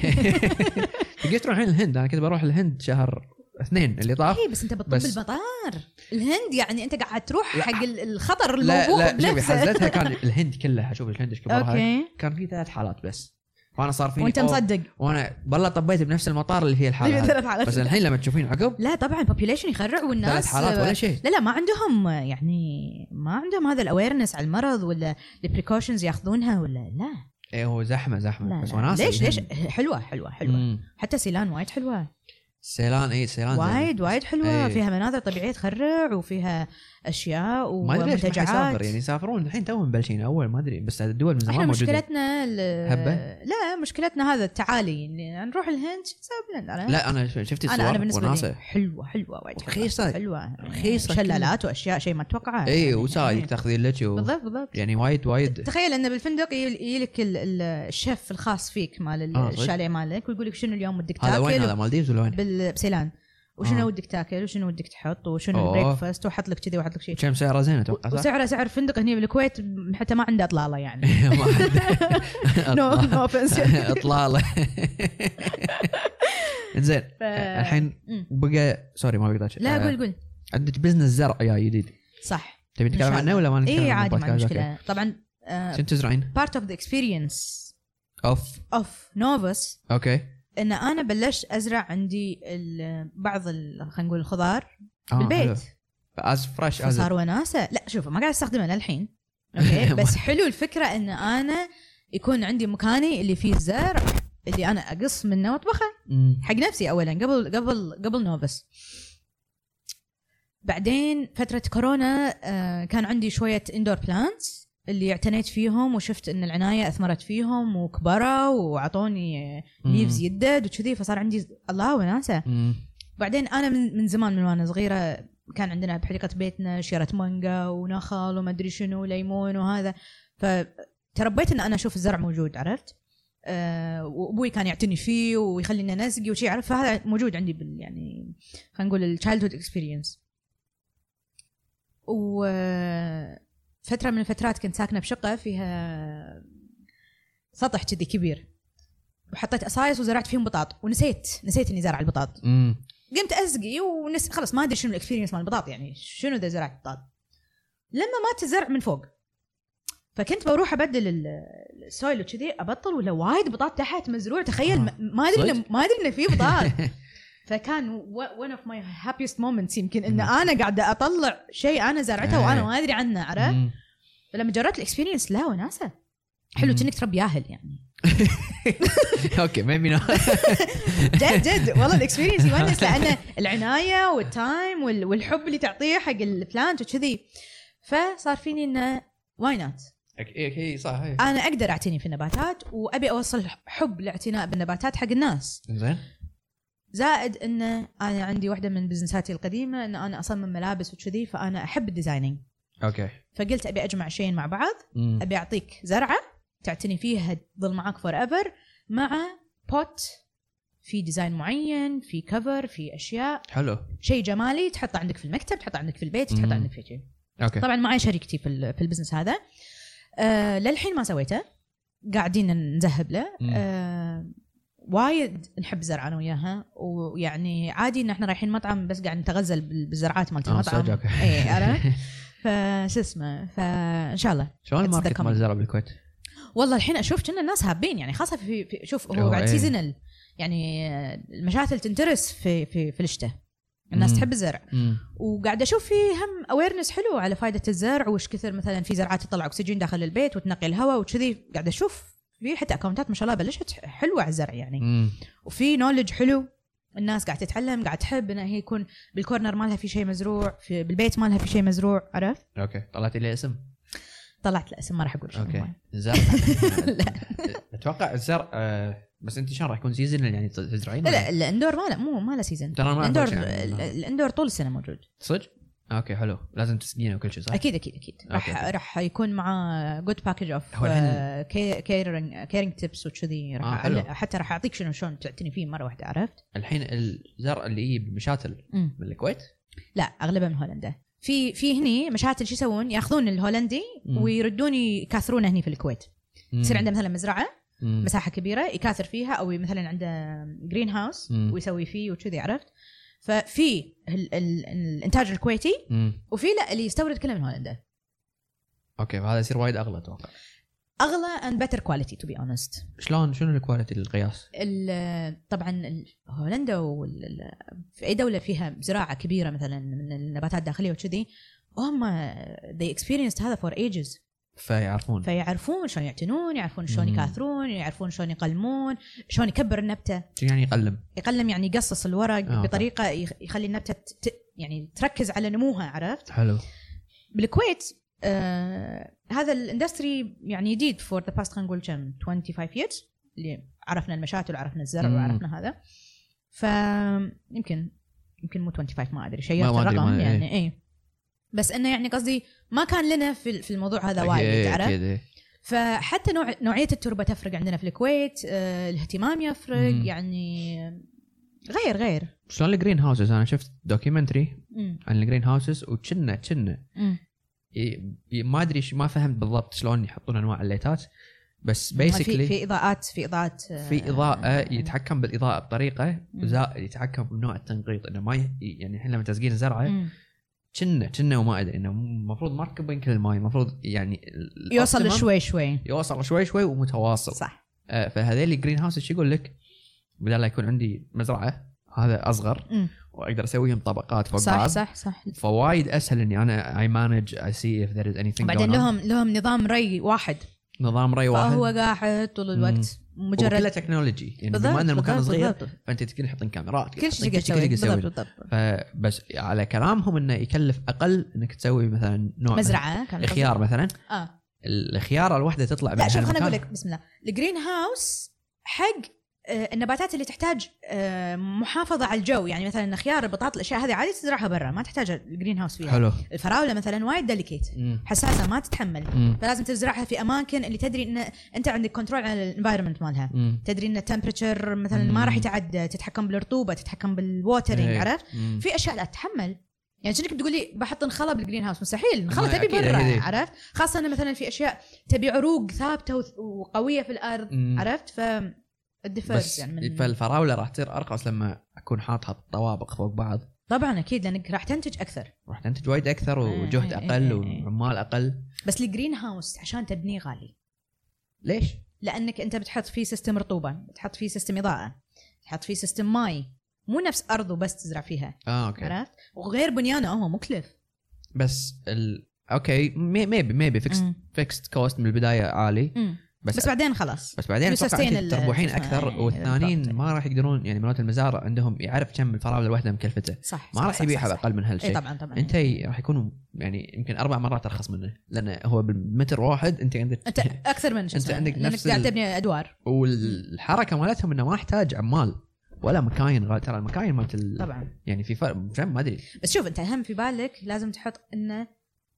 A: تقدر تروح الحين الهند انا كنت بروح الهند شهر اثنين اللي طاف
B: اي إيه، بس انت بتطب
A: بس-
B: المطار الهند يعني انت قاعد تروح
A: لا.
B: حق ال- الخطر
A: لا
B: الموضوع
A: لا شوفي
B: بنفسه
A: حزتها كان الهند كلها شوف الهند ايش كبرها
B: اوكي
A: كان في ثلاث حالات بس وانا صار فيني
B: وانت
A: خوف.
B: مصدق
A: وانا بالله طبيت بنفس المطار اللي فيه الحاله
B: تبي
A: هذه.
B: ثلاث حالات
A: بس الحين لما تشوفين عقب
B: لا طبعا population يخرع والناس
A: ثلاث حالات ولا شيء
B: لا لا ما عندهم يعني ما عندهم هذا الاويرنس على المرض ولا البريكوشنز ياخذونها ولا لا
A: ايه هو زحمه زحمه
B: لا,
A: بس
B: لا.
A: وناسه
B: ليش
A: يعني.
B: ليش حلوه حلوه حلوه
A: مم.
B: حتى سيلان وايد حلوه
A: سيلان اي سيلان زين.
B: وايد وايد حلوه
A: إيه.
B: فيها مناظر طبيعيه تخرع وفيها اشياء
A: ما ادري ليش ما
B: ومنتجعات
A: يسافر يعني يسافرون الحين توهم مبلشين اول ما ادري بس الدول من زمان
B: احنا
A: موجوده
B: مشكلتنا ال-
A: هبة؟
B: لا مشكلتنا هذا التعالي يعني نروح الهند شو سبب لنا؟ انا
A: لا انا شفت الصور
B: انا انا بالنسبه لي
A: وناسه
B: حلوه حلوه وايد حلوة.
A: رخيصة.
B: حلوه
A: رخيصة
B: شلالات واشياء شيء ما تتوقعها
A: اي
B: يعني.
A: وسايق تاخذين إيه، لك و-
B: بالضبط بالضبط
A: يعني وايد وايد
B: تخيل انه بالفندق يجيك الشيف الخاص فيك مال
A: آه، صدق.
B: الشاليه مالك ويقول لك شنو اليوم ودك
A: هذا وين هذا
B: تاكل
A: مالديفز ولا وين؟
B: بال- بسيلان وشنو
A: آه.
B: ودك تاكل وشنو ودك تحط وشنو
A: أوه.
B: البريكفاست وحط لك كذي وحط لك شيء
A: كم سعره زين اتوقع صح؟
B: وسعره سعر فندق هنا بالكويت م- حتى ما عنده اطلاله يعني
A: ما
B: نو
A: أدري.
B: نو اوفنس
A: اطلاله زين الحين آه، بقى سوري ما بقدر
B: آه، لا قول قول
A: عندك بزنس زرع يا جديد
B: صح
A: تبي
B: إن
A: نتكلم
B: شاء
A: عنه ولا ما نتكلم
B: اي
A: عنه
B: عادي ما عندي آه،
A: بالبودكاست؟
B: مشكله طبعا
A: أوكي. شنو تزرعين؟
B: بارت اوف ذا اكسبيرينس
A: اوف
B: اوف نوفس
A: اوكي
B: ان انا بلشت ازرع عندي ال- بعض ال- خلينا نقول الخضار
A: آه،
B: بالبيت
A: از فريش از
B: فصار وناسه لا شوف ما قاعد استخدمه للحين اوكي بس حلو الفكره ان انا يكون عندي مكاني اللي فيه الزرع اللي انا اقص منه واطبخه
A: مم.
B: حق نفسي اولا قبل قبل قبل نوفس بعدين فترة كورونا آه، كان عندي شوية اندور بلانتس اللي اعتنيت فيهم وشفت ان العناية اثمرت فيهم وكبروا وعطوني
A: مم.
B: ليفز يدد وكذي فصار عندي الله وناسة
A: مم.
B: بعدين انا من, من زمان من وانا صغيرة كان عندنا بحديقة بيتنا شيرة مانجا ونخل وما ادري شنو وليمون وهذا فتربيت ان انا اشوف الزرع موجود عرفت؟ آه، وابوي كان يعتني فيه ويخلينا نسقي وشي عرفت فهذا موجود عندي بال يعني خلينا نقول التشايلد هود اكسبيرينس وفترة من الفترات كنت ساكنة بشقة فيها سطح كذي كبير وحطيت قصايص وزرعت فيهم بطاط ونسيت نسيت اني زرع البطاط
A: مم.
B: قمت اسقي ونس خلاص ما ادري شنو الاكسبيرينس مال البطاط يعني شنو اذا زرعت بطاط لما مات الزرع من فوق فكنت بروح ابدل ال- السويل وكذي ابطل ولا وايد بطاط تحت مزروع تخيل
A: آه.
B: ما- ما ادري إنه-
A: صدق؟
B: ما ادري انه في بطاط فكان ون اوف ماي هابيست مومنتس يمكن ان
A: مم.
B: انا قاعده اطلع شيء انا زرعته
A: نعم. إيه.
B: وانا ما ادري عنه عرفت
A: مم.
B: فلما جربت الاكسبيرينس لا وناسه حلو
A: مم.
B: كأنك تربي ياهل يعني
A: اوكي ما يبينا
B: جد جد والله الاكسبيرينس يونس لانه العنايه والتايم وال- والحب اللي تعطيه حق البلانت وكذي فصار فيني انه واي نوت
A: اي صح إيه.
B: انا اقدر اعتني في النباتات وابي اوصل حب الاعتناء بالنباتات حق الناس
A: زين
B: زائد انه انا عندي واحده من بزنساتي القديمه ان انا اصمم ملابس وكذي فانا احب الديزايننج
A: اوكي
B: فقلت ابي اجمع شيئين مع بعض
A: مم.
B: ابي اعطيك زرعه تعتني فيها تظل معاك فور ايفر مع بوت في ديزاين معين في كفر في اشياء
A: حلو
B: شيء جمالي تحطه عندك في المكتب تحطه عندك في البيت
A: مم.
B: تحطه عندك في شيء
A: اوكي
B: طبعا معي شريكتي في ال- في البزنس هذا آه للحين ما سويته قاعدين نذهب له
A: مم.
B: آه وايد نحب زرع انا وياها ويعني عادي ان احنا رايحين مطعم بس قاعد نتغزل بال- بالزرعات مالت
A: آه، صدق،
B: المطعم
A: أوكي.
B: اي إيه، عرفت فشو اسمه فان شاء الله
A: شلون
B: It's the
A: الماركت مال
B: company.
A: الزرع بالكويت؟
B: والله الحين اشوف كنا الناس هابين يعني خاصه في, في شوف
A: أوه،
B: هو بعد
A: إيه.
B: سيزونال يعني آه، المشاتل تنترس في في في الشتاء الناس
A: مم.
B: تحب الزرع
A: مم.
B: وقاعد اشوف في هم اويرنس حلو على فائده الزرع وش كثر مثلا في زرعات تطلع اكسجين داخل البيت وتنقي الهواء وكذي قاعد اشوف في حتى اكونتات ما شاء الله بلشت حلوه على الزرع يعني
A: مم.
B: وفي نولج حلو الناس قاعد تتعلم قاعد تحب انها هي يكون بالكورنر مالها في شيء مزروع في بالبيت مالها في شيء مزروع عرفت
A: اوكي طلعت لي اسم
B: طلعت الاسم ما راح اقول شنو هو.
A: اوكي زرع اتوقع الزرع آه، بس انت شلون راح يكون سيزونال يعني تزرعين
B: لا لا الاندور ما له مو ما له سيزون
A: ترى ما
B: الاندور
A: أدري شيء.
B: ال- الاندور طول السنه موجود
A: صدق؟ اوكي حلو لازم تسقينه وكل شيء صح؟
B: اكيد اكيد اكيد راح
A: أوكي، أوكي.
B: راح يكون معاه جود باكج اوف
A: هو
B: آه،
A: الحين-
B: كيرنج كيرنج تيبس وكذي
A: آه،
B: راح
A: حلو.
B: أعل- حتى راح اعطيك شنو شلون تعتني فيه مره واحده عرفت؟
A: الحين الزرع اللي يجي بالمشاتل
B: مم.
A: من الكويت
B: لا اغلبها من هولندا في في هني مشاتل شو يسوون؟ ياخذون الهولندي
A: مم.
B: ويردون يكاثرونه هني في الكويت يصير عنده مثلا مزرعه
A: مم.
B: مساحه كبيره يكاثر فيها او مثلا عنده جرين هاوس
A: مم.
B: ويسوي فيه وكذي عرفت؟ ففي ال- ال- الانتاج الكويتي
A: مم.
B: وفي لا اللي يستورد كله من هولندا
A: اوكي فهذا يصير وايد اغلى اتوقع
B: اغلى اند بيتر كواليتي تو بي اونست
A: شلون شنو الكواليتي للقياس؟
B: ال- طبعا ال- هولندا وال- ال- في اي دوله فيها زراعه كبيره مثلا من النباتات الداخليه وكذي هم they experienced هذا for ages
A: فيعرفون
B: فيعرفون شلون يعتنون يعرفون شلون
A: مم.
B: يكاثرون يعرفون شلون يقلمون شلون يكبر النبته
A: شو يعني يقلم؟
B: يقلم يعني يقصص الورق
A: أوكي.
B: بطريقه يخ- يخلي النبته ت... يعني تركز على نموها عرفت
A: حلو
B: بالكويت آه هذا الاندستري يعني جديد فور ذا باست خلينا نقول كم 25 years اللي عرفنا المشاتل وعرفنا الزرع
A: مم.
B: وعرفنا هذا ف يمكن يمكن مو 25 ما ادري شيء
A: ما- ما أدري،
B: الرقم
A: ما- إيه.
B: يعني اي بس انه يعني قصدي ما كان لنا في في الموضوع هذا وايد
A: أكيد-
B: تعرف
A: أكيد، إيه.
B: فحتى نوع نوعيه التربه تفرق عندنا في الكويت آه الاهتمام يفرق
A: مم.
B: يعني غير غير
A: شلون الجرين هاوسز انا شفت دوكيومنتري
B: مم.
A: عن الجرين هاوسز وكنا كنا
B: مم.
A: ي- إيه، ي- ما ادري ش- ما فهمت بالضبط شلون يحطون انواع الليتات بس
B: في
A: بيسكلي
B: في اضاءات في اضاءات آه،
A: في اضاءه يتحكم بالاضاءه بطريقه
B: مم.
A: وزائد يتحكم بنوع التنقيط انه ما ي... يعني احنا لما تسقين الزرعه
B: مم.
A: كنا كنا وما ادري انه المفروض ما نركب بين كل الماي المفروض يعني ال-
B: يوصل
A: الoptimum
B: شوي شوي
A: يوصل شوي شوي ومتواصل
B: صح
A: آه، فهذيل الجرين هاوس ايش يقول لك؟ بدل لا يكون عندي مزرعه هذا اصغر
B: مم.
A: واقدر اسويهم طبقات فوق
B: صح
A: بعض
B: صح صح
A: فوايد اسهل اني انا اي مانج اي سي اف ذير از اني
B: وبعدين لهم لهم نظام ري واحد
A: نظام ري واحد
B: فهو قاعد طول الوقت مجرد
A: مجرد تكنولوجي يعني
B: بالضبط،
A: بما ان المكان
B: بالضبط،
A: صغير
B: بالضبط.
A: فانت تقدر تحطين كاميرات
B: كل شيء
A: تقدر تسوي كل
B: قاعد تسوي بالضبط
A: شيء
B: بالضبط
A: فبس على كلامهم انه يكلف اقل انك تسوي مثلا نوع
B: مزرعه كان
A: مثلاً خيار مثلا
B: قصدي. اه
A: الخيار الواحده تطلع
B: لا
A: من
B: شوف خليني
A: هالمكان.
B: اقول لك بسم الله الجرين هاوس حق آه، النباتات اللي تحتاج آه، محافظه على الجو يعني مثلا خيار البطاط الاشياء هذه عادي تزرعها برا ما تحتاج الجرين هاوس فيها
A: حلو
B: الفراوله مثلا وايد ديليكيت
A: مم.
B: حساسه ما تتحمل
A: مم.
B: فلازم تزرعها في اماكن اللي تدري ان انت عندك كنترول على الانفايرمنت مالها
A: مم.
B: تدري ان التمبرتشر مثلا ما
A: مم.
B: راح يتعدى تتحكم بالرطوبه تتحكم بالووترنج
A: إيه.
B: عرفت
A: مم.
B: في اشياء لا تتحمل يعني شنك تقول لي بحط نخله بالجرين هاوس مستحيل نخله
A: ما
B: تبي
A: أكيد، إيه. أكيد.
B: برا عرفت خاصه إن مثلا في اشياء تبي عروق ثابته وث- وقويه في الارض
A: مم.
B: عرفت ف الديفيرس
A: بس
B: يعني من
A: فالفراوله راح تصير ارخص لما اكون حاطها طوابق فوق بعض
B: طبعا اكيد لانك راح تنتج اكثر
A: راح تنتج وايد اكثر
B: إيه،
A: وجهد
B: إيه، إيه،
A: اقل
B: إيه.
A: وعمال اقل
B: بس الجرين هاوس عشان تبنيه غالي
A: ليش؟
B: لانك انت بتحط فيه سيستم رطوبه بتحط فيه سيستم اضاءه بتحط فيه سيستم ماي مو نفس ارضه بس تزرع فيها
A: اه اوكي
B: عرفت وغير بنيانه هو مكلف
A: بس ال... اوكي ميبي ميبي فيكس
B: مم.
A: فيكس كوست من البدايه عالي
B: مم.
A: بس
B: بس بعدين خلاص
A: بس بعدين اتوقع
B: يسستين
A: أنت
B: ال-
A: تربحين
B: شو اسمه،
A: اكثر
B: يعني
A: والثانيين
B: بالضبط.
A: ما راح يقدرون يعني مرات المزارع عندهم يعرف كم الفراوله الواحده مكلفته
B: صح
A: ما
B: صح،
A: راح
B: صح،
A: يبيعها
B: صح، إيه، صح.
A: باقل من
B: اي
A: هالشيء
B: طبعا طبعا
A: انت ي- راح يكون يعني يمكن اربع مرات ارخص منه لانه هو بالمتر واحد انت عندك
B: انت اكثر من شو
A: أنت
B: اسمه،
A: عندك
B: لأنك
A: نفس
B: قاعد
A: ال-
B: تبني ادوار
A: والحركه مالتهم انه ما احتاج عمال ولا مكاين غالي ترى المكاين مالت ال-
B: طبعا
A: يعني في فرق مش- ما ادري
B: بس شوف انت اهم في بالك لازم تحط انه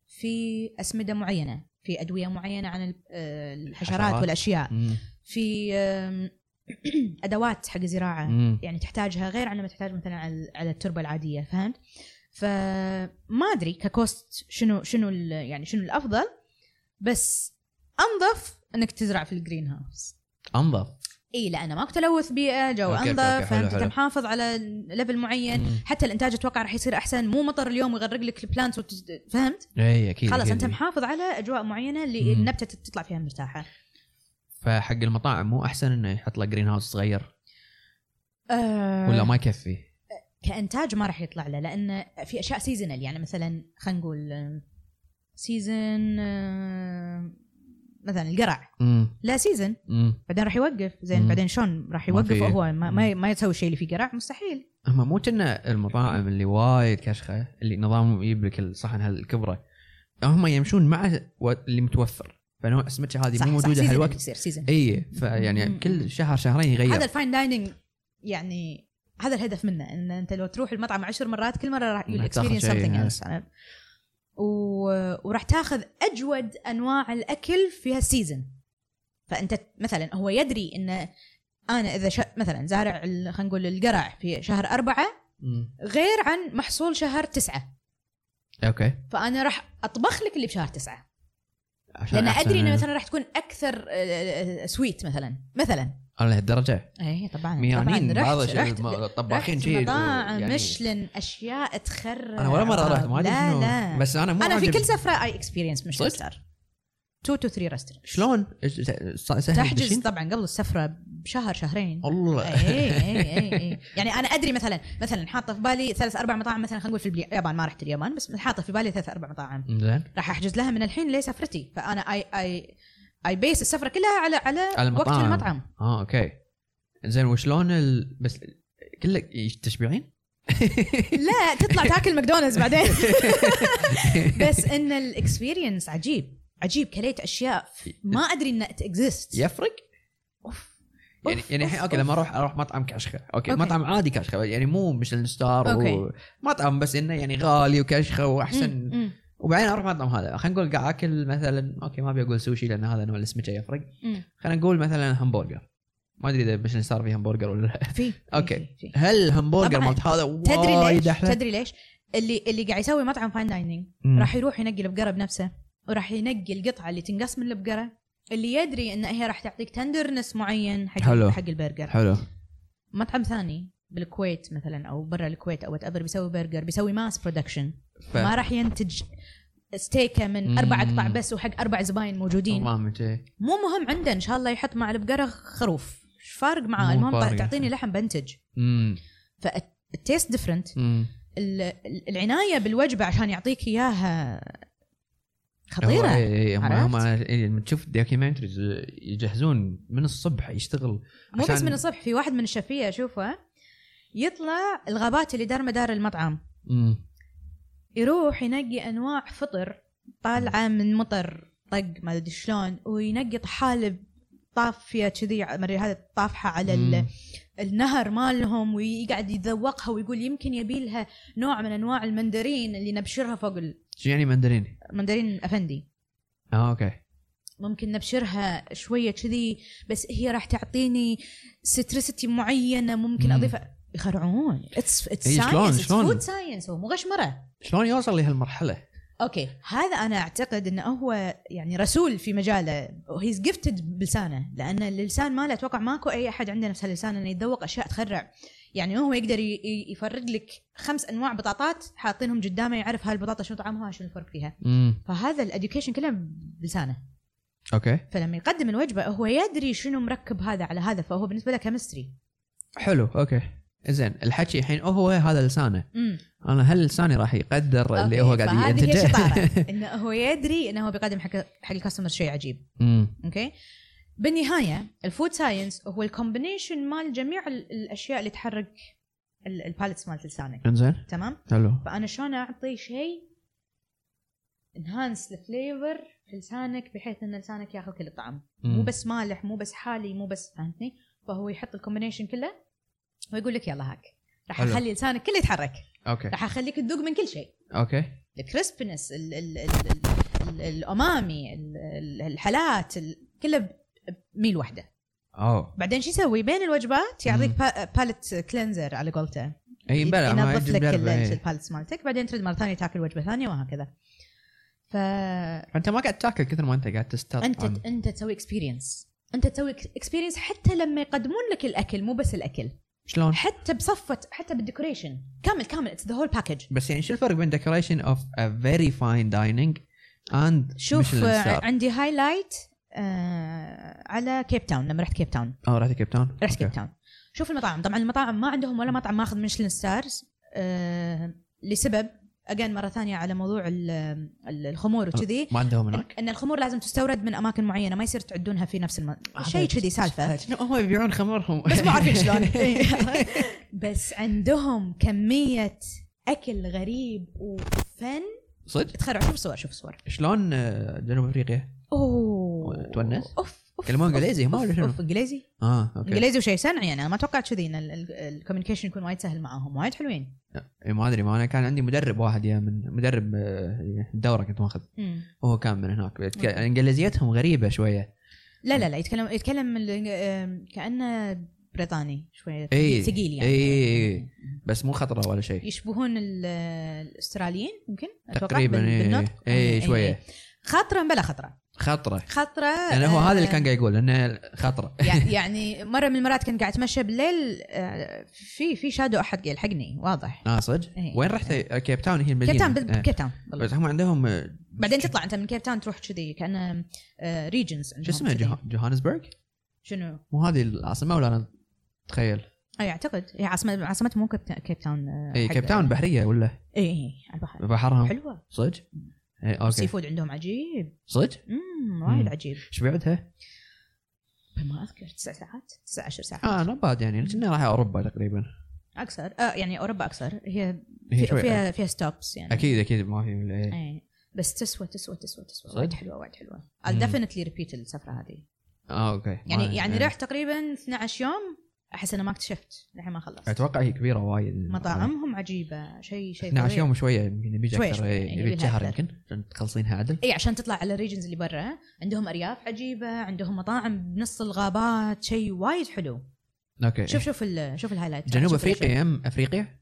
B: في اسمده معينه في ادويه معينه عن ال- آه، الحشرات
A: الحشرات.
B: والاشياء
A: مم.
B: في آم، ادوات حق زراعه
A: مم.
B: يعني تحتاجها غير عن ما تحتاج مثلا على على التربه العاديه فهمت؟ فما ادري ككوست شنو شنو ال- يعني شنو الافضل بس انظف انك تزرع في الجرين هاوس
A: انظف
B: اي لانه ماكو تلوث بيئه جو
A: أوكي، أوكي،
B: انظف
A: أوكي، حلو،
B: فهمت انت
A: حلو.
B: محافظ على ليفل معين
A: مم.
B: حتى الانتاج اتوقع راح يصير احسن مو مطر اليوم يغرق لك البلانتس وتج- فهمت
A: اي اكيد
B: خلاص
A: إيه، أكيد.
B: انت محافظ على اجواء معينه اللي
A: مم.
B: النبته تطلع فيها مرتاحه
A: فحق المطاعم مو احسن انه يحط له جرين هاوس صغير
B: أه
A: ولا ما يكفي
B: كانتاج ما راح يطلع له لان في اشياء سيزونال يعني مثلا خلينا نقول آه، سيزن مثلا القرع
A: امم
B: لا سيزن
A: امم
B: بعدين راح يوقف زين
A: مم.
B: بعدين شلون راح
A: ما
B: يوقف
A: في-
B: وهو ما, ما,
A: مم.
B: ما يسوي الشيء اللي فيه قرع مستحيل
A: هم مو كنا المطاعم اللي وايد كشخه اللي نظام يجيب لك الصحن هالكبره هم يمشون مع و- اللي متوفر فنوع اسمتها هذه مو موجوده
B: seasonal
A: هالوقت إيه،
B: يصير سيزن
A: اي فيعني
B: مم.
A: كل شهر شهرين
B: هذا
A: يغير
B: الفاين دايننج يعني هذا الهدف منه ان انت لو تروح المطعم عشر مرات كل مره راح
A: راح تاخذ
B: اكسبيرينس
A: شيء، إيه.
B: سمثينج
A: ها.
B: ايلس وراح تاخذ اجود انواع الاكل في هالسيزون فانت مثلا هو يدري ان انا اذا ش... مثلا زارع ال- خلينا نقول القرع في شهر أربعة
A: مم.
B: غير عن محصول شهر تسعة
A: اوكي
B: فانا راح اطبخ لك اللي بشهر تسعة
A: عشان
B: لان
A: أحسن-
B: ادري انه مثلا راح تكون اكثر آه، آه، آه، سويت مثلا مثلا
A: على لهالدرجه
B: اي طبعا
A: ميانين
B: طبعاً.
A: إيه، بعض
B: رحت-
A: الشيء-
B: رحت-
A: الطباخين
B: رحت
A: شيء
B: مطاعم
A: يعني-
B: مشلن اشياء تخرب
A: انا ولا مره رحت ما ادري
B: لا
A: شنو.
B: لا بس
A: بس انا مو
B: انا في
A: عاجب-
B: كل سفره اي اكسبيرينس مشلن
A: صدق؟
B: ستار 2 تو 3 ريستورنت
A: شلون؟ إيش- سهل
B: تحجز
A: تدشين؟
B: طبعا قبل السفره بشهر شهرين
A: الله
B: اي اي اي اي يعني انا ادري مثلا مثلا حاطه في بالي ثلاث اربع مطاعم مثلا خلينا نقول في البلي- اليابان ما رحت اليابان بس حاطه في بالي ثلاث اربع مطاعم
A: زين
B: راح احجز لها من الحين لسفرتي فانا اي اي اي بيس السفره كلها على على وقت
A: المطاعم.
B: المطعم
A: اه اوكي زين وشلون ال... بس كلك تشبيعين؟
B: لا تطلع تاكل ماكدونالدز بعدين بس ان الاكسبيرينس عجيب عجيب كليت اشياء ما ادري انها اكزيست
A: يفرق؟
B: اوف
A: يعني
B: أوف،
A: يعني الحين
B: أوف،
A: اوكي لما اروح اروح مطعم كشخه اوكي,
B: أوكي.
A: أوكي. مطعم عادي كشخه يعني مو ميشلان ستار
B: أوكي.
A: أوكي. مطعم بس انه يعني غالي وكشخه واحسن
B: أمم،
A: وبعدين اروح مطعم هذا خلينا نقول قاعد اكل مثلا اوكي ما ابي اقول سوشي لان هذا نوع الاسم شي يفرق
B: أمم،
A: خلينا نقول مثلا همبرجر ما ادري اذا ميشلان ستار فيه همبرجر ولا لا
B: في في-
A: أوكي.
B: في- في.
A: هل الهمبرجر
B: طبعاً.
A: مالت هذا
B: تدري ليش
A: وايد احلى؟
B: تدري ليش اللي اللي قاعد يسوي مطعم فاين دايننج
A: مم.
B: راح يروح ينقي البقره بنفسه وراح ينقي القطعه اللي تنقص من البقره اللي يدري ان هي راح تعطيك تندرنس معين حق
A: حلو.
B: حق البرجر
A: حلو
B: مطعم ثاني بالكويت مثلا او برا الكويت او whatever بيسوي برجر بيسوي ماس برودكشن
A: ف-
B: ما راح ينتج ستيكه من
A: مم.
B: اربع قطع بس وحق اربع زباين موجودين
A: ما متى
B: مو مهم عنده ان شاء الله يحط مع البقره خروف ايش فارق معاه
A: مو
B: المهم
A: فارق.
B: تعطيني لحم بنتج
A: امم
B: فالتيست ديفرنت
A: امم
B: العنايه بالوجبه عشان يعطيك اياها
A: هو
B: خطيره
A: إي- إي، هم
B: عرفت؟
A: هم إي، إيه، لما تشوف دوكيومنتريز يجهزون من الصبح يشتغل
B: مو بس
A: عشان-
B: من الصبح في واحد من الشفيه اشوفه يطلع الغابات اللي دار مدار المطعم
A: امم
B: يروح ينقي انواع فطر طالعه من مطر طق ما ادري شلون وينقي طحالب طافيه كذي مري هذه طافحه على ال-
A: مم.
B: النهر مالهم ويقعد يتذوقها ويقول يمكن يبي لها نوع من انواع المندرين اللي نبشرها فوق
A: شو يعني مندريني؟
B: المندرين الافندي
A: اه اوكي
B: ممكن نبشرها شويه كذي بس هي راح تعطيني ستريسيتي معينه ممكن
A: مم.
B: اضيفها يخرعون اتس اتس
A: إي، شلون-
B: ساينس
A: شلون؟
B: فود ساينس هو مو غشمره
A: شلون يوصل لهالمرحله؟
B: اوكي هذا انا اعتقد انه هو يعني رسول في مجاله هيز جفتد بلسانه لان اللسان ماله اتوقع ماكو اي احد عنده نفس اللسان انه يتذوق اشياء تخرع يعني هو يقدر ي- ي- يفرق لك خمس انواع بطاطات حاطينهم قدامه يعرف هالبطاطا شنو طعمها شنو الفرق فيها
A: امم
B: فهذا الاديوكيشن كله بلسانه
A: اوكي
B: فلما يقدم الوجبه هو يدري شنو مركب هذا على هذا فهو بالنسبه له كمستري
A: حلو اوكي زين الحكي الحين هو هذا لسانه
B: امم
A: انا هل لساني راح يقدر اللي هو
B: أوكي،
A: قاعد
B: فهذه هي
A: ينتجه؟
B: شطاره انه هو يدري انه هو بيقدم حق حق الكاستمر شيء عجيب
A: امم
B: اوكي بالنهايه الفود ساينس هو الكومبينيشن مال جميع ال- الاشياء اللي تحرك البالتس مال لسانك
A: انزين
B: تمام
A: حلو
B: فانا شلون اعطي شيء انهانس الفليفر في لسانك بحيث ان لسانك ياخذ كل الطعم مو
A: مم.
B: بس مالح مو بس حالي مو بس فهمتني فهو يحط الكومبينيشن كله ويقول لك يلا هاك راح
A: حلو.
B: اخلي لسانك كله يتحرك
A: اوكي
B: راح اخليك تذوق من كل شيء
A: اوكي
B: الكريسبنس ال ال ال ال- ال الامامي ال- ال- الحالات ال- كله ب- بميل واحده
A: اوه
B: بعدين شو يسوي بين الوجبات يعطيك
A: مم.
B: با- بالت كلينزر على قولته
A: اي بلا ما
B: ينظف
A: يجيب
B: لك
A: درب،
B: ال-
A: إيه.
B: البالت مالتك بعدين ترد مره ثانيه تاكل وجبه ثانيه وهكذا ف
A: انت ما قاعد تاكل كثر ما انت قاعد تستطعم
B: انت انت تسوي اكسبيرينس انت تسوي اكسبيرينس حتى لما يقدمون لك الاكل مو بس الاكل
A: شلون؟
B: حتى بصفه حتى بالديكوريشن كامل كامل اتس ذا هول باكج
A: بس يعني شو الفرق بين ديكوريشن اوف ا فيري فاين دايننج اند
B: شوف آه، عندي هايلايت آه على كيب تاون لما رحت كيب تاون
A: اه رحت كيب تاون؟
B: رحت كيب
A: أوكي.
B: تاون شوف المطاعم طبعا المطاعم ما عندهم ولا مطعم ماخذ ميشلين ستارز آه لسبب اجين مره ثانيه على موضوع ال- ال- الخمور وكذي
A: ما عندهم هناك
B: ان الخمور لازم تستورد من اماكن معينه ما يصير تعدونها في نفس الم...
A: هذا
B: شيء كذي سالفه
A: شنو نعم، هم يبيعون خمرهم
B: بس ما عارفين شلون إيه. بس عندهم كميه اكل غريب وفن
A: صدق
B: تخرع شوف صور شوف صور
A: شلون آه، جنوب افريقيا
B: اوه
A: تونس؟
B: اوف أوف،
A: يتكلمون
B: أوف،
A: إنجليزي هم
B: أوف،
A: ولا شنو؟
B: اوف انجليزي
A: اه اوكي
B: انجليزي وشيء سنع يعني انا ما توقعت كذي ان الكوميونيكيشن يكون وايد سهل معاهم وايد حلوين
A: إيه، ما ادري ما انا كان عندي مدرب واحد يا من مدرب آه، الدوره كنت ماخذ وهو كان من هناك بيتك- انجليزيتهم غريبه شويه
B: لا لا لا يتكلم يتكلم ال- آم، كانه بريطاني شويه
A: إي،
B: ثقيل يعني إيه.
A: إي، إي. إيه، بس مو خطره ولا شيء
B: يشبهون ال- الاستراليين يمكن أتوقع
A: تقريبا
B: بال-
A: اي
B: بالنطق. يعني، إيه.
A: اي شويه
B: خطره بلا خطره
A: خطره
B: خطره
A: يعني هو
B: آه،
A: هذا اللي كان قاعد يقول انه خطره
B: يع- يعني مره من المرات كنت قاعد اتمشى بالليل آه، في في شادو احد قاعد يلحقني واضح
A: اه صدق
B: إيه.
A: وين رحت كيب تاون هي المدينه
B: كيب تاون
A: آه.
B: بال- كيب تاون والله.
A: بس هم عندهم آه،
B: بعدين تطلع انت من كيب تاون تروح كذي آه، كانه ريجنز
A: شو اسمه جوه- جوهانسبرغ
B: شنو؟
A: مو هذه العاصمه ولا انا اتخيل
B: اي اعتقد هي عاصمه عاصمه مو كيب تا- كيب تاون آه،
A: اي إيه، كيب تاون بحريه ولا
B: اي اي على البحر
A: بحرهم
B: حلوه
A: صدق؟ اي
B: السي
A: اوكي
B: فود عندهم عجيب
A: صدق؟
B: امم وايد
A: مم.
B: عجيب
A: ايش بعدها؟
B: ما اذكر تسع ساعات تسع عشر ساعات
A: اه نبات يعني كنا رايح اوروبا تقريبا
B: اكثر آه يعني اوروبا اكثر هي
A: هي
B: في
A: شوي
B: فيها فيها ستوبس يعني
A: اكيد اكيد ما في إيه.
B: اي بس تسوى تسوى تسوى تسوى
A: صدق؟
B: وايد حلوه وايد حلوه
A: مم.
B: I'll definitely ريبيت السفره هذه
A: اه اوكي ما-
B: يعني يعني
A: إيه.
B: رحت تقريبا 12 يوم احس انا ما اكتشفت للحين ما خلصت
A: اتوقع إيه، هي كبيره وايد
B: مطاعمهم عجيبه شيء شيء
A: 12
B: فظيع.
A: يوم وشويه يمكن نبيج
B: شوي
A: اكثر
B: شوي،
A: إيه،
B: يعني
A: نبيج
B: يبيلها
A: شهر
B: أكثر.
A: يمكن عشان تخلصينها عدل
B: اي إيه، عشان تطلع على الريجنز اللي برا عندهم ارياف عجيبه عندهم مطاعم بنص الغابات شيء وايد حلو
A: اوكي
B: شوف شوف ال شوف الهايلايت
A: إيه. جنوب
B: شوف الريجن.
A: افريقيا ام افريقيا؟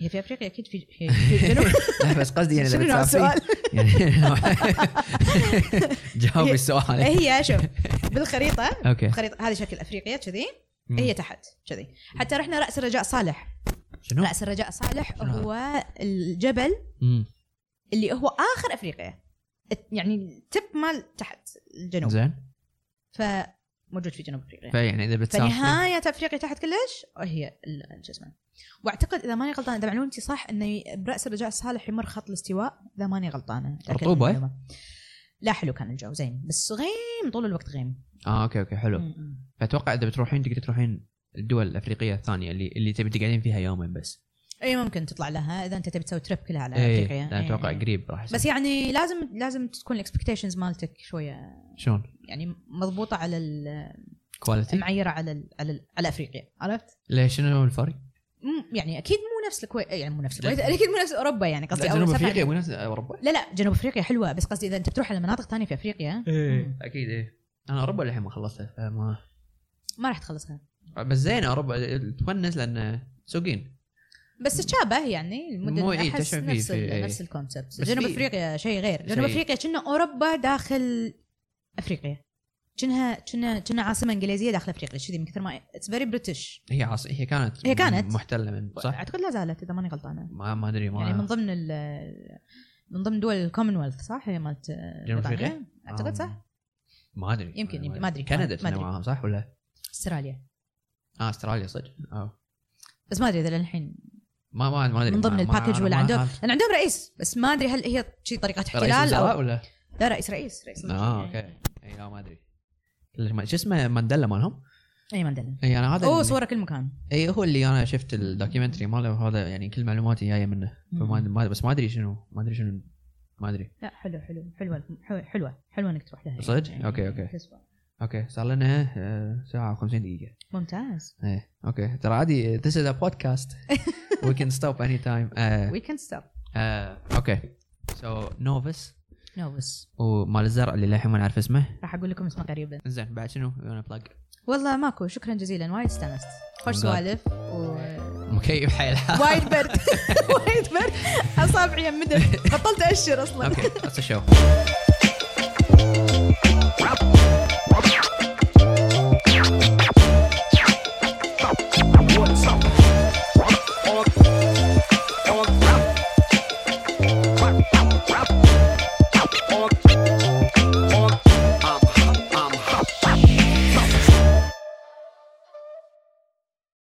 B: هي في افريقيا اكيد في هي في جنوب
A: لا بس قصدي يعني
B: شنو
A: اذا بتسافري
B: السؤال
A: يعني جاوبي السؤال
B: هي شوف بالخريطه
A: اوكي
B: الخريطه هذه شكل افريقيا كذي
A: مم.
B: هي تحت كذي حتى رحنا راس الرجاء صالح
A: شنو؟
B: راس الرجاء صالح
A: شنو هذا؟
B: هو الجبل
A: مم.
B: اللي هو اخر افريقيا الت- يعني التب مال تحت الجنوب
A: زين
B: فموجود في جنوب افريقيا
A: فيعني اذا بتسافري
B: فنهاية افريقيا تحت كلش هي ال- شو اسمه واعتقد اذا ماني غلطانه اذا معلومتي صح انه ي- براس الرجاء الصالح يمر خط الاستواء اذا ماني غلطانه أتأكد من
A: رطوبة؟
B: المعلومة. لا حلو كان الجو زين بس غيم طول الوقت غيم
A: اه اوكي اوكي حلو
B: م-م.
A: فاتوقع اذا بتروحين تقدر تروحين الدول الافريقيه الثانيه اللي اللي تبي تقعدين فيها يومين بس
B: اي إيه، ممكن تطلع لها اذا انت تبي تسوي تريب كلها على
A: اي
B: افريقيا
A: إيه، لا
B: إي،
A: اتوقع
B: إي.
A: قريب راح يصير.
B: إيه. بس يعني لازم لازم تكون الاكسبكتيشنز مالتك شويه
A: شلون
B: يعني مضبوطه على ال-
A: كواليتي
B: معيره على ال- على ال- على افريقيا عرفت؟
A: ليش شنو هو الفرق؟
B: مم، يعني اكيد مو نفس الكويت يعني مو نفس الكويت اكيد مو نفس اوروبا يعني قصدي
A: لا،
B: أول
A: جنوب
B: سفر-
A: افريقيا وناس اوروبا
B: لا لا جنوب افريقيا حلوه بس قصدي اذا انت بتروح على مناطق ثانيه في افريقيا مم.
A: اكيد ايه انا اوروبا للحين ما خلصتها فما
B: ما راح تخلصها
A: بس زين اوروبا تونس لان سوقين
B: بس تشابه يعني المدن
A: مو- إيه،
B: احس
A: تشابه فيه،
B: نفس ال-
A: فيه، إيه.
B: نفس الكونسبت
A: بس
B: جنوب
A: في-
B: افريقيا شيء غير
A: شيء.
B: جنوب افريقيا كنا اوروبا داخل افريقيا كنا كنا كنا عاصمه انجليزيه داخل افريقيا كذي من كثر ما اتس فيري بريتش
A: هي عاص... هي كانت
B: هي كانت.
A: محتله من صح؟
B: اعتقد لا زالت اذا ماني غلطانه
A: ما ما ادري ما
B: يعني من ضمن ال- من ضمن دول الكومنولث صح هي مالت
A: جنوب
B: بريطانيا؟
A: أفريقيا؟
B: اعتقد صح
A: آم، آه، ما ادري
B: يمكن- يمكن، ما أدري.
A: كندا
B: ما
A: كنا
B: أدري.
A: معاهم صح ولا؟
B: استراليا
A: اه استراليا صدق أو.
B: بس ما ادري اذا للحين
A: ما ما ما ادري
B: من ضمن
A: ما- ما-
B: الباكج
A: أنا
B: ولا
A: ما
B: عندهم
A: أعرف.
B: لان عندهم رئيس بس ما ادري هل هي شي طريقه
A: رئيس
B: احتلال
A: وزراء
B: او
A: ولا؟
B: لا رئيس رئيس رئيس يعني
A: اه اوكي اي لا ما ادري كلش ما- شو اسمه مانديلا مالهم؟
B: اي ماندلا
A: اي انا هذا
B: اوه
A: اللي-
B: صوره كل مكان
A: اي هو اللي انا شفت الدوكيومنتري ماله هذا يعني كل معلوماتي جايه منه فما
B: مم.
A: ما- بس ما ادري شنو ما ادري شنو ما ادري
B: لا حلو حلو حلوه حلوه حلوه انك تروح لها يعني
A: صدق؟ أوكي، أوكي.
B: تسوى.
A: اوكي صار لنا آه، ساعه و50 دقيقه
B: ممتاز
A: ايه اوكي ترى عادي this is a podcast we can stop any time آه،
B: وي كان ستوب
A: آه، اوكي سو نوفس
B: نوفس
A: ومال الزرع اللي للحين ما نعرف اسمه
B: راح اقول لكم اسمه قريبا
A: زين بعد شنو يو بلاج
B: والله ماكو شكرا جزيلا وايد استانست خوش
A: Oh God.
B: سوالف و-
A: مكيف حيل
B: وايد برد وايد برد اصابعي مدى بطلت اشر اصلا
A: اوكي هذا شو